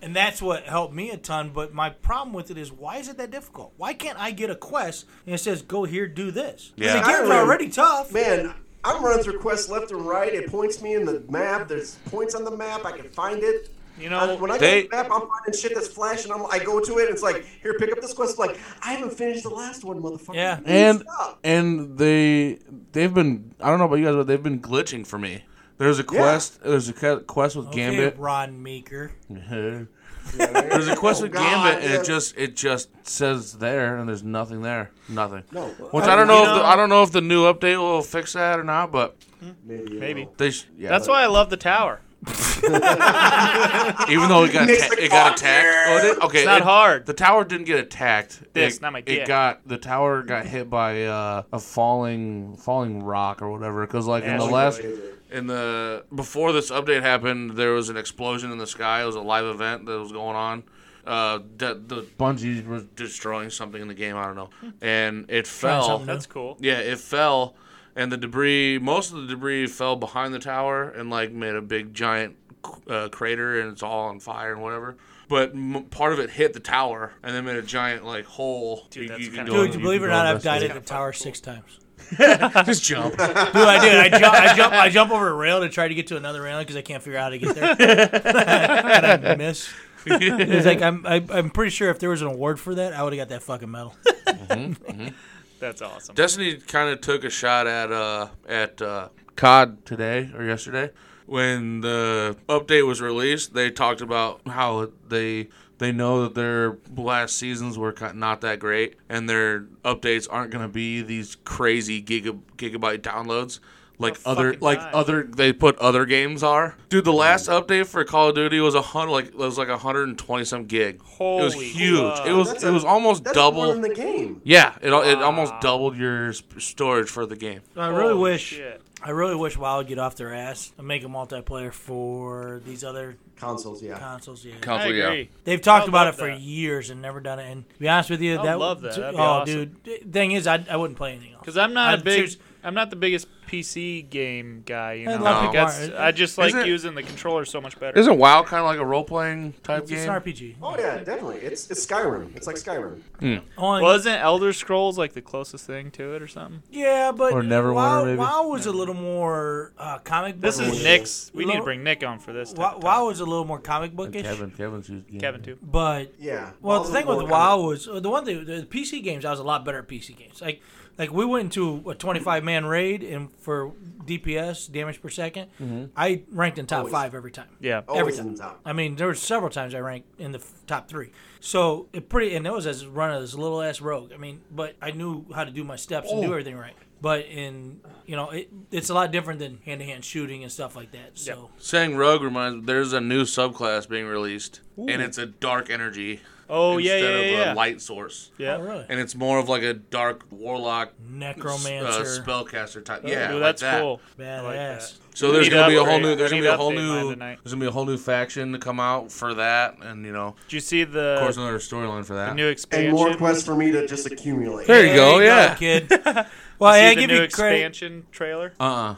Speaker 4: and that's what helped me a ton. But my problem with it is, why is it that difficult? Why can't I get a quest and it says go here, do this? 'Cause
Speaker 7: Yeah.
Speaker 4: The game's
Speaker 7: I don't-
Speaker 4: already tough,
Speaker 7: Man, I'm running through quests left and right. It points me in the map. There's points on the map. I can find it. You know, when I
Speaker 6: they-
Speaker 7: go to the map, I'm finding shit that's flashing. I'm, I go to it. It's like, here, pick up this quest. It's like, I haven't finished the last one, motherfucker.
Speaker 4: Yeah.
Speaker 6: and and they they've been I don't know about you guys, but they've been glitching for me. There's a quest. There's a que- quest with Gambit.
Speaker 4: Okay, Ron Meeker.
Speaker 6: there's a quest
Speaker 4: Oh,
Speaker 6: with
Speaker 4: God,
Speaker 6: Gambit, and
Speaker 4: yeah.
Speaker 6: it just it just says there, and there's nothing there, nothing.
Speaker 7: No.
Speaker 6: Which I don't know. If the, I don't know if the new update will fix that or not, but
Speaker 7: Maybe.
Speaker 5: Maybe.
Speaker 6: they sh- yeah.
Speaker 5: That's why I love the tower.
Speaker 6: Even though it got
Speaker 5: Nick's
Speaker 6: atta-
Speaker 5: like,
Speaker 6: it got
Speaker 5: "Fuck
Speaker 6: attacked.
Speaker 5: yeah."
Speaker 6: Oh, it did? Okay,
Speaker 5: It's not
Speaker 6: it-
Speaker 5: hard.
Speaker 6: The tower didn't get attacked.
Speaker 5: This,
Speaker 6: it,
Speaker 5: not my
Speaker 6: It
Speaker 5: dick.
Speaker 6: got the tower got hit by uh, a falling falling rock or whatever. Because like in the
Speaker 5: Asteroid.
Speaker 6: last in the before this update happened, there was an explosion in the sky. It was a live event that was going on. Uh, that the bungees were Hmm. destroying something in the game. I don't know, and it
Speaker 5: Trying
Speaker 6: fell.
Speaker 5: something new. That's cool.
Speaker 6: Yeah, it fell, and the debris. Most of the debris fell behind the tower and like made a big giant uh, crater, and it's all on fire and whatever. But m- part of it hit the tower, and then made a giant like hole. Dude,
Speaker 4: Dude, you believe it or not, I've died at the tower six times.
Speaker 6: Just jump.
Speaker 4: Dude, I did. I jump, I jump, I jump over a rail to try to get to another railing because I can't figure out how to get there. and I miss. It's like I'm, I, I'm pretty sure if there was an award for that, I would have got that fucking medal.
Speaker 5: That's awesome.
Speaker 6: Destiny kind of took a shot at uh at uh, COD today or yesterday when the update was released. They talked about how they they know that their last seasons were ki- not that great and their updates aren't going to be these crazy giga, gigabyte downloads like
Speaker 26: Oh,
Speaker 6: other
Speaker 26: fucking
Speaker 6: like
Speaker 26: die.
Speaker 6: other they put other games are. Dude, the last update for Call of Duty was a hundred like it was like hundred and twenty some gig. it was
Speaker 26: Holy
Speaker 6: huge.
Speaker 26: fuck.
Speaker 6: It was
Speaker 26: That's
Speaker 6: it
Speaker 26: a-
Speaker 6: was almost
Speaker 26: that's
Speaker 6: double
Speaker 26: more than the game.
Speaker 6: Yeah, it al- it almost doubled your sp- storage for the game.
Speaker 4: I really
Speaker 5: Holy
Speaker 4: wish. I really wish WoW would get off their ass and make a multiplayer for these other
Speaker 7: Consoles, yeah.
Speaker 4: Consoles, yeah.
Speaker 6: Console, I yeah. agree.
Speaker 4: They've talked
Speaker 5: I
Speaker 4: about it
Speaker 5: love
Speaker 4: for
Speaker 5: that.
Speaker 4: years and never done it. And to be honest with you,
Speaker 5: I
Speaker 4: that
Speaker 5: love that. That'd be
Speaker 4: oh,
Speaker 5: awesome.
Speaker 4: dude. Thing is, I, I wouldn't play anything else
Speaker 5: Because I'm not a
Speaker 4: I'd
Speaker 5: big,
Speaker 4: choose-
Speaker 5: I'm not the biggest PC game guy. You
Speaker 4: I
Speaker 5: know,
Speaker 4: love
Speaker 5: Like,
Speaker 4: people
Speaker 5: that's-
Speaker 4: are.
Speaker 5: I just like
Speaker 6: Isn't it-
Speaker 5: using the controller so much better.
Speaker 6: Isn't WoW kind of like a role playing type
Speaker 5: It's
Speaker 6: game?
Speaker 5: an
Speaker 4: RPG.
Speaker 7: Oh yeah, definitely. It's it's Skyrim. It's like Skyrim.
Speaker 5: Wasn't Elder Scrolls like the closest thing to it or something?
Speaker 4: Yeah, but
Speaker 6: Or Neverwinter,
Speaker 4: WoW,
Speaker 6: maybe?
Speaker 4: WoW was a little more uh, comic book.
Speaker 5: This is Nick's. We need to bring Nick on for this.
Speaker 4: WoW, WoW was a little more comic bookish.
Speaker 6: Kevin, Kevin's game.
Speaker 5: Kevin too.
Speaker 4: But
Speaker 5: Yeah,
Speaker 4: well,
Speaker 5: WoW's
Speaker 4: the
Speaker 5: a
Speaker 4: thing
Speaker 5: little
Speaker 4: with
Speaker 5: more
Speaker 4: WoW was uh, the one thing. The PC games, I was a lot better at PC games. Like, like we went into a 25 man raid and for DPS damage per 2nd
Speaker 6: Mm-hmm.
Speaker 5: Mhm.
Speaker 4: I ranked in top
Speaker 5: Always.
Speaker 4: five every time.
Speaker 5: Yeah.
Speaker 4: every
Speaker 5: Always
Speaker 4: time.
Speaker 5: in the top.
Speaker 4: I mean, there were several times I ranked in the f- top three. So it pretty, and that was as a run of this little ass rogue. I mean, but I knew how to do my steps and do
Speaker 5: Oh.
Speaker 4: everything right. But in you know, it, it's a lot different than hand to hand shooting and stuff like that. So.
Speaker 6: Saying rogue reminds me there's a new subclass being released,
Speaker 4: Ooh.
Speaker 6: and it's a dark energy.
Speaker 5: Oh, yeah,
Speaker 6: instead
Speaker 5: yeah,
Speaker 6: of
Speaker 5: yeah,
Speaker 6: a
Speaker 5: yeah.
Speaker 6: light source.
Speaker 5: Yeah. Oh, really?
Speaker 6: And it's more of like a dark warlock,
Speaker 4: Necromancer.
Speaker 6: uh, spellcaster type.
Speaker 4: Ooh,
Speaker 6: yeah, like
Speaker 4: that's
Speaker 6: that.
Speaker 4: cool. I like Badass. that.
Speaker 6: So there's
Speaker 5: Need
Speaker 6: gonna be a whole
Speaker 5: upgrade.
Speaker 6: new. There's
Speaker 5: I
Speaker 6: gonna
Speaker 5: need
Speaker 6: be a
Speaker 5: to
Speaker 6: whole
Speaker 5: update mine
Speaker 6: new.
Speaker 5: tonight.
Speaker 6: There's gonna be a whole new faction to come out for that, and you know.
Speaker 5: Did you see the?
Speaker 6: Of course, another storyline for that.
Speaker 5: Uh, new
Speaker 7: And more quests for me to just accumulate.
Speaker 6: There you go. Yeah,
Speaker 4: Well, Oh,
Speaker 5: you
Speaker 4: yeah,
Speaker 5: see
Speaker 4: I
Speaker 5: the
Speaker 4: give
Speaker 5: new
Speaker 4: you credit.
Speaker 5: expansion trailer.
Speaker 6: Uh. uh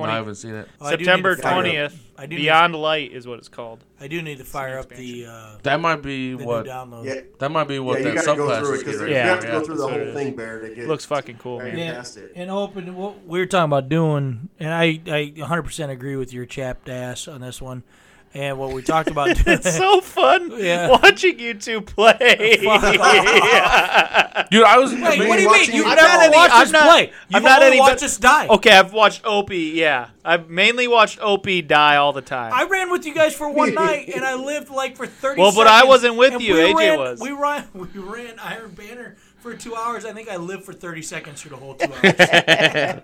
Speaker 6: I haven't seen it.
Speaker 4: Oh, I do need to
Speaker 5: September
Speaker 4: fire up-
Speaker 5: twentieth.
Speaker 4: I do need-
Speaker 5: Beyond Light is what it's called.
Speaker 4: I do need to fire up the. Uh,
Speaker 6: That might be
Speaker 4: the new
Speaker 6: what.
Speaker 4: download.
Speaker 7: Yeah.
Speaker 6: That might be what
Speaker 7: Yeah, you
Speaker 6: that
Speaker 7: gotta go
Speaker 6: subclass
Speaker 7: through
Speaker 6: is
Speaker 7: it 'cause
Speaker 6: getting
Speaker 7: you
Speaker 6: ready.
Speaker 7: have to go through the
Speaker 5: that's what
Speaker 7: whole
Speaker 5: it
Speaker 7: thing,
Speaker 5: is.
Speaker 7: Bear, to get-
Speaker 5: Looks fucking cool, man.
Speaker 4: Yeah, and open. What we were talking about doing, and I, I 100% agree with your chapped ass on this one. And what we talked about doing.
Speaker 5: it's so fun
Speaker 4: Yeah.
Speaker 5: watching you two play.
Speaker 4: Fuck off.
Speaker 5: Yeah.
Speaker 6: Dude, I was.
Speaker 4: Wait, what do you mean? You've never watched us play. You've only watched us die.
Speaker 5: Okay, I've watched Opie. Yeah, I've mainly watched Opie die all the time.
Speaker 4: I ran with you guys for one night, and I lived like for 30
Speaker 5: Well, but I
Speaker 4: seconds,
Speaker 5: wasn't with
Speaker 4: and
Speaker 5: you.
Speaker 4: we
Speaker 5: AJ
Speaker 4: ran-
Speaker 5: was.
Speaker 4: We ran, we ran Iron Banner for two hours. I think I lived for 30 seconds through the whole two hours.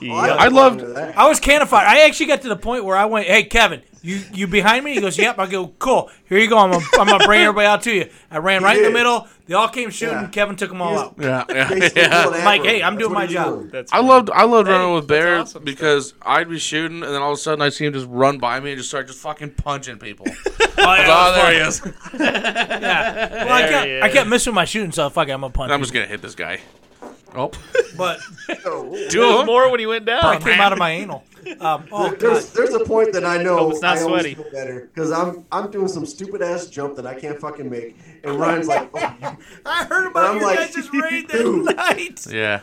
Speaker 7: Oh,
Speaker 6: I loved.
Speaker 4: I was canified. I actually got to the point where I went, "Hey, Kevin, you you behind me?" He goes, "Yep." I go, "Cool. Here you go. I'm gonna, I'm gonna bring everybody out to you." I ran
Speaker 5: He
Speaker 4: right in
Speaker 5: did.
Speaker 4: the middle. They all came shooting. Kevin took them all out.
Speaker 6: Yeah, yeah,
Speaker 4: Basically
Speaker 6: yeah.
Speaker 4: pulling Mike, hey, I'm doing my job.
Speaker 6: I loved I loved running with
Speaker 4: that's
Speaker 6: Bear
Speaker 4: awesome
Speaker 6: because I'd be shooting and then all of a sudden I see him just run by me and just start just fucking punching people.
Speaker 4: yeah,
Speaker 6: oh, there he is.
Speaker 4: yeah. Well, I
Speaker 6: There
Speaker 4: kept,
Speaker 6: he
Speaker 4: I kept missing my shooting, so fuck it, I'm gonna punch.
Speaker 6: I'm
Speaker 4: him.
Speaker 6: just gonna hit this guy. Oh,
Speaker 4: but
Speaker 5: There was more when he went down.
Speaker 4: I came out of my anal. Um, oh,
Speaker 7: there's, there's a point that I know
Speaker 5: Hope it's not
Speaker 7: I always
Speaker 5: sweaty.
Speaker 7: feel better because I'm I'm doing some stupid ass jump that I can't fucking make, and Ryan's like, oh, you-
Speaker 4: I heard
Speaker 7: about I'm your like,
Speaker 4: guys' raid that night.
Speaker 6: Yeah.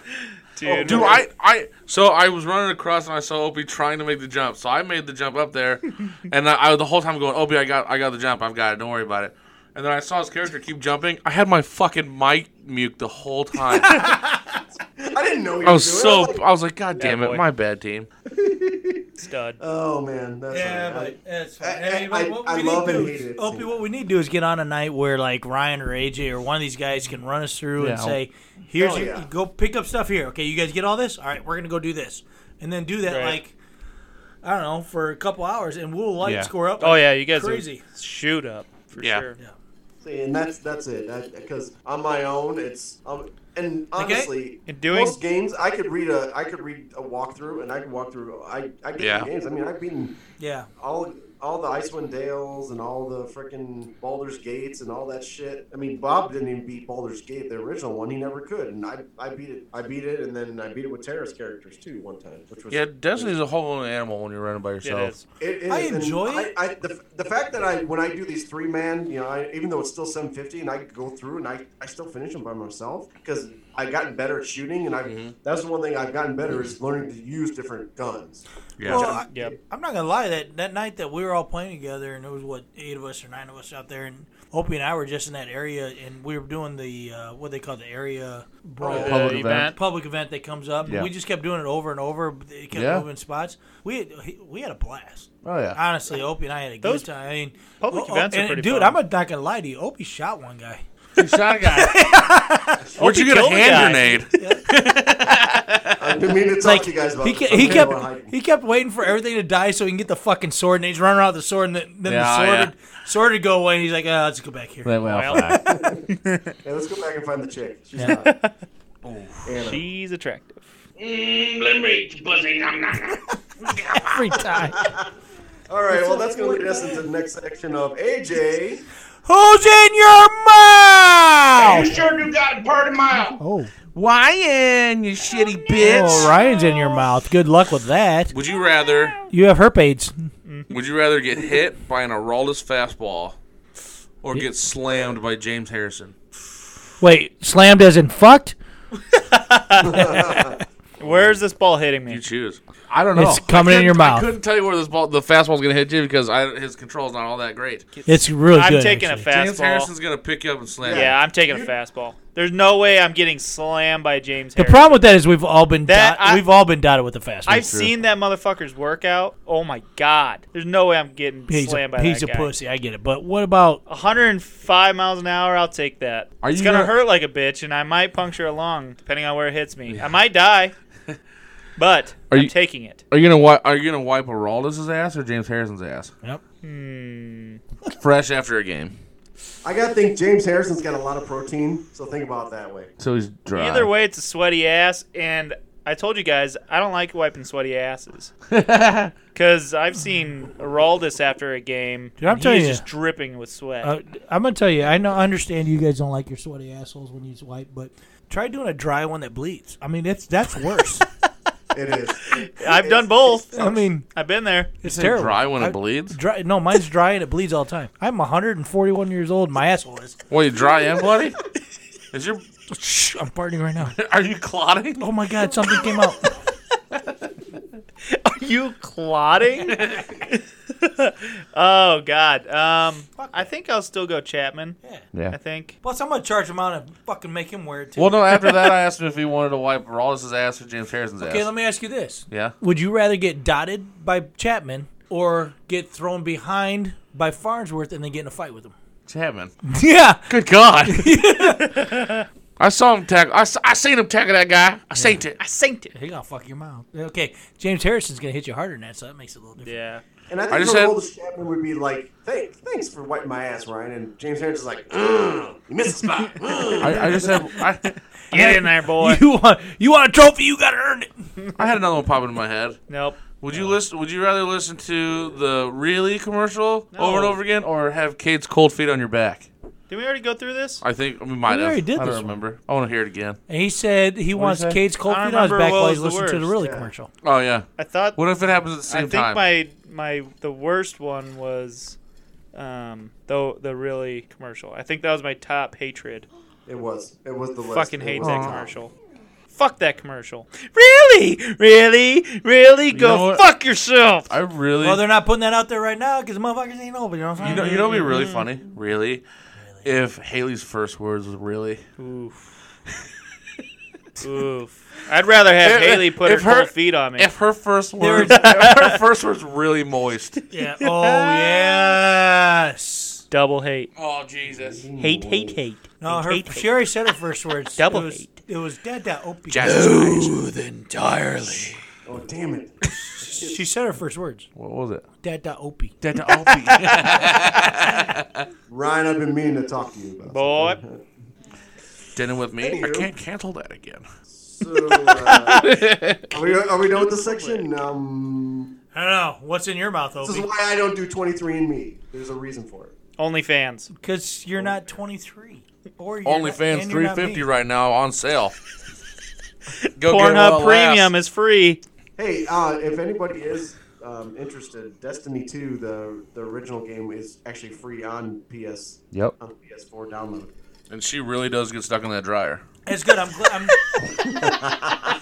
Speaker 5: Dude,
Speaker 6: Oh, Dude, dude I, I so I was running across and I saw Opie trying to make the jump. So I made the jump up there and I, I the whole time going, Opie, I got I got the jump, I've got it, don't worry about it. And then I saw his character keep jumping. I had my fucking mic mute the whole time.
Speaker 7: I didn't know. You
Speaker 6: I
Speaker 7: were
Speaker 6: was so
Speaker 7: doing it.
Speaker 6: I was like, God
Speaker 7: Yeah,
Speaker 6: damn
Speaker 7: boy.
Speaker 6: it, my bad team.
Speaker 5: Stud.
Speaker 7: Oh man, that's
Speaker 4: Yeah,
Speaker 7: all right.
Speaker 4: but that's fine.
Speaker 7: I- I-
Speaker 4: Anyway,
Speaker 7: I-
Speaker 4: what
Speaker 7: I
Speaker 4: we
Speaker 7: love
Speaker 4: need to
Speaker 7: and
Speaker 4: do-
Speaker 7: hate it.
Speaker 4: Opie, what we need to do is get on a night where like Ryan or AJ or one of these guys can run us through and
Speaker 10: Yeah.
Speaker 4: say, "Here's
Speaker 7: Oh,
Speaker 10: Hell
Speaker 4: your,
Speaker 10: yeah.
Speaker 4: go pick up stuff here." Okay, you guys get all this. All right, we're gonna go do this, and then do that
Speaker 5: Right.
Speaker 4: like I don't know for a couple hours, and we'll like
Speaker 5: Yeah.
Speaker 4: score up.
Speaker 5: Oh
Speaker 4: like
Speaker 5: yeah, you guys
Speaker 4: crazy.
Speaker 5: Are shoot up for
Speaker 6: Yeah.
Speaker 5: sure.
Speaker 7: and that's that's it. Because on my own, it's um, and
Speaker 5: Okay.
Speaker 7: honestly,
Speaker 5: And doing-
Speaker 7: most games I could read a I could read a walkthrough and I could walk through. I I get
Speaker 6: Yeah.
Speaker 7: the games. I mean, I've been
Speaker 4: Yeah.
Speaker 7: all all the Icewind Dales and all the freaking Baldur's Gates and all that shit. I mean, Bob didn't even beat Baldur's Gate, the original one. He never could, and I I beat it. I beat it, and then I beat it with Terrace characters too one time, which was
Speaker 6: Yeah, Destiny's a whole other animal when you're running by yourself.
Speaker 7: it is.
Speaker 6: I
Speaker 7: and
Speaker 6: enjoy
Speaker 7: I, I, the, the fact that I when I do these three man, you know, I, even though it's still 750, and I go through and I, I still finish them by myself because I've gotten better at shooting, and I that's the one thing I've gotten better is learning to use different guns.
Speaker 4: Well, I, I'm not gonna lie. That that night that we were all playing together, and there was what eight of us or nine of us out there, and Opie and I were just in that area, and we were doing the uh, what they call the
Speaker 5: Oh,
Speaker 4: area brawl
Speaker 26: Uh, Public event. event.
Speaker 4: public event that comes up.
Speaker 26: Yeah.
Speaker 4: We just kept doing it over and over. but It kept
Speaker 26: Yeah.
Speaker 4: moving spots. We had, he- we had a blast.
Speaker 26: Oh, yeah.
Speaker 4: Honestly, Opie and I had a
Speaker 26: Those
Speaker 4: good time. I mean,
Speaker 26: public
Speaker 4: oh, oh,
Speaker 26: events are
Speaker 4: and
Speaker 26: pretty
Speaker 4: Dude,
Speaker 26: fun.
Speaker 4: I'm not gonna lie to you. Opie shot one guy.
Speaker 26: He shot a guy. Where'd you get a hand grenade?
Speaker 4: I
Speaker 26: I've been meaning to talk to you guys about
Speaker 4: he,
Speaker 26: this.
Speaker 4: ke-
Speaker 26: I'm
Speaker 4: he
Speaker 26: gonna go
Speaker 4: kept
Speaker 26: hide.
Speaker 4: he kept waiting for everything to die so he can get the fucking sword, and he's running around with the sword, and the, then
Speaker 26: Yeah,
Speaker 4: the sword
Speaker 26: yeah.
Speaker 4: would, sword would go away, and he's like, "Ah, let's go back here."
Speaker 26: Wait, well,
Speaker 7: yeah, let's go back and find the chick. She's
Speaker 4: Yeah.
Speaker 7: hot. Anna.
Speaker 5: She's attractive.
Speaker 8: Mm, limerick, pussy, nom, nom, nom.
Speaker 4: Every time.
Speaker 7: All right, well, that's going to lead us into the next section of AJ.
Speaker 4: Who's in your mouth?
Speaker 8: You sure do got a part of mouth.
Speaker 4: Oh,
Speaker 6: Why in you shitty bitch?
Speaker 4: oh, Ryan's in your mouth. Good luck with that.
Speaker 6: Would you rather?
Speaker 4: You have herpes.
Speaker 6: Would you rather get hit by an Araldus fastball, or get slammed by James Harrison?
Speaker 4: Wait, slammed as in fucked?
Speaker 5: Where is this ball hitting me?
Speaker 6: You choose. I don't
Speaker 4: It's coming in
Speaker 6: couldn't-
Speaker 4: your mouth.
Speaker 6: I couldn't tell you where this ball, the fastball's going to hit you because I, his control's not all that great.
Speaker 4: It's really
Speaker 5: I'm
Speaker 4: good,
Speaker 5: taking
Speaker 4: actually.
Speaker 5: a fastball.
Speaker 6: James Harrison's going to pick you up and slam.
Speaker 5: Yeah, I'm taking a fastball. There's no way I'm getting slammed by James
Speaker 4: The
Speaker 5: Harrison.
Speaker 4: problem with that is we've all been
Speaker 5: That
Speaker 4: dot-
Speaker 5: I-
Speaker 4: we've all been dotted with a fast.
Speaker 5: I've seen that motherfucker's workout. Oh my god. There's no way I'm getting
Speaker 4: he's
Speaker 5: slammed
Speaker 4: a,
Speaker 5: by
Speaker 4: he's
Speaker 5: that
Speaker 4: a
Speaker 5: guy. Oh.
Speaker 4: pussy. I get it, but what about
Speaker 5: 105 miles an hour, I'll take that.
Speaker 4: Are
Speaker 5: it's
Speaker 4: you
Speaker 5: gonna
Speaker 4: gonna-
Speaker 5: hurt like a bitch, and I might puncture a lung, depending on where it hits me. I might die, but
Speaker 6: Are
Speaker 5: I'm
Speaker 6: you-
Speaker 5: taking it.
Speaker 6: Are you gonna wipe? Are you gonna wipe Araldus's ass or James Harrison's ass?
Speaker 4: Yep.
Speaker 5: Hmm.
Speaker 6: Fresh after a game,
Speaker 7: I got to think James Harrison's got a lot of protein, so think about it that way.
Speaker 6: so he's dry.
Speaker 5: Either way, it's a sweaty ass, and I told you guys I don't like wiping sweaty asses. Because I've seen Araldus after a game,
Speaker 4: Dude, I'm
Speaker 5: and
Speaker 4: telling
Speaker 5: he's
Speaker 4: you.
Speaker 5: just dripping with sweat.
Speaker 4: Uh, I'm gonna tell you. I know. I understand you guys don't like your sweaty assholes when you wipe, but try doing a dry one that bleeds. I mean, that's that's worse.
Speaker 7: it is.
Speaker 5: I've done both.
Speaker 4: I mean,
Speaker 5: I've been there.
Speaker 4: it's terrible. I- Dry? No, mine's dry and it bleeds all the time. I'm 141 years old. My asshole is.
Speaker 6: Wait, dry and bloody? Is your
Speaker 4: Shh, I'm farting right now.
Speaker 6: Are you clotting?
Speaker 4: Oh my god, something came out.
Speaker 5: Are you clotting? oh God. Um, I think I'll still go Chapman. Yeah.
Speaker 6: Yeah.
Speaker 5: I think.
Speaker 4: Plus, I'm gonna charge him out and fucking make him wear it too.
Speaker 6: well, no. After that, I asked him if he wanted to wipe Araldus's ass or James Harrison's
Speaker 4: Okay,
Speaker 6: ass.
Speaker 4: let me ask you this.
Speaker 6: Yeah.
Speaker 4: Would you rather get dotted by Chapman or get thrown behind by Farnsworth and then get in a fight with him?
Speaker 6: Chapman.
Speaker 4: Yeah.
Speaker 6: Good God. I saw him tackle. I, s- I seen him tackle that guy. I seen it.
Speaker 5: I saint it.
Speaker 4: He gonna fuck your mouth. Okay, James Harrison's gonna hit you harder than that, so that makes it a little different.
Speaker 5: Yeah.
Speaker 7: And I
Speaker 4: I
Speaker 7: think
Speaker 4: just
Speaker 7: the
Speaker 4: had-
Speaker 7: oldest Chapman would be like, "Thanks, thanks for wiping my ass, Ryan." And James Harrison's like, "Ugh, "You missed the spot." Mm.
Speaker 6: I, I just have. I,
Speaker 5: Get in there, boy.
Speaker 4: You want you want a trophy? You gotta earn it.
Speaker 6: I had another one popping in my head.
Speaker 5: Nope.
Speaker 6: Would you listen? Would you rather listen to the really commercial over and over again, or have Kate's cold feet on your back?
Speaker 5: Did we already go through this?
Speaker 6: I think we might
Speaker 4: We
Speaker 6: have.
Speaker 4: already did
Speaker 6: I
Speaker 4: this
Speaker 6: don't
Speaker 4: one.
Speaker 6: remember. I want to hear it again.
Speaker 4: And he said he
Speaker 6: What'd
Speaker 4: wants
Speaker 6: he say?
Speaker 4: Kate's cold
Speaker 5: I
Speaker 4: feet
Speaker 5: don't
Speaker 4: on his
Speaker 5: remember
Speaker 4: back
Speaker 5: what
Speaker 4: while he's
Speaker 5: was the
Speaker 4: listening to the
Speaker 5: worst.
Speaker 4: really
Speaker 5: Yeah.
Speaker 4: commercial.
Speaker 6: Oh yeah.
Speaker 5: I thought.
Speaker 6: What if it happens at the
Speaker 5: I
Speaker 6: same
Speaker 5: think
Speaker 6: time?
Speaker 5: my my the worst one was, um, the the really commercial. I think that was my top hatred.
Speaker 7: It was. It was the list.
Speaker 5: Fucking
Speaker 7: It
Speaker 5: hate
Speaker 7: was
Speaker 5: that
Speaker 7: the top.
Speaker 5: commercial. Fuck that commercial. Really, really, really.
Speaker 6: know
Speaker 5: Go
Speaker 6: what?
Speaker 5: fuck yourself.
Speaker 6: I really.
Speaker 4: Well, they're not putting that out there right now because motherfuckers ain't open. You know what I'm saying?
Speaker 6: you know, you know, what'd be
Speaker 4: mm.
Speaker 6: really funny. Really, if Haley's first words was really.
Speaker 5: Oof. I'd rather have
Speaker 6: If-
Speaker 5: Haley put her,
Speaker 6: if her-
Speaker 5: cold feet on me.
Speaker 6: If her first words,
Speaker 5: There-
Speaker 6: if her first words really moist.
Speaker 4: Yeah. Oh yes.
Speaker 5: Double hate.
Speaker 6: Oh Jesus.
Speaker 5: Hate, hate, hate.
Speaker 4: No, her,
Speaker 5: hate, hate.
Speaker 4: she already said her first words.
Speaker 5: Double
Speaker 4: it was,
Speaker 5: hate.
Speaker 4: It was dead that opie.
Speaker 6: Loathe entirely.
Speaker 7: Oh damn it!
Speaker 4: she said her first words.
Speaker 6: What was it?
Speaker 4: Dad dot opie.
Speaker 6: Dad dot opie.
Speaker 7: Ryan, Brian, I've been meaning to talk to you about.
Speaker 5: Boy.
Speaker 6: Dinner with me? I
Speaker 7: Anywho.
Speaker 6: can't cancel that again.
Speaker 7: So, uh, are, we, are we done with the section? Um,
Speaker 4: I don't know. What's in your mouth,
Speaker 7: this is
Speaker 4: Opie?
Speaker 7: why I don't do 23andMe. There's a reason for it.
Speaker 5: Only fans.
Speaker 4: Because you're not 23. Or you're not-
Speaker 6: OnlyFans
Speaker 4: and you're not
Speaker 6: 350
Speaker 4: me.
Speaker 6: right now on sale.
Speaker 5: Pornhub
Speaker 6: while it lasts.
Speaker 5: Premium is free.
Speaker 7: Hey, uh, if anybody is um, interested, Destiny 2, the the original game, is actually free on PS.
Speaker 6: Yep.
Speaker 7: On PS4 download.
Speaker 6: And she really does get stuck in that dryer.
Speaker 4: It's good. I'm glad. I'm,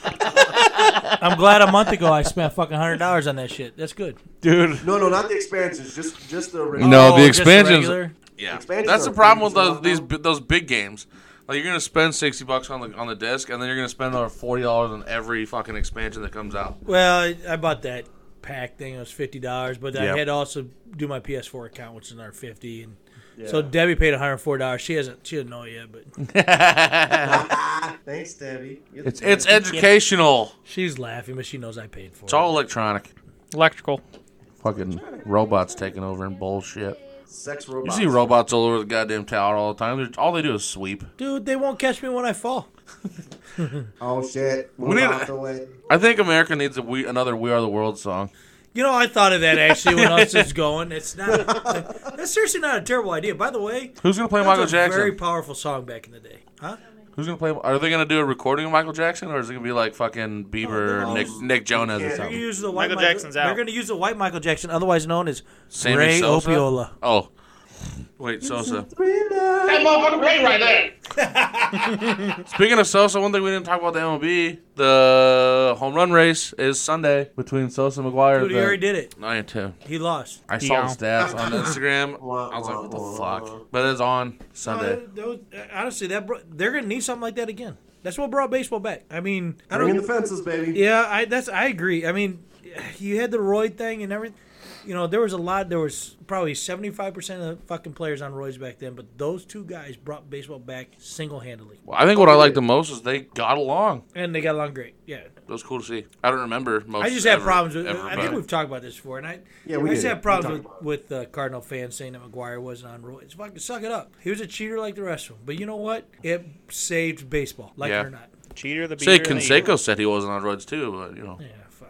Speaker 4: I'm glad a month ago I spent fucking hundred dollars on that shit. That's good,
Speaker 6: Dude.
Speaker 7: No, no, not the expansions. Just just the original.
Speaker 6: No, the expansions. yeah,
Speaker 7: Expansions
Speaker 6: that's the
Speaker 7: are
Speaker 6: problem with
Speaker 7: free,
Speaker 6: those, these bi- those big games. Like you're gonna spend sixty bucks on the on the disc, and then you're gonna spend another forty dollars on every fucking expansion that comes out.
Speaker 4: Well, I- I bought that pack thing. It was fifty dollars, but
Speaker 6: Yeah.
Speaker 4: I had to also do my PS4 account, which is another fifty. And so
Speaker 7: Yeah.
Speaker 4: Debbie paid one hundred four dollars. She hasn't. She doesn't know it yet,
Speaker 7: but Ah, Thanks, Debbie. You're the
Speaker 6: It's it's
Speaker 4: Yeah.
Speaker 6: educational.
Speaker 4: She's laughing, but she knows I paid for
Speaker 6: It's all electronic.
Speaker 5: Electrical.
Speaker 6: Fucking robots taking over and bullshit.
Speaker 7: Sex
Speaker 6: You
Speaker 7: robots.
Speaker 6: see robots all over the goddamn tower all the time. They're, all they do is sweep.
Speaker 4: it. Dude, they won't catch me when I fall.
Speaker 7: Oh shit.
Speaker 6: We need. I think America needs a we, another "We Are the World" song.
Speaker 4: You know, I thought of that actually when us was going. It's not. that's seriously not a terrible idea. By the way,
Speaker 6: Who's gonna play
Speaker 4: that's
Speaker 6: Michael
Speaker 4: a
Speaker 6: Jackson?
Speaker 4: Very powerful song back in the day, huh?
Speaker 6: Who's gonna play? Are they gonna do a recording of Michael Jackson, or is it gonna be like fucking
Speaker 4: Oh,
Speaker 6: Bieber, or Nick Nick Jonas, or
Speaker 4: They're gonna
Speaker 6: something?
Speaker 4: use the white
Speaker 5: Michael
Speaker 4: Mi-
Speaker 5: Jackson's out.
Speaker 4: They're gonna use the white Michael Jackson, otherwise known as
Speaker 6: Sammy
Speaker 4: Ray
Speaker 6: Sosa?
Speaker 4: Opiola.
Speaker 6: Oh, wait, Sosa.
Speaker 8: That motherfucker Ray right there.
Speaker 6: Speaking of Sosa, one thing we didn't talk about the MLB, the home run race is Sunday between Sosa and McGuire.
Speaker 4: Dude, he already did it.
Speaker 6: I am too.
Speaker 4: He lost.
Speaker 6: I saw the stats on Instagram. I was like, what the fuck? But it's on Sunday.
Speaker 4: Uh, that was- uh, honestly, that bro- they're gonna need something like that again. That's what brought baseball back. I mean, I
Speaker 7: Bring in the fences, baby.
Speaker 4: Yeah, I that's I agree. I mean, you had the Roy thing and everything. You know, there was a lot. There was probably seventy five percent of the fucking players on Roy's back then, but those two guys brought baseball back single handedly,
Speaker 6: Well, I think what I like the most is they got along.
Speaker 4: and they got along great. Yeah,
Speaker 6: It was cool to see. I don't remember most.
Speaker 4: I just have
Speaker 6: ever-
Speaker 4: problems with. I
Speaker 6: everybody.
Speaker 4: think we've talked about this before, and I
Speaker 6: Yeah, we
Speaker 4: I just
Speaker 6: did.
Speaker 4: have
Speaker 6: We
Speaker 4: problems with, with uh, Cardinal fans saying that McGuire wasn't on Roy. It's fucking suck it up. He was a cheater like the rest of them, but you know what? It saved baseball, like
Speaker 6: Yeah.
Speaker 4: it or not.
Speaker 5: Cheater the
Speaker 6: Say
Speaker 5: beater and the
Speaker 6: Conseco said he wasn't on roids too, but you know.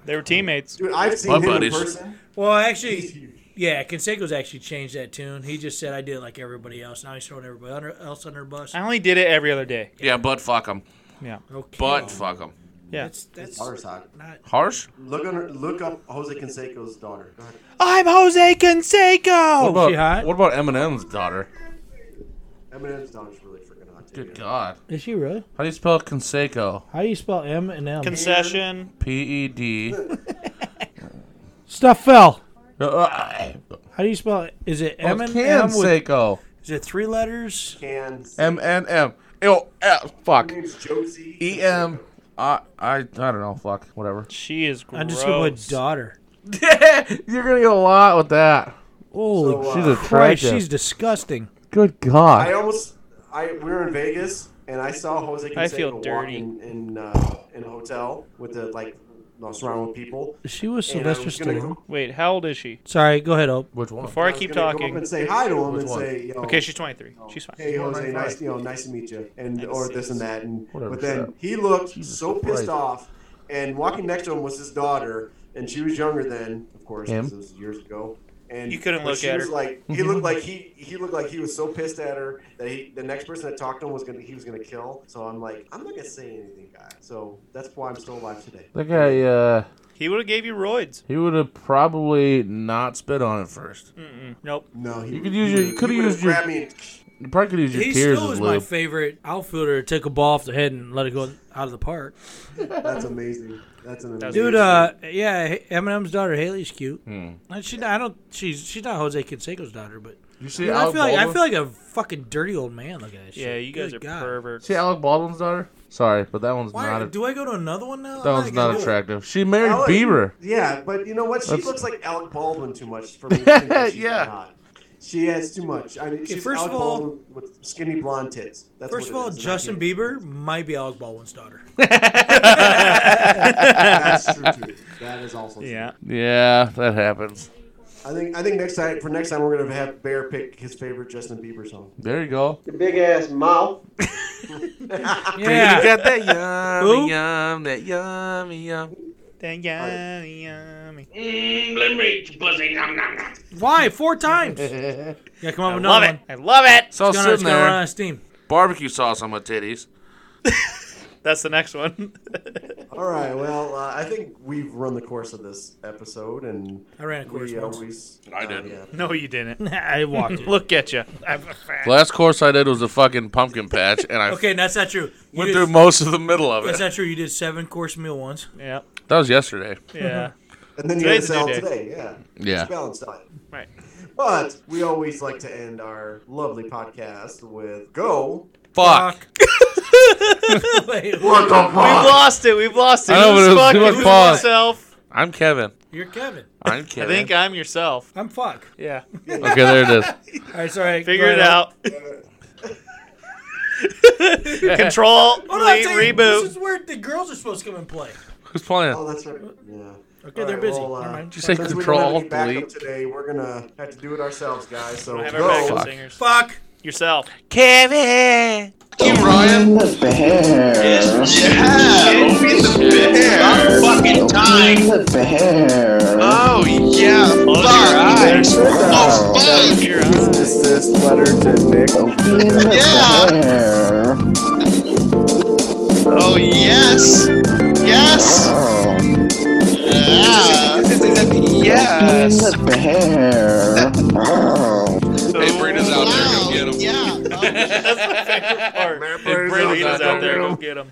Speaker 5: They were teammates.
Speaker 7: Dude, I've seen
Speaker 6: My
Speaker 7: him
Speaker 6: buddies.
Speaker 7: in person.
Speaker 4: Well, actually, yeah, Canseco's actually changed that tune. He just said I did it like everybody else. Now he's throwing everybody under, else under the bus.
Speaker 5: I only did it every other day.
Speaker 6: Yeah, but fuck him.
Speaker 5: Yeah.
Speaker 4: Okay.
Speaker 6: But fuck him.
Speaker 5: Yeah.
Speaker 4: That's that's
Speaker 7: Harsh, hot.
Speaker 4: not.
Speaker 6: Harsh.
Speaker 7: Look under, look up Jose Canseco's daughter. Go ahead.
Speaker 5: I'm Jose
Speaker 6: What
Speaker 5: Canseco.
Speaker 6: about,
Speaker 4: Oh, she hot?
Speaker 6: What about Eminem's daughter?
Speaker 7: Eminem's daughter's really freaking hot. Too.
Speaker 6: Good God.
Speaker 4: Is she really?
Speaker 6: How do you spell Conseco?
Speaker 4: How do you spell M and M?
Speaker 5: Concession.
Speaker 6: P E D.
Speaker 4: Stuff fell.
Speaker 6: Uh,
Speaker 4: How do you spell it? Is it M
Speaker 6: M
Speaker 4: and M? with-
Speaker 6: Conseco.
Speaker 4: Is it three letters?
Speaker 7: Can
Speaker 6: M N M. Ew, eh, fuck.
Speaker 7: Her name's Josie.
Speaker 6: E M. I I I don't know. Fuck. Whatever.
Speaker 5: She is gross.
Speaker 4: I'm just gonna put daughter.
Speaker 6: You're gonna get a lot with that.
Speaker 4: Holy
Speaker 7: So, uh,
Speaker 6: She's
Speaker 4: Christ,
Speaker 6: attractive.
Speaker 4: she's disgusting.
Speaker 6: Good God.
Speaker 7: I almost, I we were in Vegas and I saw Jose Canseco
Speaker 5: I feel
Speaker 7: walk
Speaker 5: dirty.
Speaker 7: in in, uh, in a hotel with the like you know, surrounded with people.
Speaker 4: She was
Speaker 7: And I
Speaker 4: Sylvester
Speaker 7: was gonna
Speaker 4: Stallone.
Speaker 7: go-
Speaker 5: Wait, how old is she?
Speaker 4: Sorry, go ahead, Ope.
Speaker 6: Which one?
Speaker 5: Before I
Speaker 7: was
Speaker 5: keep
Speaker 7: gonna go up
Speaker 5: talking.
Speaker 7: and say hi to him and
Speaker 6: one?
Speaker 7: say, you know,
Speaker 5: Okay, she's 23. She's fine.
Speaker 7: Hey Jose, nice you know, nice to meet you, and or this and that, and
Speaker 6: Whatever,
Speaker 7: but then
Speaker 6: shut
Speaker 7: he looked so pissed
Speaker 6: Christ.
Speaker 7: off, and walking next to him was his daughter, and she was younger then, of course,
Speaker 6: Him?
Speaker 7: 'cause it was years ago. And
Speaker 5: You couldn't
Speaker 7: but
Speaker 5: look
Speaker 7: she
Speaker 5: at
Speaker 7: was
Speaker 5: her.
Speaker 7: Like he looked like he he looked like he was so pissed at her that he the next person that talked to him was gonna he was gonna kill. So I'm like I'm not gonna say anything, guy. So that's why I'm still alive today.
Speaker 6: That guy. Uh,
Speaker 5: He would have gave you roids.
Speaker 6: he would have probably not spit on it first.
Speaker 5: Mm-mm. Nope.
Speaker 7: No, he
Speaker 6: You could use your. You could have used your.
Speaker 7: grabbed me. And,
Speaker 6: You probably could use your
Speaker 4: He
Speaker 6: tears
Speaker 4: still
Speaker 6: as
Speaker 4: is my
Speaker 6: lube.
Speaker 4: favorite outfielder. that Took a ball off the head and let it go out of the park.
Speaker 7: that's amazing. That's an amazing.
Speaker 4: Dude, uh, yeah, Eminem's daughter Haley's cute.
Speaker 6: Hmm.
Speaker 4: And She, I don't. She's she's not Jose Canseco's daughter, but
Speaker 6: You see,
Speaker 4: Dude, I
Speaker 6: Alec
Speaker 4: feel like I
Speaker 6: Baldwin?
Speaker 4: feel like a fucking dirty old man looking at that shit.
Speaker 5: Yeah, you guys
Speaker 4: Good
Speaker 5: are
Speaker 4: God.
Speaker 5: perverts.
Speaker 6: See Alec Baldwin's daughter. Sorry, but that one's
Speaker 4: Why
Speaker 6: not.
Speaker 4: are,
Speaker 6: A,
Speaker 4: do I go to another one now?
Speaker 6: that one's not attractive. She married
Speaker 7: Alec-
Speaker 6: Bieber.
Speaker 7: Yeah, but you know what? She
Speaker 6: That's-
Speaker 7: looks like Alec Baldwin too much for me. To think that she's
Speaker 6: Yeah.
Speaker 7: Not. She has too much. I mean, she's
Speaker 4: first
Speaker 7: Alec
Speaker 4: of all-
Speaker 7: Baldwin with skinny blonde tits. That's
Speaker 4: First of
Speaker 7: what it
Speaker 4: all,
Speaker 7: is.
Speaker 4: Justin Bieber might be Alec Baldwin's daughter.
Speaker 7: That's true too. That is also true.
Speaker 5: Yeah.
Speaker 6: Yeah, that happens.
Speaker 7: I think I think next time for next time we're gonna have Bear pick his favorite Justin Bieber song.
Speaker 6: There you go.
Speaker 27: Your big ass mouth.
Speaker 6: Yeah. You got that yummy, yum, that yummy, yum.
Speaker 5: That yummy, yummy.
Speaker 8: Mm, limerick, pussy. Nom, nom, nom.
Speaker 4: Why? Four times. yeah, come on
Speaker 5: I
Speaker 4: with
Speaker 5: love
Speaker 4: another
Speaker 5: it.
Speaker 4: one.
Speaker 5: I love it.
Speaker 6: So I was
Speaker 4: gonna- it's
Speaker 6: sitting
Speaker 4: gonna
Speaker 6: there,
Speaker 4: run out of steam.
Speaker 6: barbecue sauce on my titties.
Speaker 5: That's the next one.
Speaker 7: All right. Well, uh, I think we've run the course of this episode, and
Speaker 4: I ran a course
Speaker 7: We
Speaker 4: once.
Speaker 7: always, uh,
Speaker 6: I didn't.
Speaker 5: No, you didn't.
Speaker 4: I walked it.
Speaker 5: Look at you.
Speaker 6: The last course I did was a fucking pumpkin patch, and I
Speaker 4: Okay, that's not true. You
Speaker 6: went
Speaker 4: did-
Speaker 6: through most of the middle of
Speaker 4: That's
Speaker 6: it.
Speaker 4: not true. You did seven course meal once.
Speaker 5: Yeah.
Speaker 6: That was yesterday.
Speaker 7: And then you had
Speaker 4: Today's
Speaker 7: to
Speaker 4: a new
Speaker 7: sell
Speaker 4: day.
Speaker 7: today. Yeah.
Speaker 6: Yeah.
Speaker 7: It's balanced diet.
Speaker 5: Right.
Speaker 7: But we always like to end our lovely podcast with go.
Speaker 6: Fuck.
Speaker 7: What the
Speaker 5: We've lost it. We've lost it.
Speaker 6: I know, but
Speaker 5: Who's
Speaker 6: it was too
Speaker 5: fucking
Speaker 6: much
Speaker 5: who's
Speaker 6: pause.
Speaker 5: yourself?
Speaker 6: I'm Kevin.
Speaker 4: You're Kevin.
Speaker 6: I'm
Speaker 5: I
Speaker 6: Kevin.
Speaker 5: think I'm yourself.
Speaker 4: I'm fuck.
Speaker 5: Yeah.
Speaker 6: Okay, there it is.
Speaker 4: All right, sorry.
Speaker 5: Figure it out. Control,
Speaker 4: Hold on,
Speaker 5: delete,
Speaker 4: I'm saying, This
Speaker 5: reboot.
Speaker 4: is where the girls are supposed to come and play.
Speaker 6: Who's playing?
Speaker 7: Oh, that's right. Yeah.
Speaker 4: Okay,
Speaker 7: All
Speaker 4: they're
Speaker 7: right,
Speaker 4: busy.
Speaker 7: well, uh,
Speaker 4: Never mind.
Speaker 6: Did you say
Speaker 7: since
Speaker 6: control,
Speaker 7: We don't have any backup
Speaker 6: delete?
Speaker 7: today we're gonna have to do it ourselves, guys. So
Speaker 5: Have our
Speaker 7: go.
Speaker 5: backup singers.
Speaker 4: Fuck.
Speaker 5: Yourself.
Speaker 6: Kevin. You, Ryan.
Speaker 8: Fucking time.
Speaker 6: Oh, yeah.
Speaker 8: Close your eyes. Oh, fuck.
Speaker 7: This letter to Nick.
Speaker 8: Yeah. Oh, yes. Yes. Yeah. Yes.
Speaker 6: Hey, Brita's out there. Go get him.
Speaker 5: That's my favorite part.
Speaker 6: Brita's
Speaker 5: Brita's
Speaker 6: out
Speaker 5: out
Speaker 6: there.
Speaker 5: there. Go get him.